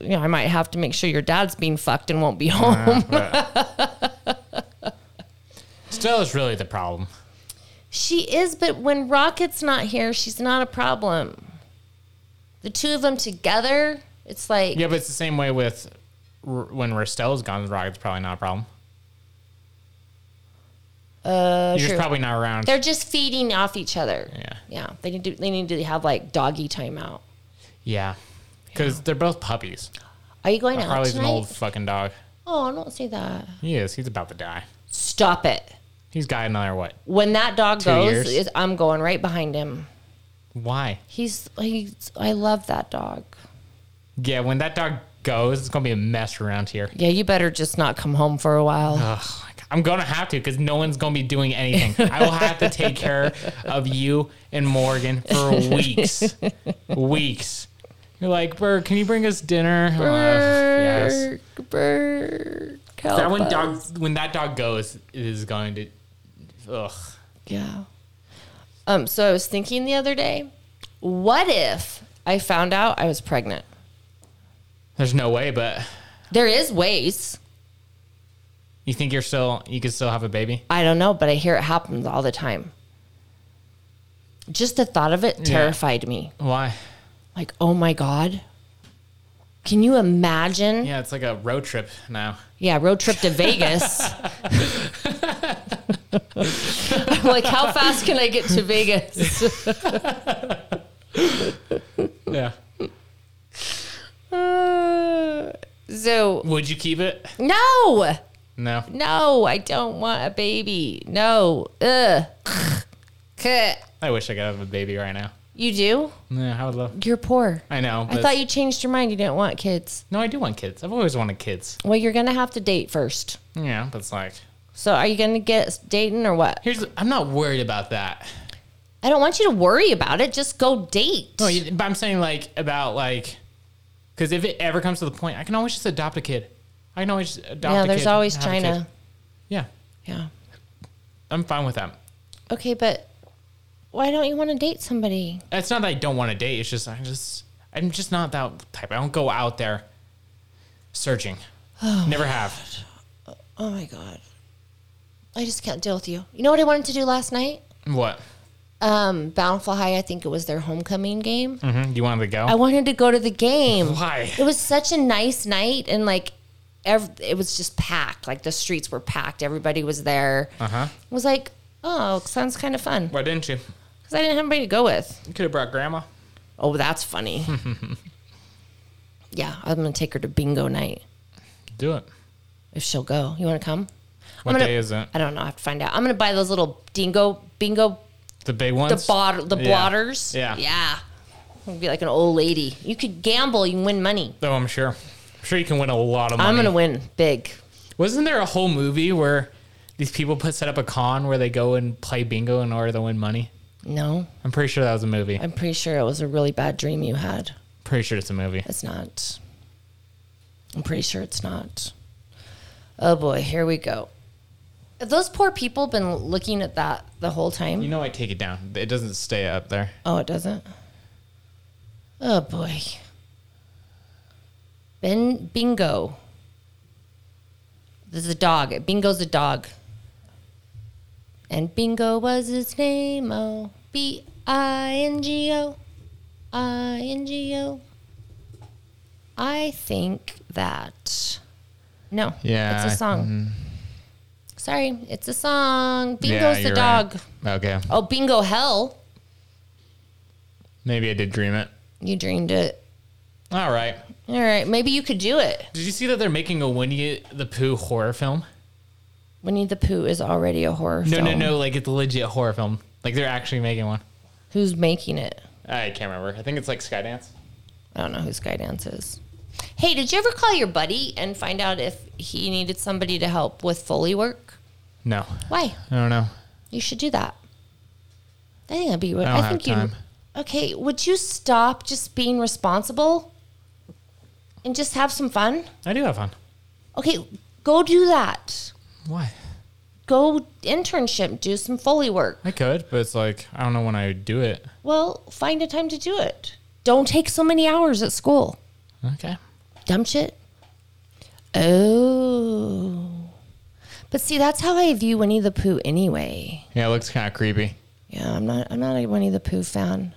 Speaker 1: You know, I might have to make sure your dad's being fucked and won't be home.
Speaker 2: Stella's really the problem.
Speaker 1: she is, but when Rocket's not here, she's not a problem. The two of them together, it's like
Speaker 2: Yeah, but it's the same way with r- when Rostell's gone. Rocket's probably not a problem.
Speaker 1: so
Speaker 2: You're
Speaker 1: Uh, true.
Speaker 2: probably not around.
Speaker 1: They're just feeding off each other.
Speaker 2: Yeah.
Speaker 1: Yeah. They need to. They need to have like doggy time out.
Speaker 2: yeah, because they're both puppies.
Speaker 1: Are you going out
Speaker 2: Harley's an
Speaker 1: tonight?
Speaker 2: old fucking dog.
Speaker 1: Oh, don't say that.
Speaker 2: He is. He's about to die.
Speaker 1: Stop it.
Speaker 2: He's got another what?
Speaker 1: When that dog
Speaker 2: Two
Speaker 1: goes,
Speaker 2: years.
Speaker 1: is, I'm going right behind him.
Speaker 2: Why?
Speaker 1: He's he's. I love that dog.
Speaker 2: Yeah, when that dog goes, it's gonna be a mess around here.
Speaker 1: Yeah, you better just not come home for a while.
Speaker 2: Ugh, I'm gonna have to because no one's gonna be doing anything. I will have to take care of you and Morgan for weeks, weeks. You're like, Burr, can you bring us dinner? Ugh, yes.
Speaker 1: Burr,
Speaker 2: That when dog when that dog goes it is going to, ugh.
Speaker 1: Yeah. Um. So I was thinking the other day, what if I found out I was pregnant?
Speaker 2: There's no way, but
Speaker 1: There is ways.
Speaker 2: you think you're still you can still have a baby.
Speaker 1: I don't know, but I hear it happens all the time. Just the thought of it
Speaker 2: Yeah.
Speaker 1: terrified me.
Speaker 2: Why?
Speaker 1: Like, oh my God. Can you imagine? Yeah,
Speaker 2: Yeah, it's like a road trip now.
Speaker 1: road trip to Vegas. I'm like, how fast can I get to Vegas?
Speaker 2: Yeah.
Speaker 1: Uh, so,
Speaker 2: Would you keep it?
Speaker 1: no,
Speaker 2: No.
Speaker 1: no, I don't want a baby. No. Ugh. Kuh.
Speaker 2: I wish I could have a baby right now.
Speaker 1: You do?
Speaker 2: Yeah, I would love.
Speaker 1: You're poor.
Speaker 2: I know.
Speaker 1: I thought you changed your mind. You didn't want kids.
Speaker 2: No, I do want kids. I've always wanted kids.
Speaker 1: Well, you're going to have to date first.
Speaker 2: Yeah, but it's like
Speaker 1: So are you going to get dating or what?
Speaker 2: here's. I'm not worried about that.
Speaker 1: I don't want you to worry about it. Just go date.
Speaker 2: No, you- but I'm saying like about like because if it ever comes to the point, I can always just adopt a kid. I can always just adopt.
Speaker 1: yeah,
Speaker 2: a
Speaker 1: there's
Speaker 2: kid,
Speaker 1: always
Speaker 2: have a kid.
Speaker 1: China.
Speaker 2: Yeah,
Speaker 1: Yeah.
Speaker 2: I'm fine with that.
Speaker 1: Okay, but why don't you want to date somebody?
Speaker 2: It's not that I don't want to date. It's just I just I'm just not that type. I don't go out there searching. Never have.
Speaker 1: Oh my god. I just can't deal with you. You know what I wanted to do last night?
Speaker 2: What?
Speaker 1: Um, Bountiful High, I think it was their homecoming game.
Speaker 2: hmm You wanted to go?
Speaker 1: I wanted to go to the game.
Speaker 2: Why?
Speaker 1: It was such a nice night and like ev- it was just packed. Like the streets were packed. Everybody was there.
Speaker 2: Uh huh.
Speaker 1: It was like, "Oh, sounds kind of fun."
Speaker 2: Why didn't you?
Speaker 1: Cuz I didn't have anybody to go with.
Speaker 2: You could have brought grandma.
Speaker 1: Oh, that's funny. yeah, I'm gonna take her to bingo night
Speaker 2: Do it.
Speaker 1: if she'll go. You want to come?
Speaker 2: What
Speaker 1: gonna-
Speaker 2: day is it?
Speaker 1: I don't know. I have to find out. I'm gonna buy those little dingo bingo
Speaker 2: The big
Speaker 1: the
Speaker 2: ones.
Speaker 1: bot the
Speaker 2: Yeah.
Speaker 1: blotters.
Speaker 2: Yeah.
Speaker 1: yeah. I'll be like an old lady. You could gamble. You can win money.
Speaker 2: Oh, I'm sure. I'm sure you can win a lot of money.
Speaker 1: I'm gonna win big.
Speaker 2: Wasn't there a whole movie where these people put set up a con where they go and play bingo in order to win money?
Speaker 1: No,
Speaker 2: I'm pretty sure that was a movie. I'm
Speaker 1: I'm pretty sure it was a really bad dream you had.
Speaker 2: pretty sure it's a movie.
Speaker 1: It's not. I'm pretty sure it's not. Oh boy, here we go. Have those poor people been looking at that the whole time?
Speaker 2: You know, I take it down. It doesn't stay up there.
Speaker 1: Oh, it doesn't. Oh boy. Ben Bingo. This is a dog. Bingo's a dog. And Bingo was his name. Oh, B I N G O. I N G O. I think that. No.
Speaker 2: Yeah,
Speaker 1: It's
Speaker 2: I-
Speaker 1: a song. Sorry, it's a song.
Speaker 2: Yeah,
Speaker 1: Bingo's the
Speaker 2: you're
Speaker 1: dog.
Speaker 2: right. Okay.
Speaker 1: Oh, Bingo Hell.
Speaker 2: Maybe I did dream it.
Speaker 1: You dreamed it.
Speaker 2: All right.
Speaker 1: All right, maybe you could do it.
Speaker 2: Did you see that they're making a Winnie the Pooh horror film?
Speaker 1: Winnie the Pooh is already a horror
Speaker 2: No,
Speaker 1: film.
Speaker 2: no, no. Like it's a legit horror film. Like they're actually making one.
Speaker 1: Who's making it?
Speaker 2: I can't remember. I think it's like Skydance.
Speaker 1: I don't know who Skydance is. Hey, did you ever call your buddy and find out if he needed somebody to help with Foley work?
Speaker 2: No,
Speaker 1: Why?
Speaker 2: I don't know.
Speaker 1: You should do that. I think that'd be what
Speaker 2: I don't
Speaker 1: I think
Speaker 2: have
Speaker 1: you.
Speaker 2: time.
Speaker 1: Okay, would you stop just being responsible and just have some fun?
Speaker 2: I do have fun.
Speaker 1: Okay, go do that.
Speaker 2: Why?
Speaker 1: Go internship, do some Foley work.
Speaker 2: I could, but it's like I don't know when I would do it.
Speaker 1: Well, find a time to do it. Don't take so many hours at school.
Speaker 2: Okay.
Speaker 1: Dumb shit. Oh. But see, that's how I view Winnie the Pooh anyway.
Speaker 2: Yeah, it looks kind of creepy.
Speaker 1: Yeah, I'm not I'm not a Winnie the Pooh fan.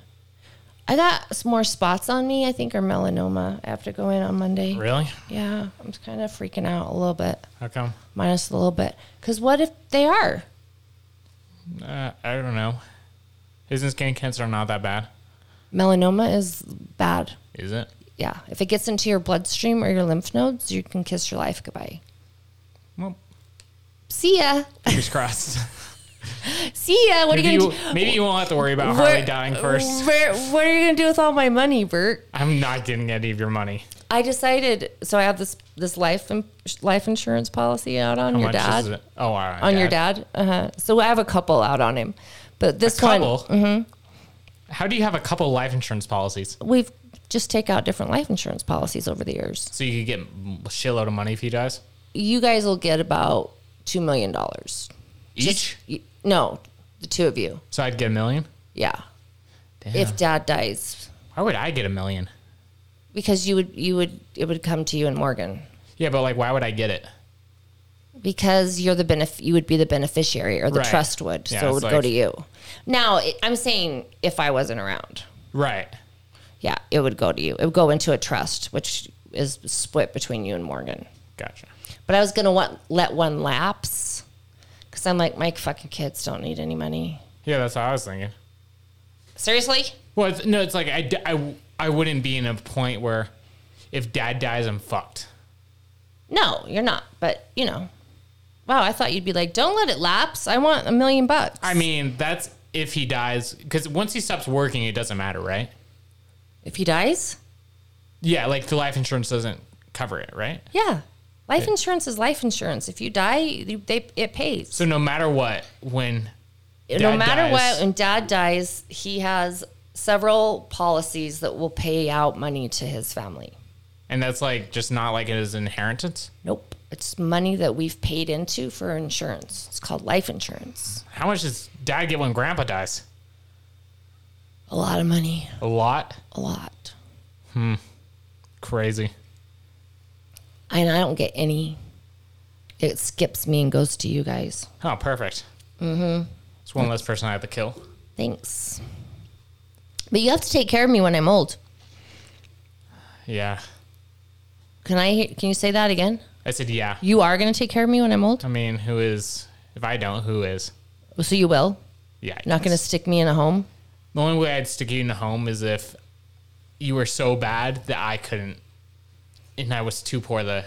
Speaker 1: I got some more spots on me, I think, are melanoma. I have to go in on Monday.
Speaker 2: Really?
Speaker 1: Yeah, I'm kind of freaking out a little bit,
Speaker 2: How come?
Speaker 1: minus a little bit. Because what if they are?
Speaker 2: Uh, I don't know. Isn't skin cancer not that bad?
Speaker 1: Melanoma is bad.
Speaker 2: Is it?
Speaker 1: Yeah. If it gets into your bloodstream or your lymph nodes, you can kiss your life goodbye.
Speaker 2: Well.
Speaker 1: See ya.
Speaker 2: Fingers crossed.
Speaker 1: See ya. What
Speaker 2: maybe
Speaker 1: are you gonna do?
Speaker 2: Maybe you won't have to worry about
Speaker 1: Where-
Speaker 2: Harley dying first.
Speaker 1: Where, what are you gonna do with all my money, Bert?
Speaker 2: I'm not getting any of your money.
Speaker 1: I decided. So I have this this life in, life insurance policy out on
Speaker 2: How
Speaker 1: your
Speaker 2: much
Speaker 1: dad.
Speaker 2: is it? Oh, all right.
Speaker 1: on your dad. Uh-huh. So I have a couple out on him, but this
Speaker 2: couple?
Speaker 1: one, hmm
Speaker 2: How do you have a couple life insurance policies?
Speaker 1: we've just take out different life insurance policies over the years.
Speaker 2: So you could get a shitload of money if he dies?
Speaker 1: You guys will get about two million dollars
Speaker 2: Each?
Speaker 1: No, the two of you.
Speaker 2: So I'd get a million?
Speaker 1: Yeah,
Speaker 2: Damn.
Speaker 1: if dad dies,
Speaker 2: Why would I get a million?
Speaker 1: because you would you would it would come to you and Morgan
Speaker 2: Yeah, but like, why would I get it?
Speaker 1: because you're the benef- you would be the beneficiary or the
Speaker 2: Right.
Speaker 1: trust would,
Speaker 2: Yeah,
Speaker 1: so it
Speaker 2: it's
Speaker 1: would go
Speaker 2: like-
Speaker 1: to you. Now it, I'm saying if I wasn't around.
Speaker 2: Right.
Speaker 1: Yeah, it would go to you. It would go into a trust, which is split between you and Morgan.
Speaker 2: Gotcha.
Speaker 1: But I was gonna want, let one lapse because I'm like, my fucking kids don't need any money.
Speaker 2: Yeah, that's what I was thinking.
Speaker 1: Seriously?
Speaker 2: Well, it's, no, it's like I, d- I, I wouldn't be in a point where if dad dies, I'm fucked.
Speaker 1: No, you're not. But you know, wow, I thought you'd be like, don't let it lapse. I want a million bucks.
Speaker 2: I mean, that's if he dies, because once he stops working, it doesn't matter, right?
Speaker 1: If he dies,
Speaker 2: Yeah, like the life insurance doesn't cover it, right?
Speaker 1: yeah, life
Speaker 2: Okay.
Speaker 1: insurance is life insurance. If you die, you, they it pays.
Speaker 2: So no matter what, when
Speaker 1: no
Speaker 2: Dad
Speaker 1: matter
Speaker 2: dies-
Speaker 1: what, when dad dies, he has several policies that will pay out money to his family.
Speaker 2: and that's like just not like it is inheritance.
Speaker 1: Nope. It's money that we've paid into for insurance. It's called life insurance.
Speaker 2: How much does dad get when grandpa dies?
Speaker 1: A lot of money.
Speaker 2: A lot.
Speaker 1: A lot.
Speaker 2: Hmm. Crazy.
Speaker 1: And I don't get any. It skips me and goes to you guys.
Speaker 2: Oh, perfect.
Speaker 1: Mm-hmm.
Speaker 2: It's one less person I have to kill.
Speaker 1: Thanks. But you have to take care of me when I'm old.
Speaker 2: Yeah.
Speaker 1: Can I? hear- Can you say that again?
Speaker 2: I said, yeah.
Speaker 1: You are going to take care of me when I'm old.
Speaker 2: I mean, who is? If I don't, who is?
Speaker 1: So you will.
Speaker 2: Yeah. I
Speaker 1: Not going to
Speaker 2: guess.
Speaker 1: stick me in a home.
Speaker 2: The only way I'd stick you in the home is if you were so bad that I couldn't, and I was too poor to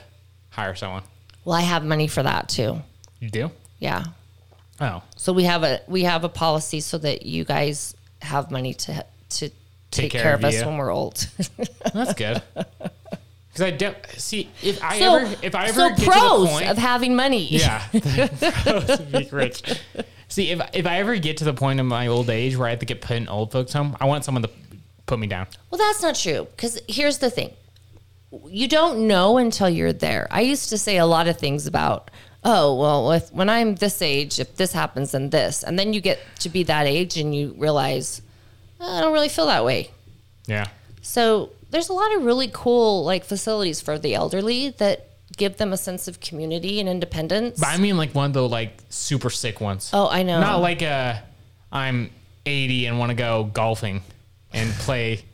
Speaker 2: hire someone.
Speaker 1: Well, I have money for that too.
Speaker 2: You do?
Speaker 1: Yeah.
Speaker 2: Oh,
Speaker 1: So we have a we have a policy so that you guys have money to to take, care, of, us
Speaker 2: you.
Speaker 1: when we're old.
Speaker 2: that's good. Because I don't see if I
Speaker 1: so
Speaker 2: ever if I ever
Speaker 1: so
Speaker 2: get to
Speaker 1: pros
Speaker 2: the point,
Speaker 1: of having money.
Speaker 2: Yeah. Pros of being rich. See, if if I ever get to the point in my old age where I have to get put in old folks' home, I want someone to put me down.
Speaker 1: Well, that's not true because here's the thing: you don't know until you're there. I used to say a lot of things about, oh, well, if, when I'm this age, if this happens, then this, and then you get to be that age and you realize, "Oh, I don't really feel that way.
Speaker 2: Yeah.
Speaker 1: So there's a lot of really cool like facilities for the elderly that give them a sense of community and independence.
Speaker 2: But I mean, like one of the like super sick ones.
Speaker 1: Oh, I know.
Speaker 2: Not like a I'm 80 and want to go golfing and play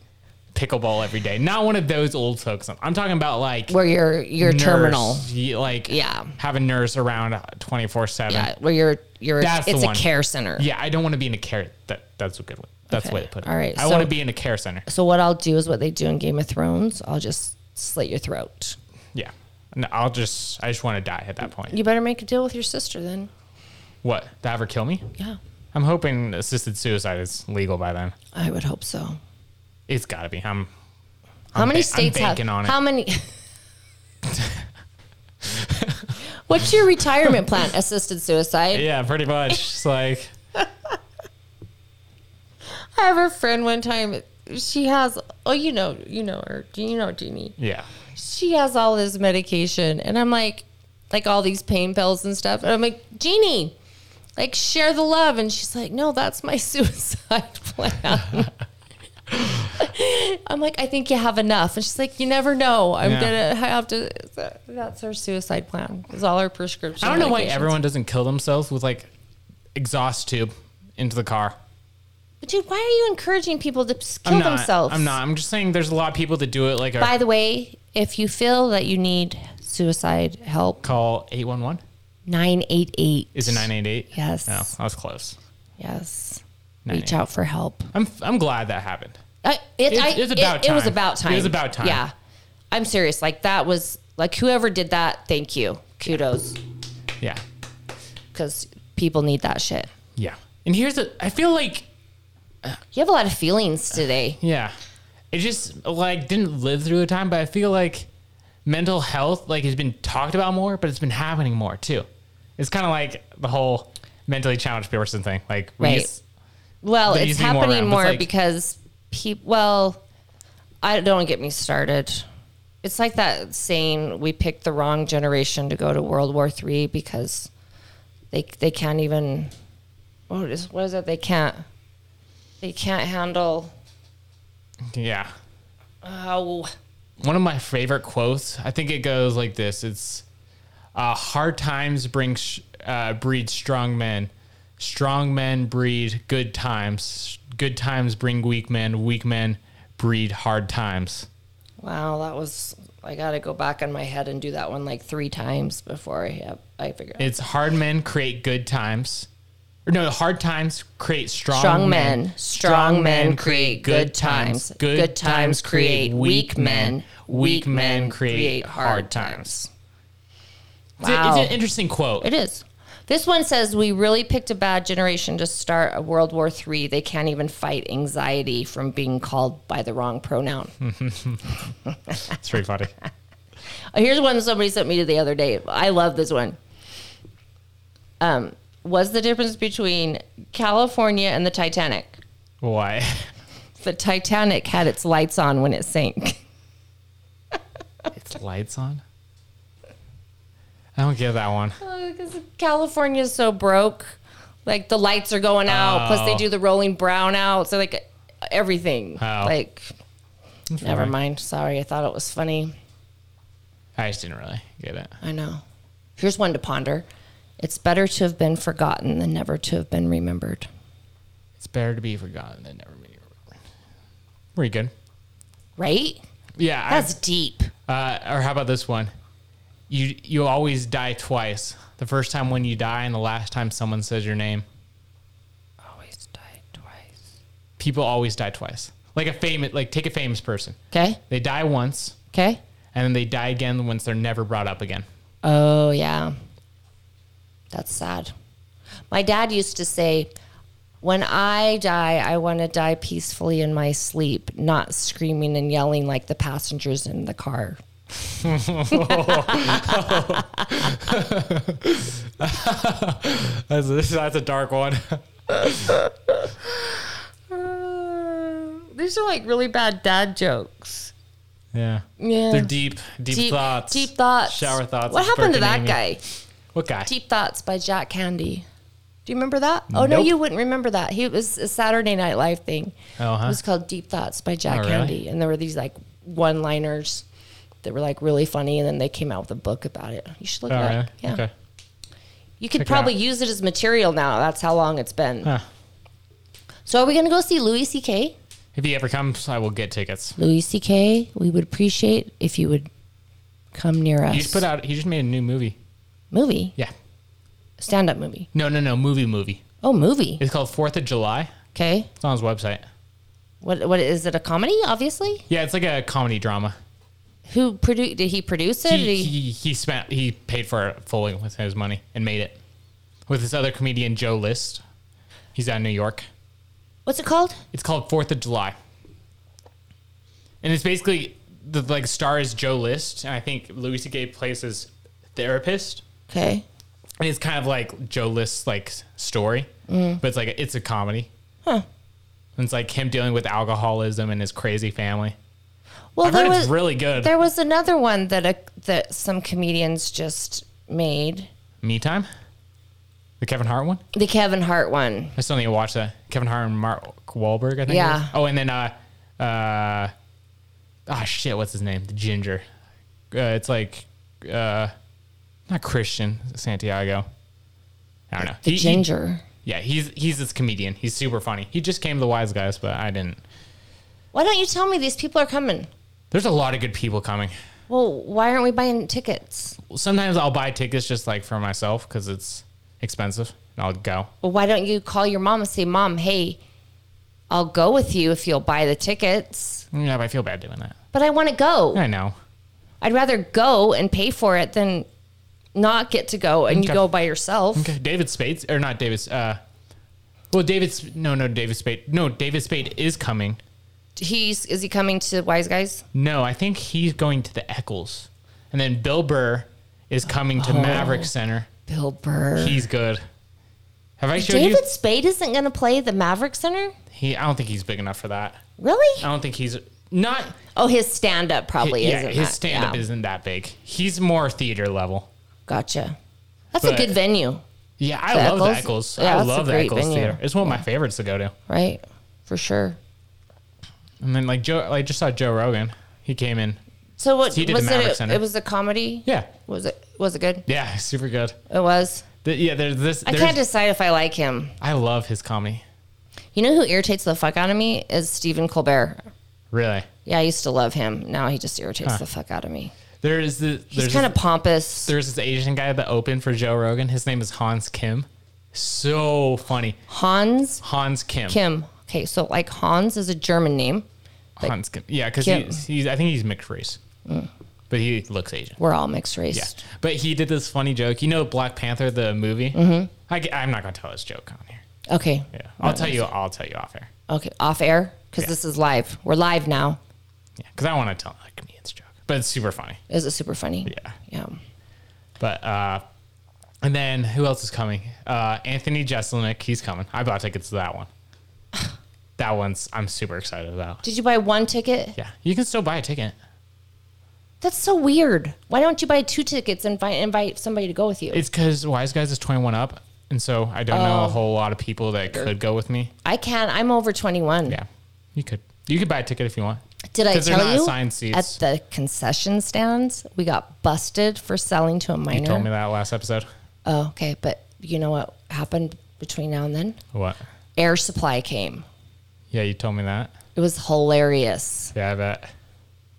Speaker 2: pickleball every day. Not one of those old folks. I'm talking about like
Speaker 1: where you're you're
Speaker 2: nurse,
Speaker 1: terminal.
Speaker 2: y- Like yeah, have a nurse around 24 seven.
Speaker 1: Yeah, where you're you're
Speaker 2: That's
Speaker 1: it's
Speaker 2: the
Speaker 1: a
Speaker 2: one.
Speaker 1: care center.
Speaker 2: Yeah, I don't want to be in a care. That that's a good one. That's the way to put it.
Speaker 1: All right,
Speaker 2: I
Speaker 1: so-
Speaker 2: want to be in a care center.
Speaker 1: So what I'll do is what they do in Game of Thrones. I'll just slit your throat.
Speaker 2: Yeah, and I'll just I just want to die at that point.
Speaker 1: You better make a deal with your sister then.
Speaker 2: What to have her kill me?
Speaker 1: Yeah.
Speaker 2: I'm hoping assisted suicide is legal by then.
Speaker 1: I would hope so.
Speaker 2: It's got to be. I'm.
Speaker 1: How
Speaker 2: I'm
Speaker 1: many
Speaker 2: ba- I'm
Speaker 1: states have
Speaker 2: banking on it.
Speaker 1: how many What's your retirement plan? Assisted suicide?
Speaker 2: Yeah, pretty much. It's like
Speaker 1: I have a friend one time. She has, oh, you know, you know her. Do you know Jeannie?
Speaker 2: yeah.
Speaker 1: She has all this medication, and I'm like, like all these pain pills and stuff. And I'm like, Jeannie, like share the love. And she's like, no, that's my suicide plan. I'm like, I think you have enough. And she's like, you never know. I'm
Speaker 2: Yeah.
Speaker 1: gonna have to. That's her suicide plan. Is all her prescription.
Speaker 2: I don't know why
Speaker 1: medications.
Speaker 2: everyone doesn't kill themselves with like exhaust tube into the car.
Speaker 1: But dude, why are you encouraging people to s- kill
Speaker 2: I'm not,
Speaker 1: themselves?
Speaker 2: I'm not. I'm just saying there's a lot of people that do it like a
Speaker 1: By the way, if you feel that you need suicide help,
Speaker 2: call 811.
Speaker 1: 988.
Speaker 2: Is it 988?
Speaker 1: Yes.
Speaker 2: No, I was close.
Speaker 1: Yes.
Speaker 2: Nanny.
Speaker 1: Reach out for help.
Speaker 2: I'm I'm glad that happened.
Speaker 1: I, it,
Speaker 2: It's-
Speaker 1: I,
Speaker 2: it's
Speaker 1: it-
Speaker 2: about
Speaker 1: It, was
Speaker 2: time.
Speaker 1: about time.
Speaker 2: It was about time.
Speaker 1: Yeah. I'm serious. Like that was like whoever did that. Thank you. Kudos.
Speaker 2: Yeah.
Speaker 1: Because people need that shit.
Speaker 2: Yeah. And here's a I feel like
Speaker 1: You have a lot of feelings today.
Speaker 2: Yeah. It just like didn't live through a time, but I feel like mental health like has been talked about more, but it's been happening more too. It's kind of like the whole mentally challenged person thing. Like we
Speaker 1: Right.
Speaker 2: used-
Speaker 1: Well,
Speaker 2: there
Speaker 1: it's
Speaker 2: used to be more
Speaker 1: happening
Speaker 2: around, but
Speaker 1: more,
Speaker 2: it's like-
Speaker 1: because people. Well, I don't get me started. It's like that saying we picked the wrong generation to go to World War Three because they they can't even. What is what is it? They can't. They can't handle.
Speaker 2: yeah.
Speaker 1: Oh,
Speaker 2: One of my favorite quotes. I think it goes like this. It's uh, hard times bring sh- uh, breed strong men. Strong men breed good times. Good times bring weak men. Weak men breed hard times.
Speaker 1: wow, that was. I got to go back in my head and do that one like three times before I have, I figure. out.
Speaker 2: It's hard men create good times. Or no, hard times create strong,
Speaker 1: Strong men. Strong men create good times.
Speaker 2: Good,
Speaker 1: Good
Speaker 2: times create weak men. Weak men create
Speaker 1: create
Speaker 2: hard
Speaker 1: hard
Speaker 2: times. It's, a-
Speaker 1: Wow.
Speaker 2: it's an interesting quote.
Speaker 1: It is. This one says we really picked a bad generation to start a World War III. They can't even fight anxiety from being called by the wrong pronoun.
Speaker 2: it's pretty funny.
Speaker 1: Here's one somebody sent me to the other day. I love this one. Um, what's the difference between California and the Titanic?
Speaker 2: Why?
Speaker 1: The Titanic had its lights on when it sank.
Speaker 2: It's lights on? I don't get that one.
Speaker 1: Because California's so broke, like the lights are going out. Plus, they
Speaker 2: Oh.
Speaker 1: do the rolling brownouts. So like everything.
Speaker 2: Oh.
Speaker 1: Like,
Speaker 2: That's
Speaker 1: never
Speaker 2: fine.
Speaker 1: mind. Sorry, I thought it was funny.
Speaker 2: I just didn't really get it.
Speaker 1: I know. Here's one to ponder. It's better to have been forgotten than never to have been remembered.
Speaker 2: It's better to be forgotten than never be remembered. Pretty good.
Speaker 1: Right?
Speaker 2: Yeah. I-
Speaker 1: That's deep.
Speaker 2: Uh, or how about this one? You you always die twice. The first time when you die, and the last time someone says your name.
Speaker 1: Always die twice.
Speaker 2: People always die twice. Like a famous, like take a famous person.
Speaker 1: Okay.
Speaker 2: They die once,
Speaker 1: Okay.
Speaker 2: and then they die again once they're never brought up again.
Speaker 1: Oh, yeah. That's sad. My dad used to say, When I die, I want to die peacefully in my sleep, not screaming and yelling like the passengers in the car.
Speaker 2: That's a, that's a dark one.
Speaker 1: Uh, These are like really bad dad jokes.
Speaker 2: Yeah.
Speaker 1: Yeah.
Speaker 2: They're deep, deep, thoughts.
Speaker 1: Deep thoughts.
Speaker 2: Shower thoughts.
Speaker 1: What
Speaker 2: of
Speaker 1: happened to
Speaker 2: Burke
Speaker 1: that
Speaker 2: and Amy.
Speaker 1: guy?
Speaker 2: What guy?
Speaker 1: Deep Thoughts by Jack Candy. Do you remember that? Oh no,
Speaker 2: Nope.
Speaker 1: you wouldn't remember that. He it was a Saturday Night Live thing.
Speaker 2: Oh, huh.
Speaker 1: It was called Deep Thoughts by Jack
Speaker 2: Oh, really?
Speaker 1: Candy, and there were these like one-liners that were like really funny, and then they came out with a book about it. You should look
Speaker 2: Oh,
Speaker 1: it up.
Speaker 2: really?
Speaker 1: Yeah,
Speaker 2: Okay.
Speaker 1: you could
Speaker 2: Check it
Speaker 1: probably
Speaker 2: out.
Speaker 1: use it as material now. That's how long it's been.
Speaker 2: Huh.
Speaker 1: So, are we gonna go see Louis C.K.?
Speaker 2: If he ever comes, I will get tickets.
Speaker 1: Louis C.K. We would appreciate if you would come near us.
Speaker 2: He just put out. He just made a new movie.
Speaker 1: movie,
Speaker 2: Yeah.
Speaker 1: stand-up movie.
Speaker 2: No, no, no. Movie, movie.
Speaker 1: Oh, movie.
Speaker 2: It's called Fourth of July.
Speaker 1: Okay,
Speaker 2: It's on his website.
Speaker 1: what what is it? A comedy, obviously.
Speaker 2: Yeah, it's like a comedy drama.
Speaker 1: Who produ Did he produce it? Did
Speaker 2: He,
Speaker 1: he-
Speaker 2: he he spent he paid for it fully with his money and made it with this other comedian Joe List. He's out of New York.
Speaker 1: what's it called?
Speaker 2: It's called Fourth of July, and it's basically the like star is Joe List, and I think Louis C.K. plays his therapist,
Speaker 1: Okay.
Speaker 2: and it's kind of like Joe List's like story, but it's like it's a comedy.
Speaker 1: Mm. Huh.
Speaker 2: And it's like him dealing with alcoholism and his crazy family.
Speaker 1: Well,
Speaker 2: I've heard it's really good.
Speaker 1: There was another one that a, that some comedians just made,
Speaker 2: Me time, the Kevin Hart one.
Speaker 1: the Kevin Hart one.
Speaker 2: I still need to watch that. Kevin Hart and Mark Wahlberg, I think. it
Speaker 1: Yeah.
Speaker 2: was. Oh, and then uh, uh, ah, shit, what's his name? The ginger. Uh, it's like, uh, not Christian Santiago. I don't know.
Speaker 1: The
Speaker 2: He- he-
Speaker 1: Ginger.
Speaker 2: yeah, he's he's this comedian. He's super funny. He just came to the Wise Guys, but I didn't.
Speaker 1: Why don't you tell me these people are coming?
Speaker 2: There's a lot of good people coming.
Speaker 1: Well, why aren't we buying tickets?
Speaker 2: Sometimes I'll buy tickets just like for myself because it's expensive. And I'll go.
Speaker 1: Well, why don't you call your mom and say, Mom, hey, I'll go with you if you'll buy the tickets,
Speaker 2: Yeah, but I feel bad doing that.
Speaker 1: but I want to go.
Speaker 2: I know.
Speaker 1: I'd rather go and pay for it than not get to go and you
Speaker 2: Okay.
Speaker 1: go by yourself.
Speaker 2: Okay, David Spade or not David? Uh, well, David's no, no, David Spade. No, David Spade is coming.
Speaker 1: He's is he coming to Wise Guys?
Speaker 2: No, I think he's going to the Eccles, and then Bill Burr is coming to
Speaker 1: Oh.
Speaker 2: Maverick Center.
Speaker 1: Bill Burr.
Speaker 2: he's good. Have I showed
Speaker 1: David
Speaker 2: you?
Speaker 1: Spade isn't going to play the Maverick Center?
Speaker 2: He, I don't think he's big enough for that.
Speaker 1: Really?
Speaker 2: I don't think he's not.
Speaker 1: Oh, his stand up probably
Speaker 2: yeah,
Speaker 1: isn't.
Speaker 2: his
Speaker 1: that-
Speaker 2: stand up
Speaker 1: yeah.
Speaker 2: isn't that big. He's more theater level.
Speaker 1: Gotcha. That's a
Speaker 2: But-
Speaker 1: good venue,
Speaker 2: Yeah, I
Speaker 1: The
Speaker 2: love the
Speaker 1: Eccles?
Speaker 2: Eccles.
Speaker 1: Yeah,
Speaker 2: I
Speaker 1: that's a
Speaker 2: love the
Speaker 1: great
Speaker 2: Eccles
Speaker 1: venue.
Speaker 2: Theater. It's one of my favorites to go to.
Speaker 1: right? For sure.
Speaker 2: And then like Joe, I just saw Joe Rogan. He came in.
Speaker 1: So what
Speaker 2: He did
Speaker 1: was
Speaker 2: the Maverick
Speaker 1: it?
Speaker 2: Center.
Speaker 1: It was a comedy.
Speaker 2: Yeah.
Speaker 1: Was it? Was it good?
Speaker 2: Yeah, super good.
Speaker 1: It was.
Speaker 2: The- yeah, there's this.
Speaker 1: I
Speaker 2: there's-
Speaker 1: can't decide if I like him.
Speaker 2: I love his comedy.
Speaker 1: You know who irritates the fuck out of me is Stephen Colbert.
Speaker 2: Really.
Speaker 1: Yeah, I used to love him. Now he just irritates
Speaker 2: Huh.
Speaker 1: the fuck out of me.
Speaker 2: There is the.
Speaker 1: He's
Speaker 2: There's
Speaker 1: kind of pompous.
Speaker 2: There's this Asian guy that opened for Joe Rogan. His name is Hans Kim. So funny.
Speaker 1: Hans
Speaker 2: Hans Kim.
Speaker 1: Kim. Okay, so like Hans is a German name. but
Speaker 2: Hans Kim. Yeah, because
Speaker 1: Kim. Mm.
Speaker 2: he's, he's. I think he's mixed race, but he looks Asian.
Speaker 1: We're all mixed race.
Speaker 2: Yeah, but he did this funny joke. You know Black Panther the movie.
Speaker 1: Mhm.
Speaker 2: I, am not gonna tell his joke on here.
Speaker 1: Okay.
Speaker 2: Yeah, I'll tell you. I'll tell you off air
Speaker 1: Okay, off air because this is live. We're live now.
Speaker 2: because I want to tell a comedian's joke, but it's super funny.
Speaker 1: Is it super funny?
Speaker 2: Yeah.
Speaker 1: Yeah.
Speaker 2: But uh, and then who else is coming? Uh, Anthony Jeselnik, he's coming. I bought tickets to that one. that one's I'm super excited about.
Speaker 1: Did you buy one ticket?
Speaker 2: Yeah, you can still buy a ticket.
Speaker 1: That's so weird. Why don't you buy two tickets and invite invite somebody to go with you?
Speaker 2: It's because Wise Guys is 21 up, and so I don't know a
Speaker 1: Oh.
Speaker 2: whole lot of people that could go with me.
Speaker 1: I can. I'm over 21.
Speaker 2: Yeah. You could you could buy a ticket if you want.
Speaker 1: Did I
Speaker 2: 'Cause they're
Speaker 1: tell
Speaker 2: not
Speaker 1: you
Speaker 2: assigned seats.
Speaker 1: at the concession stands we got busted for selling to a minor?
Speaker 2: You told me that last episode.
Speaker 1: Oh, okay. But you know what happened between now and then?
Speaker 2: What?
Speaker 1: Air Supply came.
Speaker 2: Yeah, you told me that.
Speaker 1: It was hilarious.
Speaker 2: Yeah, I bet.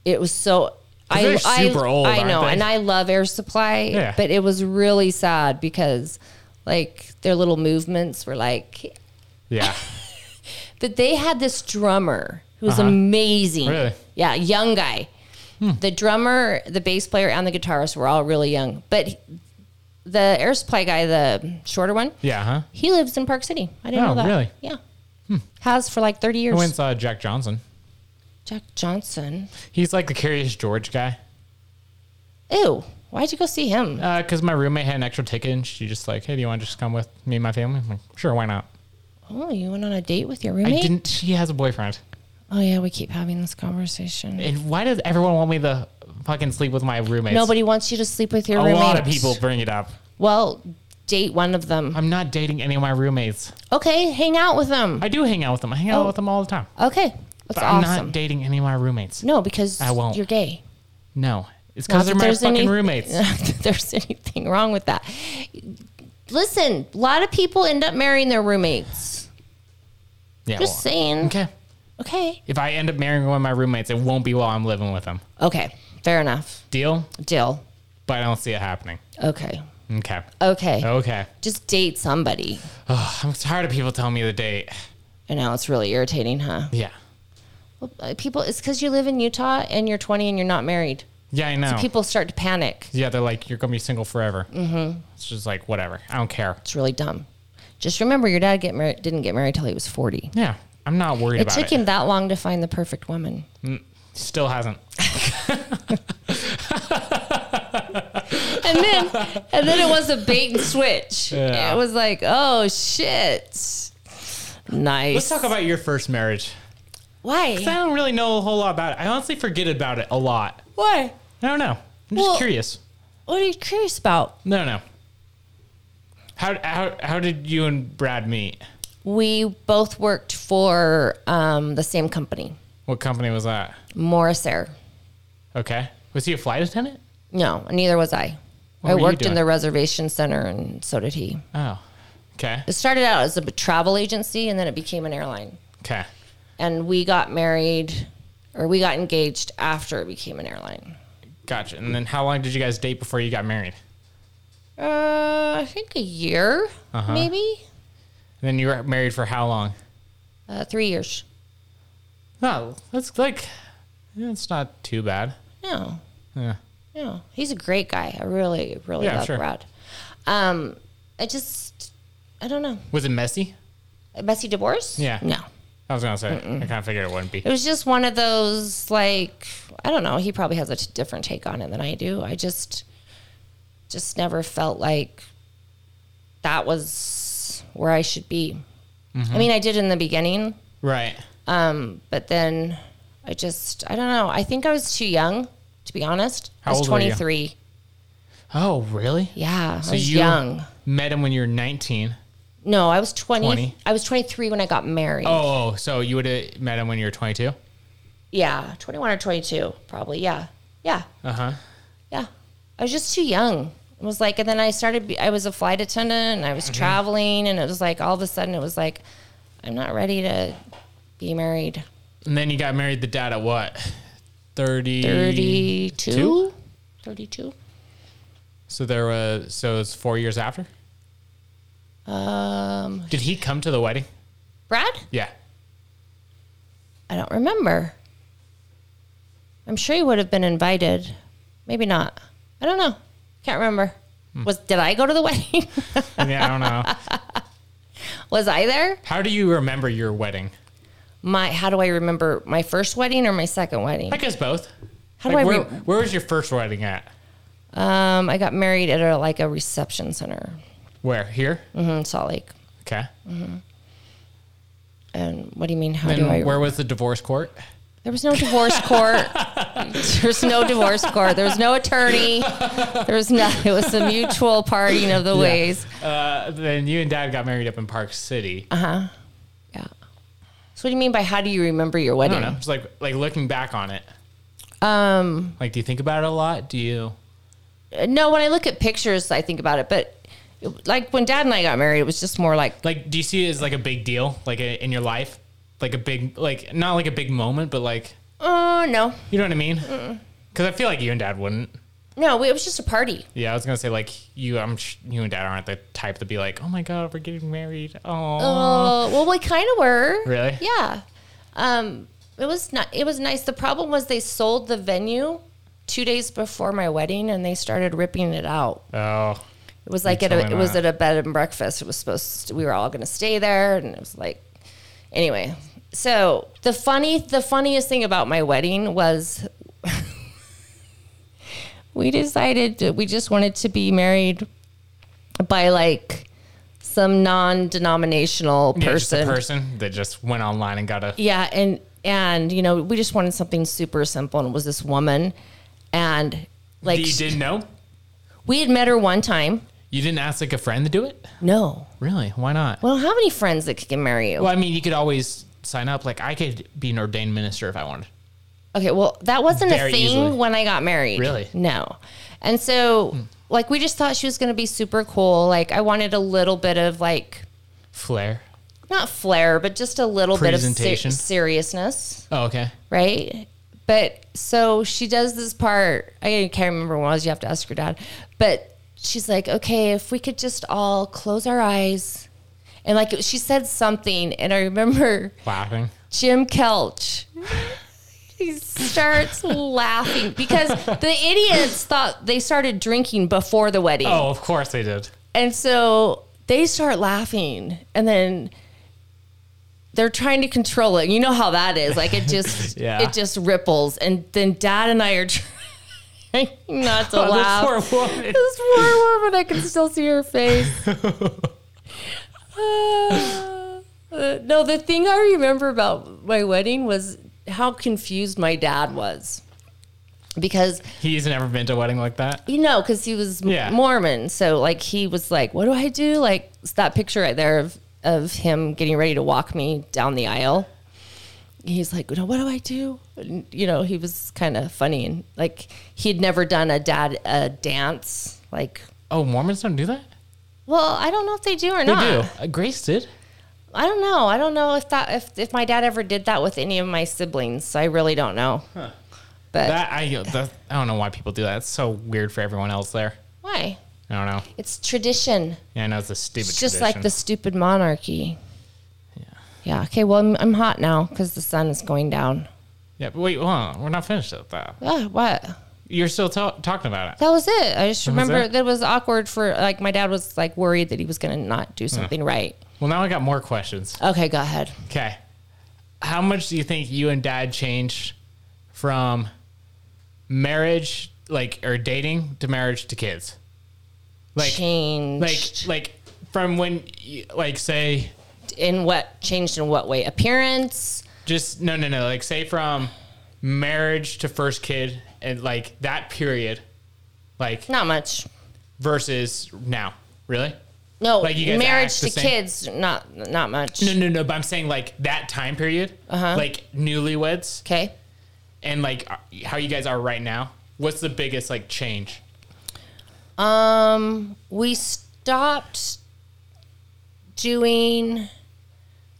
Speaker 1: It was so. I,
Speaker 2: they're
Speaker 1: I-
Speaker 2: super old,
Speaker 1: I
Speaker 2: aren't
Speaker 1: know,
Speaker 2: they?
Speaker 1: and I love Air Supply,
Speaker 2: Yeah.
Speaker 1: but it was really sad because, like, their little movements were like.
Speaker 2: Yeah.
Speaker 1: But they had this drummer who was
Speaker 2: Uh-huh.
Speaker 1: amazing.
Speaker 2: Really? Hmm.
Speaker 1: Yeah, young guy. The drummer, the bass player, and the guitarist were all really young. But he- the air supply guy, the shorter one,
Speaker 2: Yeah, huh?
Speaker 1: he lives in Park City. I didn't
Speaker 2: Oh,
Speaker 1: know that.
Speaker 2: really? Hmm.
Speaker 1: Yeah. Has for like 30
Speaker 2: Who
Speaker 1: years.
Speaker 2: went and saw Jack Johnson?
Speaker 1: Jack Johnson.
Speaker 2: He's like the Curious George guy.
Speaker 1: Ew. Why'd you go see him?
Speaker 2: Because Uh, my roommate had an extra ticket, and she just like, hey, do you want to just come with me and my family? I'm like, sure, why not?
Speaker 1: Oh, you went on a date with your roommate?
Speaker 2: I didn't. She has a boyfriend.
Speaker 1: Oh, yeah, we keep having this conversation.
Speaker 2: And why does everyone want me to fucking sleep with my roommates?
Speaker 1: Nobody wants you to sleep with
Speaker 2: A
Speaker 1: your roommate.
Speaker 2: lot of people bring it up.
Speaker 1: Well, date one of them.
Speaker 2: I'm not dating any of my roommates.
Speaker 1: Okay, hang out with them.
Speaker 2: I do hang out with them. I hang out
Speaker 1: Oh.
Speaker 2: with them all the time.
Speaker 1: Okay. That's
Speaker 2: but
Speaker 1: awesome.
Speaker 2: I'm not dating any of my roommates.
Speaker 1: No, because
Speaker 2: I won't.
Speaker 1: you're gay.
Speaker 2: No, it's
Speaker 1: Not
Speaker 2: because they're
Speaker 1: that
Speaker 2: my
Speaker 1: there's
Speaker 2: fucking
Speaker 1: any-
Speaker 2: roommates.
Speaker 1: Not that there's anything wrong with that. Listen, a lot of people end up marrying their roommates.
Speaker 2: Yeah,
Speaker 1: Just
Speaker 2: well,
Speaker 1: saying.
Speaker 2: Okay.
Speaker 1: Okay.
Speaker 2: If I end up marrying one of my roommates, it won't be while I'm living with them.
Speaker 1: Okay. Fair enough.
Speaker 2: Deal?
Speaker 1: Deal.
Speaker 2: But I don't see it happening.
Speaker 1: Okay.
Speaker 2: Okay.
Speaker 1: Okay.
Speaker 2: Okay.
Speaker 1: Just date somebody.
Speaker 2: Ugh, I'm tired of people telling me the date.
Speaker 1: I know it's really irritating, huh?
Speaker 2: Yeah.
Speaker 1: Well, uh, people, it's because you live in Utah and you're 20 and you're not married.
Speaker 2: Yeah, I know.
Speaker 1: So people start to panic.
Speaker 2: yeah, they're like, you're going to be single forever. Mm-hmm. It's just like, whatever. I don't care.
Speaker 1: It's really dumb. Just remember, your dad get married, didn't get married till he was 40.
Speaker 2: Yeah. I'm not worried
Speaker 1: It
Speaker 2: about
Speaker 1: took
Speaker 2: it.
Speaker 1: him that long to find the perfect woman.
Speaker 2: Mm, Still hasn't.
Speaker 1: and then and then it was a bait and switch.
Speaker 2: Yeah.
Speaker 1: It was like, oh shit. Nice.
Speaker 2: Let's talk about your first marriage.
Speaker 1: why.
Speaker 2: 'Cause I don't really know a whole lot about it. I honestly forget about it a lot.
Speaker 1: Why?
Speaker 2: I don't know. I'm just
Speaker 1: Well-
Speaker 2: curious.
Speaker 1: What are you curious about?
Speaker 2: No, no. How, how, how did you and Brad meet?
Speaker 1: We both worked for um, the same company,
Speaker 2: What company was that?
Speaker 1: Morris Air.
Speaker 2: Okay. Was he a flight attendant?
Speaker 1: No, neither was I.
Speaker 2: What
Speaker 1: I
Speaker 2: were you
Speaker 1: worked in
Speaker 2: doing?
Speaker 1: the reservation center, and so did he.
Speaker 2: Oh. Okay.
Speaker 1: It started out as a travel agency, and then it became an airline.
Speaker 2: Okay.
Speaker 1: And we got married, or we got engaged after it became an airline.
Speaker 2: Gotcha. And then how long did you guys date before you got married?
Speaker 1: Uh, I think a year,
Speaker 2: Uh-huh.
Speaker 1: maybe
Speaker 2: then you were married for how long?
Speaker 1: uh, three years.
Speaker 2: No, that's like yeah, it's not too bad.
Speaker 1: No,
Speaker 2: Yeah.
Speaker 1: no, he's a great guy. I really, really
Speaker 2: Yeah,
Speaker 1: love
Speaker 2: sure.
Speaker 1: Brad. Um, I just, I don't know,
Speaker 2: Was it messy?
Speaker 1: a messy divorce.
Speaker 2: Yeah.
Speaker 1: no,
Speaker 2: I was gonna say. I kind of figured it wouldn't be.
Speaker 1: It was just one of those like I don't know. He probably has a t- different take on it than I do. I just just never felt like that was where I should be.
Speaker 2: Mhm.
Speaker 1: I mean, I did in the beginning,
Speaker 2: right.
Speaker 1: um, but then I just I don't know. I think I was too young to be honest.
Speaker 2: How
Speaker 1: I was
Speaker 2: old were you?
Speaker 1: 23.
Speaker 2: Oh, really?
Speaker 1: Yeah, I was young.
Speaker 2: met him when you were 19.
Speaker 1: No, I was 20,
Speaker 2: 20?
Speaker 1: I was 23 when I got married.
Speaker 2: Oh, so you would have met him when you were 22?
Speaker 1: Yeah, 21 or 22 probably. Yeah. Yeah.
Speaker 2: Uh huh.
Speaker 1: Yeah. I was just too young. It was like, and then I started, be- I was a flight attendant and I was traveling, and it was like, all of a sudden, it was like, I'm not ready to be married.
Speaker 2: And then you got married the dad at what? 30
Speaker 1: 32? 32?
Speaker 2: So there was so it's 4 years after?
Speaker 1: Um,
Speaker 2: Did he come to the wedding?
Speaker 1: Brad?
Speaker 2: Yeah.
Speaker 1: I don't remember. I'm sure he would have been invited. Maybe not. I don't know. Can't remember. Was did I go to the wedding?
Speaker 2: Yeah, I don't know.
Speaker 1: was I there?
Speaker 2: How do you remember your wedding?
Speaker 1: My how do I remember my first wedding or my second wedding?
Speaker 2: I guess both.
Speaker 1: How
Speaker 2: Like,
Speaker 1: do I
Speaker 2: where,
Speaker 1: re-
Speaker 2: where was your first wedding at?
Speaker 1: Um, I got married at a like a reception center,
Speaker 2: Where? Here?
Speaker 1: mm-hmm, Salt Lake.
Speaker 2: Okay.
Speaker 1: hmm And what do you mean? How
Speaker 2: Then
Speaker 1: do I?
Speaker 2: where was the divorce court?
Speaker 1: there was no divorce court. There's no divorce court. There was no attorney. There was no. It was a mutual parting of the
Speaker 2: Yeah.
Speaker 1: ways.
Speaker 2: Uh, then you and dad got married up in Park City.
Speaker 1: Uh huh. Yeah. So what do you mean by how do you remember your
Speaker 2: I
Speaker 1: wedding?
Speaker 2: don't know. It's like like looking back on it.
Speaker 1: Um,
Speaker 2: Like, do you think about it a lot? Do you?
Speaker 1: no, when I look at pictures, I think about it. But it- like when Dad and I got married, it was just more like
Speaker 2: Like, do you see it as like a big deal, like a, in your life, like a big, like not like a big moment, but like
Speaker 1: oh no,
Speaker 2: you know what I mean? Because I feel like you and Dad wouldn't.
Speaker 1: no, we- it was just a party.
Speaker 2: Yeah, I was gonna say like you, I'm sh- you and Dad aren't the type to be like, oh my god, we're getting married. Oh,
Speaker 1: Oh, well, we kind of were.
Speaker 2: Really?
Speaker 1: Yeah. Um, it was not. It was nice. The problem was they sold the venue two days before my wedding, and they started ripping it out.
Speaker 2: oh,
Speaker 1: It was like
Speaker 2: You're
Speaker 1: at a,
Speaker 2: telling
Speaker 1: it was
Speaker 2: that.
Speaker 1: at a bed and breakfast. It was supposed to, we were all going to stay there, and it was like anyway. So the funny the funniest thing about my wedding was we decided that we just wanted to be married by like some non-denominational
Speaker 2: yeah, just a
Speaker 1: person.
Speaker 2: person that just went online and got a
Speaker 1: Yeah, and and you know we just wanted something super simple, and it was this woman, and like
Speaker 2: That you didn't know.
Speaker 1: we had met her one time.
Speaker 2: You didn't ask like a friend to do it.
Speaker 1: No,
Speaker 2: Really? Why not?
Speaker 1: we don't have any friends that can marry you.
Speaker 2: Well, I mean, you could always sign up. Like, I could be an ordained minister if I wanted.
Speaker 1: Okay, well, that wasn't
Speaker 2: Very
Speaker 1: a thing
Speaker 2: easily.
Speaker 1: when I got married.
Speaker 2: Really? Hmm.
Speaker 1: No. And so, like, we just thought she was going to be super cool. Like, I wanted a little bit of, like,
Speaker 2: Flair.
Speaker 1: not flair, but just a little bit of ser-
Speaker 2: Presentation.
Speaker 1: seriousness,
Speaker 2: Oh, okay.
Speaker 1: right? But so she does this part. I can't remember when it was. You have to ask your dad. But she's like, okay, if we could just all close our eyes. And, like, she said something. And I remember
Speaker 2: Laughing.
Speaker 1: Jim Kelch. He starts laughing because the idiots thought they started drinking before the wedding.
Speaker 2: Oh, of course they did.
Speaker 1: And so they start laughing and then they're trying to control it. You know how that is. Like it just
Speaker 2: Yeah.
Speaker 1: it just ripples and then dad and I are trying not to
Speaker 2: Oh, this
Speaker 1: laugh.
Speaker 2: poor woman.
Speaker 1: This poor woman, I can still see her face. Uh, uh, no, the thing I remember about my wedding was how confused my dad was. Because
Speaker 2: He's never been to a wedding like that.
Speaker 1: you know, because he was m-
Speaker 2: Yeah.
Speaker 1: Mormon, so like he was like, "What do I do?" Like it's that picture right there of of him getting ready to walk me down the aisle. He's like, "No, what do I do?" And, you know, he was kind of funny and like he had never done a dad a dance. Like,
Speaker 2: Oh, Mormons don't do that?
Speaker 1: well, I don't know if they do or
Speaker 2: They
Speaker 1: not.
Speaker 2: do. Uh, Grace did.
Speaker 1: I don't know. I don't know if that if if my dad ever did that with any of my siblings. So I really don't know. But Uh,
Speaker 2: That I, that I don't know why people do that. It's so weird for everyone else there.
Speaker 1: why?
Speaker 2: I don't know.
Speaker 1: It's tradition.
Speaker 2: Yeah, I know it's a stupid.
Speaker 1: It's just like
Speaker 2: tradition.
Speaker 1: the stupid monarchy. Yeah. Yeah. Okay. Well, I'm, I'm hot now because the sun is going down.
Speaker 2: Yeah, but wait, hold on. We're not finished with that.
Speaker 1: Ah, what?
Speaker 2: You're still ta- talking about it.
Speaker 1: That was it. I just
Speaker 2: That was
Speaker 1: remember
Speaker 2: it?
Speaker 1: that it was awkward for like my dad was like worried that he was going to not do something right.
Speaker 2: Well, now I got more questions.
Speaker 1: Okay, go ahead.
Speaker 2: Okay. How much do you think you and dad changed from marriage, like, or dating to marriage to kids? Like,
Speaker 1: Changed.
Speaker 2: Like, like from when, you, like, say,
Speaker 1: In what changed in what way? Appearance.
Speaker 2: just, no, no, no. Like, say from marriage to first kid and, like, that period, like,
Speaker 1: not much
Speaker 2: versus now. Really?
Speaker 1: No,
Speaker 2: Like, you guys
Speaker 1: marriage
Speaker 2: act the
Speaker 1: to
Speaker 2: same?
Speaker 1: kids. Not not much.
Speaker 2: No, no, no. But I'm saying like that time period,
Speaker 1: Uh-huh.
Speaker 2: like newlyweds.
Speaker 1: Okay.
Speaker 2: And like are- how you guys are right now. What's the biggest like change?
Speaker 1: Um, we stopped doing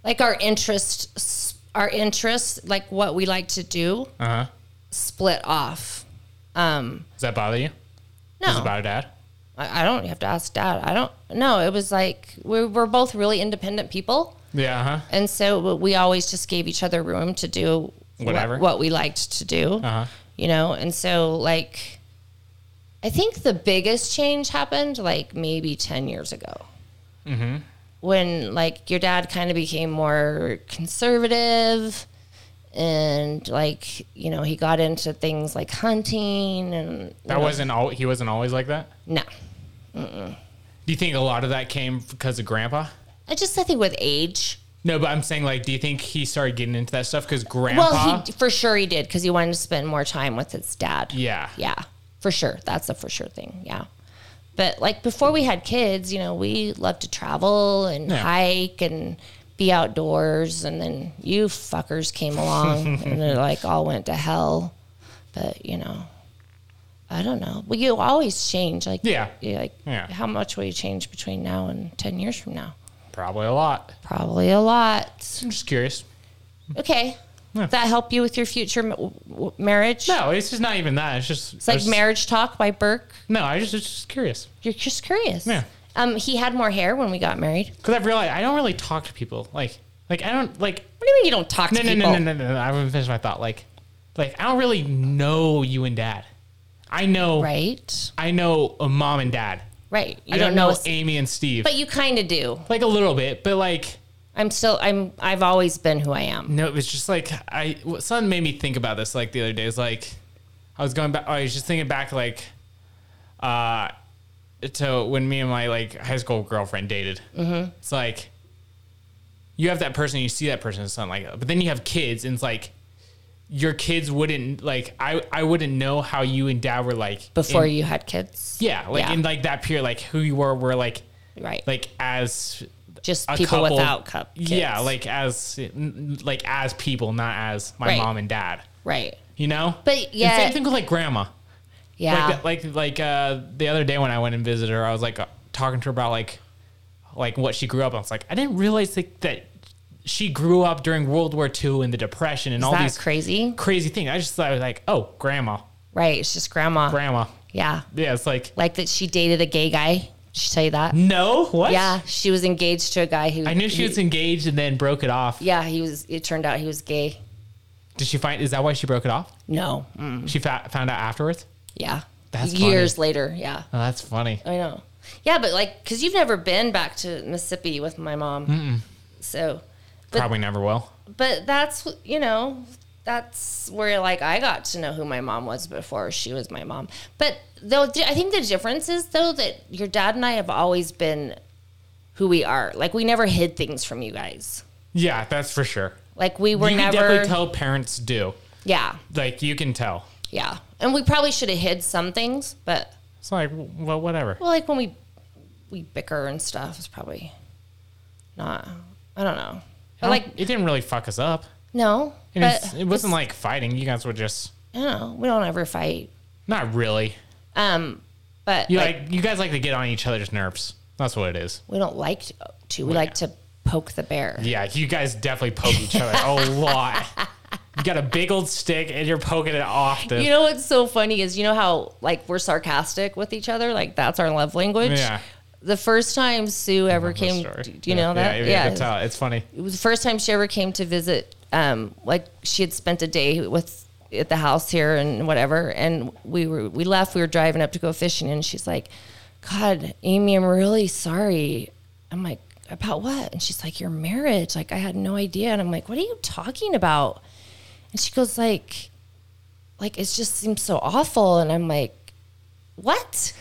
Speaker 1: like our interest, our interests, like what we like to do,
Speaker 2: Uh huh.
Speaker 1: split off. Um,
Speaker 2: Does that bother you?
Speaker 1: No.
Speaker 2: Does it bother dad?
Speaker 1: I, I don't you have to ask dad. I don't. No, it was like we were both really independent people,
Speaker 2: Yeah. Uh huh.
Speaker 1: and so we always just gave each other room to do what-
Speaker 2: Whatever.
Speaker 1: what, we liked to do.
Speaker 2: Uh huh.
Speaker 1: you know and so like i think the biggest change happened like maybe 10 years ago
Speaker 2: Mm-hmm.
Speaker 1: when like your dad kind of became more conservative and like you know he got into things like hunting and you
Speaker 2: That
Speaker 1: know-
Speaker 2: wasn't all. He wasn't always like that.
Speaker 1: no Mm-mm.
Speaker 2: Do you think a lot of that came because of grandpa?
Speaker 1: i just i think with age
Speaker 2: No, but I'm saying like, do you think he started getting into that stuff because grandpa?
Speaker 1: well he for sure he did because he wanted to spend more time with his dad
Speaker 2: yeah.
Speaker 1: yeah for sure that's a for sure thing yeah but like before we had kids you know we loved to travel and
Speaker 12: Yeah.
Speaker 1: hike and be outdoors and then you fuckers came along and it like all went to hell but you know i don't know well you always change like
Speaker 2: Yeah.
Speaker 1: you- like
Speaker 2: Yeah.
Speaker 1: how much will you change between now and 10 years from now
Speaker 2: Probably a lot.
Speaker 1: Probably a lot.
Speaker 2: I'm just curious.
Speaker 1: okay that help you with your future m- w- marriage
Speaker 2: No, it's just not even that. It's just
Speaker 1: it's like
Speaker 2: it's-
Speaker 1: marriage talk by burke
Speaker 2: No, I just, just curious.
Speaker 1: You're just curious.
Speaker 2: Yeah.
Speaker 1: Um, he had more hair when we got married.
Speaker 2: Because I've realized I don't really talk to people. Like, like I don't like.
Speaker 1: What do you mean you don't talk
Speaker 2: No,
Speaker 1: to
Speaker 2: no,
Speaker 1: people?
Speaker 2: no, no, no, no, no. I haven't finished my thought. Like, like I don't really know you and dad. I know.
Speaker 1: Right.
Speaker 2: I know a mom and dad.
Speaker 1: Right. You
Speaker 2: I
Speaker 1: don't,
Speaker 2: don't,
Speaker 1: know,
Speaker 2: know Amy and Steve.
Speaker 1: but you kind of do.
Speaker 2: Like a little bit, but like
Speaker 1: I'm still I'm I've always been who I am.
Speaker 2: No, it was just like I. What something made me think about this like the other day. Is like I was going back. I was just thinking back like, uh, to when me and my like high school girlfriend dated.
Speaker 1: Mhm.
Speaker 2: It's like you have that person, you see that person, it's not like. But then you have kids, and it's like your kids wouldn't like. I I wouldn't know how you and dad were like
Speaker 1: Before
Speaker 2: in-
Speaker 1: you had kids.
Speaker 2: Yeah, like
Speaker 1: Yeah.
Speaker 2: in like that period, like who you were, were like
Speaker 1: right,
Speaker 2: like as
Speaker 1: Just
Speaker 2: a
Speaker 1: people without cup-
Speaker 2: Yeah,
Speaker 1: kids.
Speaker 2: like as like as people, not as my
Speaker 1: Right.
Speaker 2: mom and dad.
Speaker 1: Right.
Speaker 2: You know.
Speaker 1: But
Speaker 2: And
Speaker 1: yet-
Speaker 2: same thing with like grandma.
Speaker 1: Yeah.
Speaker 2: Like that- like like uh, the other day when I went and visited her, I was like uh, talking to her about like like what she grew up. on. I was like, I didn't realize like that she grew up during World War II and the Depression and
Speaker 1: Is
Speaker 2: all
Speaker 1: that
Speaker 2: these
Speaker 1: crazy
Speaker 2: crazy things. I just thought I was like, oh, grandma,
Speaker 1: Right. It's just grandma.
Speaker 2: grandma.
Speaker 1: Yeah.
Speaker 2: Yeah, it's like
Speaker 1: Like that she dated a gay guy. Did she tell you that?
Speaker 2: No. What?
Speaker 1: Yeah. She was engaged to a guy who
Speaker 2: I knew she
Speaker 1: who-
Speaker 2: was engaged and then broke it off.
Speaker 1: Yeah, he was it turned out he was gay.
Speaker 2: Did she find? Is that why she broke it off?
Speaker 1: No.
Speaker 2: She fa- found out afterwards.
Speaker 1: Yeah.
Speaker 2: Mm. That's
Speaker 1: years
Speaker 2: funny.
Speaker 1: later, yeah.
Speaker 2: Oh, that's funny.
Speaker 1: I know. Yeah, but like, cause you've never been back to Mississippi with my mom,
Speaker 2: Mm-mm.
Speaker 1: so. But,
Speaker 2: Probably never will.
Speaker 1: But that's you know, that's where like I got to know who my mom was before she was my mom. But though I think the difference is though that your dad and I have always been who we are. Like we never hid things from you guys.
Speaker 2: Yeah, that's for sure.
Speaker 1: Like we were
Speaker 2: you can
Speaker 1: never.
Speaker 2: definitely tell parents do.
Speaker 1: yeah,
Speaker 2: Like you can tell.
Speaker 1: yeah, and we probably should have hid some things, but
Speaker 2: It's like well, whatever.
Speaker 1: Well, like when we we bicker and stuff, it's probably not. I don't know.
Speaker 2: I
Speaker 1: But
Speaker 2: don't-
Speaker 1: like
Speaker 2: it didn't really fuck us up.
Speaker 1: no,
Speaker 2: And
Speaker 1: but
Speaker 2: it's- it wasn't like fighting. You guys were just
Speaker 1: I don't know. We don't ever fight.
Speaker 2: not really.
Speaker 1: Um, but
Speaker 2: You
Speaker 1: like,
Speaker 2: like, you guys like to get on each other's nerves. That's what it is.
Speaker 1: we don't like to. to we like to poke the bear.
Speaker 2: Yeah, you guys definitely poke each other a lot. You got a big old stick and you're poking it off. The,
Speaker 1: You know what's so funny is you know how like we're sarcastic with each other, like that's our love language.
Speaker 2: Yeah.
Speaker 1: The first time Sue ever came, do you know that?
Speaker 2: Yeah, you can tell. It's funny.
Speaker 1: It was the first time she ever came to visit. Um, like she had spent a day with at the house here and whatever, and we were we left. We were driving up to go fishing, and she's like, "God, Amy, I'm really sorry." I'm like, "About what?" And she's like, "Your marriage." Like I had no idea, and I'm like, "What are you talking about?" And she goes like, "Like it just seems so awful," and I'm like. What?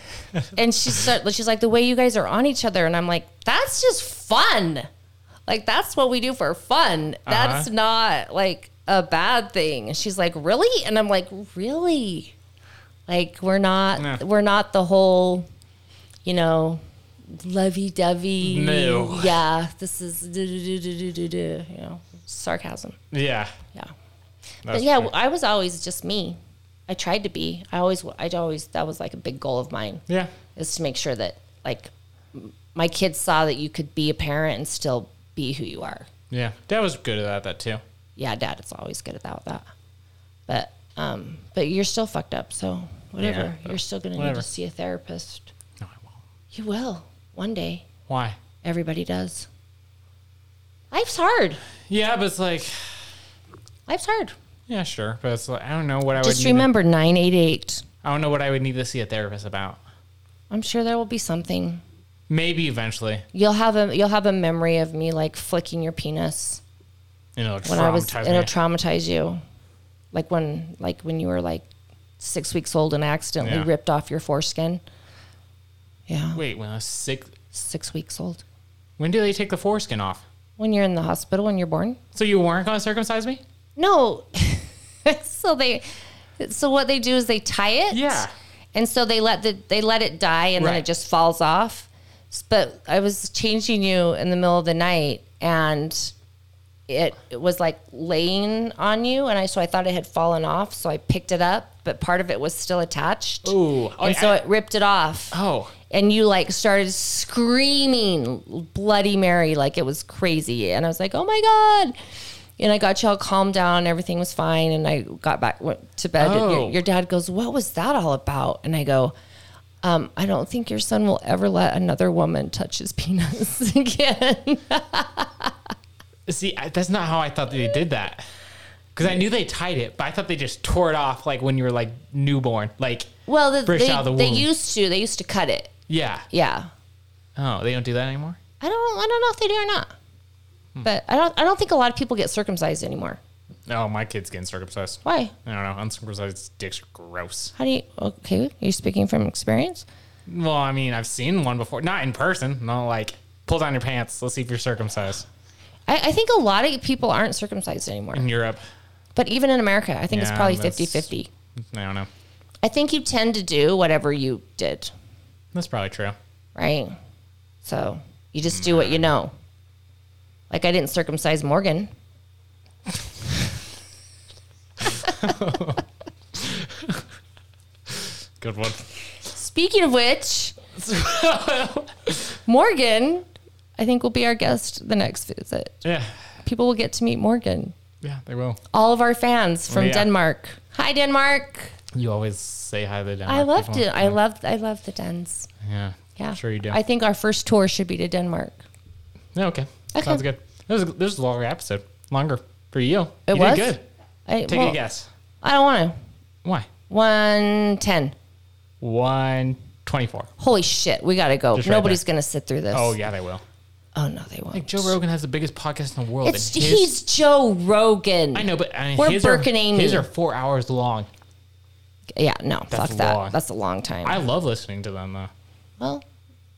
Speaker 1: and she start, she's like, the way you guys are on each other. And I'm like, that's just fun. Like that's what we do for fun. That's
Speaker 2: Uh-huh.
Speaker 1: not like a bad thing. And she's like, "Really?" And I'm like, "Really?" Like we're not
Speaker 2: Yeah.
Speaker 1: we're not the whole, you know, lovey-dovey.
Speaker 2: No.
Speaker 1: Yeah, this is do, do, do, do, do, do, do, you know, sarcasm.
Speaker 2: Yeah.
Speaker 1: Yeah.
Speaker 2: That's
Speaker 1: but yeah,
Speaker 2: funny.
Speaker 1: I was always just me. I tried to be. I always I always that was like a big goal of mine.
Speaker 2: Yeah.
Speaker 1: Is to make sure that like m- my kids saw that you could be a parent and still be who you are
Speaker 2: Yeah. Dad was good at that, too.
Speaker 1: yeah, dad is always good about that. But um, but you're still fucked up, so whatever.
Speaker 2: Yeah.
Speaker 1: you're still gonna need
Speaker 2: Whatever.
Speaker 1: to see a therapist. No, I won't. You will one day.
Speaker 2: Why?
Speaker 1: Everybody does. Life's hard.
Speaker 2: Yeah, but it's like,
Speaker 1: Life's hard.
Speaker 2: yeah, sure. But it's like, I don't know what I would
Speaker 1: Just
Speaker 2: need to-
Speaker 1: remember nine eight eight.
Speaker 2: I don't know what I would need to see a therapist about.
Speaker 1: I'm sure there will be something.
Speaker 2: Maybe eventually.
Speaker 1: You'll have a you'll have a memory of me like flicking your penis
Speaker 2: You know,
Speaker 1: when I was.
Speaker 2: traumatize
Speaker 1: It'll
Speaker 2: me.
Speaker 1: traumatize you, like when like when you were like six weeks old and accidentally
Speaker 2: Yeah.
Speaker 1: ripped off your foreskin. Yeah.
Speaker 2: Wait, when I was six,
Speaker 1: six weeks old.
Speaker 2: When do they take the foreskin off?
Speaker 1: When you're in the hospital when you're born?
Speaker 2: So you weren't going to circumcise me?
Speaker 1: No. so they so what they do is they tie it.
Speaker 2: Yeah.
Speaker 1: And so they let the they let it die and then
Speaker 2: Right.
Speaker 1: it just falls off. S- But I was changing you in the middle of the night and it, it was like laying on you and I so I thought it had fallen off, so I picked it up, but part of it was still attached.
Speaker 2: Ooh. Oh,
Speaker 1: and so
Speaker 2: I-
Speaker 1: it ripped it off.
Speaker 2: Oh.
Speaker 1: And you like started screaming Bloody Mary like it was crazy. And I was like, oh my God. And I got you all calmed down. Everything was fine. And I got back went to bed. And
Speaker 2: Oh.
Speaker 1: your, your dad goes, what was that all about? And I go, um, I don't think your son will ever let another woman touch his penis again.
Speaker 2: See, I, that's not how I thought they did that. Because I knew they tied it, but I thought they just tore it off like when you were like newborn. Like,
Speaker 1: well, the,
Speaker 2: Fresh
Speaker 1: they,
Speaker 2: out of the
Speaker 1: they
Speaker 2: womb.
Speaker 1: used to. They used to cut it.
Speaker 2: yeah.
Speaker 1: Yeah.
Speaker 2: Oh, they don't do that anymore?
Speaker 1: I don't. I don't know if they do or not.
Speaker 2: Hmm.
Speaker 1: But I don't. I don't think a lot of people get circumcised anymore.
Speaker 2: Oh, my kid's getting circumcised.
Speaker 1: Why?
Speaker 2: I don't know. Uncircumcised dicks are gross.
Speaker 1: How do you? Okay, are you speaking from experience?
Speaker 2: Well, I mean, I've seen one before. Not in person. No, like, pull down your pants. Let's see if you're circumcised.
Speaker 1: I, I think a lot of people aren't circumcised anymore.
Speaker 2: In Europe,
Speaker 1: But even in America, I think it's
Speaker 2: Mm-hmm. Yeah,
Speaker 1: probably
Speaker 2: that's-
Speaker 1: 50 50.
Speaker 2: I don't know.
Speaker 1: I think you tend to do whatever you did,
Speaker 2: That's probably true.
Speaker 1: right? So you just do what you know. Like I didn't circumcise Morgan.
Speaker 2: Good one.
Speaker 1: Speaking of which, Morgan, I think, will be our guest the next visit.
Speaker 2: Yeah.
Speaker 1: People will get to meet Morgan.
Speaker 2: Yeah, they will.
Speaker 1: All of our fans from
Speaker 2: Oh, Yeah.
Speaker 1: Denmark. Hi, Denmark.
Speaker 2: You always say hi to them.
Speaker 1: I loved it. I loved. I love the Dens.
Speaker 2: Yeah.
Speaker 1: Yeah,
Speaker 2: Sure you do.
Speaker 1: I think our first tour should be to Denmark.
Speaker 2: Yeah, okay. Sounds good. This is, this is a longer episode. Longer for you.
Speaker 1: It
Speaker 2: you
Speaker 1: was?
Speaker 2: did good.
Speaker 1: I,
Speaker 2: Take
Speaker 1: well,
Speaker 2: a guess.
Speaker 1: I don't want to.
Speaker 2: Why?
Speaker 1: One ten.
Speaker 2: 124.
Speaker 1: Holy shit, we gotta go.
Speaker 2: Just right
Speaker 1: Nobody's
Speaker 2: there.
Speaker 1: gonna sit through this.
Speaker 2: Oh, yeah, they will.
Speaker 1: Oh no, they won't.
Speaker 2: Like Joe Rogan has the biggest podcast in the world.
Speaker 1: It's
Speaker 2: and his-
Speaker 1: he's Joe Rogan.
Speaker 2: I know, but I mean,
Speaker 1: we're
Speaker 2: his
Speaker 1: Burke
Speaker 2: are,
Speaker 1: and Amy.
Speaker 2: His are four hours long.
Speaker 1: yeah, no,
Speaker 2: That's
Speaker 1: fuck that.
Speaker 2: long.
Speaker 1: That's a long time.
Speaker 2: I love listening to them though.
Speaker 1: well,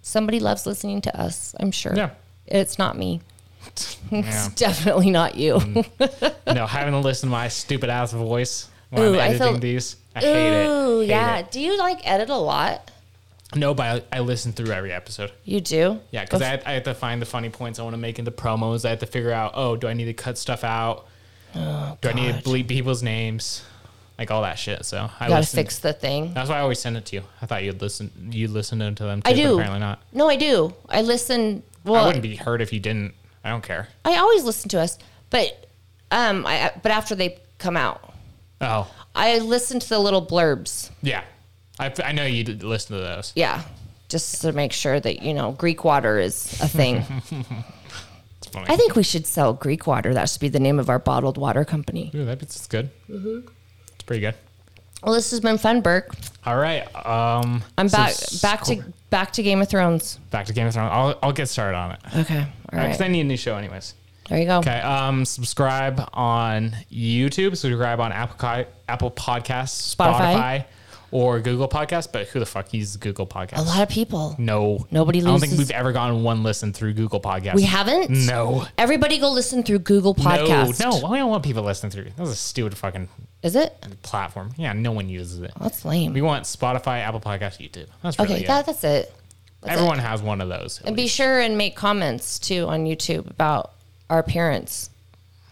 Speaker 1: somebody loves listening to us. I'm sure.
Speaker 2: Yeah.
Speaker 1: It's not me.
Speaker 2: Yeah. Mm,
Speaker 1: it's definitely not you.
Speaker 2: no, having to listen to my stupid ass voice when
Speaker 1: Ooh,
Speaker 2: I'm
Speaker 1: I
Speaker 2: editing
Speaker 1: feel-
Speaker 2: these, I hate it.
Speaker 1: Ooh,
Speaker 2: Hate
Speaker 1: yeah.
Speaker 2: it.
Speaker 1: Do you like edit a lot?
Speaker 2: No, but I, I listen through every episode.
Speaker 1: You do?
Speaker 2: Yeah, because I, I have to find the funny points I want to make in the promos. I have to figure out, oh, do I need to cut stuff out?
Speaker 1: Oh,
Speaker 2: do I need to bleep people's names? Like all that shit. So I
Speaker 1: gotta
Speaker 2: listen- Uh,
Speaker 1: fix the thing.
Speaker 2: That's why I always send it to you. I thought you'd listen. You listen to them. Too,
Speaker 1: I do.
Speaker 2: But apparently not.
Speaker 1: No, I do. I listen. Well,
Speaker 2: I wouldn't be hurt if you didn't. I don't care.
Speaker 1: I always listen to us, but um, I I- but after they come out.
Speaker 2: Oh,
Speaker 1: I listened to the little blurbs.
Speaker 2: yeah. I, I know you did listen to those.
Speaker 1: Yeah. Just to make sure that, you know, Greek water is a thing.
Speaker 2: It's funny.
Speaker 1: I think we should sell Greek water. That should be the name of our bottled water company.
Speaker 2: Ooh, that- that's good. It's pretty good.
Speaker 1: Well, this has been fun, Burke.
Speaker 2: All right. Um,
Speaker 1: I'm
Speaker 2: so
Speaker 1: back
Speaker 2: s-
Speaker 1: back to back to Game of Thrones.
Speaker 2: back to Game of Thrones. I'll, I'll get started on it.
Speaker 1: Okay. All
Speaker 2: Because I
Speaker 1: right.
Speaker 2: need a new show, anyways.
Speaker 1: There you go.
Speaker 2: Okay. Um, subscribe on YouTube. Subscribe on Apple Ki- Apple Podcasts,
Speaker 1: Spotify.
Speaker 2: Spotify. or Google Podcasts. But who the fuck uses Google Podcasts?
Speaker 1: A lot of people.
Speaker 2: No,
Speaker 1: Nobody
Speaker 2: I don't think
Speaker 1: loses-
Speaker 2: we've ever gone one listen through Google Podcasts.
Speaker 1: We haven't?
Speaker 2: No.
Speaker 1: Everybody go listen through Google Podcast.
Speaker 2: No, no, we don't want people listening through. That's a stupid fucking
Speaker 1: Is it?
Speaker 2: platform. Yeah, no one uses it.
Speaker 1: That's lame.
Speaker 2: We want Spotify, Apple Podcasts, YouTube. That's really
Speaker 1: Okay,
Speaker 2: it.
Speaker 1: that, that's it. that's
Speaker 2: Everyone has one of those.
Speaker 1: And be sure and make comments too on YouTube about our parents.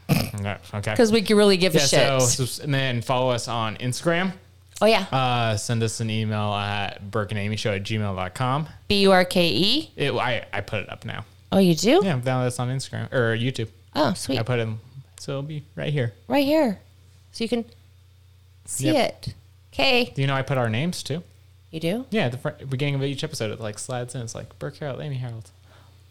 Speaker 2: Yeah, okay.
Speaker 1: 'Cause we can really give a shit.
Speaker 2: So, subs- and then follow us on Instagram.
Speaker 1: Oh, yeah.
Speaker 2: Uh, send us an email at burkeandamyshow at gmail.com.
Speaker 1: B U R K E.
Speaker 2: It, I, I put it up now.
Speaker 1: Oh, you do?
Speaker 2: Yeah, now that's on Instagram or YouTube.
Speaker 1: Oh, sweet.
Speaker 2: I put it, in- so it'll be right here.
Speaker 1: Right here. So you can see
Speaker 2: Yep.
Speaker 1: it. Okay.
Speaker 2: Do you know I put our names too?
Speaker 1: You do?
Speaker 2: Yeah, at the fr- beginning of each episode, it like slides in. It's like Burke Harold, Amy Harold.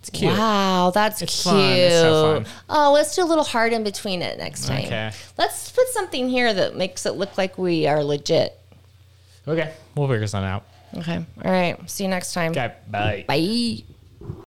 Speaker 2: It's cute.
Speaker 1: Wow, that's
Speaker 2: It's
Speaker 1: cute.
Speaker 2: fun. It's so fun.
Speaker 1: Oh, let's do a little heart in between it next time.
Speaker 2: Okay.
Speaker 1: Let's put something here that makes it look like we are legit.
Speaker 2: Okay, we'll figure something out.
Speaker 1: Okay. All right. See you next time.
Speaker 2: Okay, bye.
Speaker 1: Bye.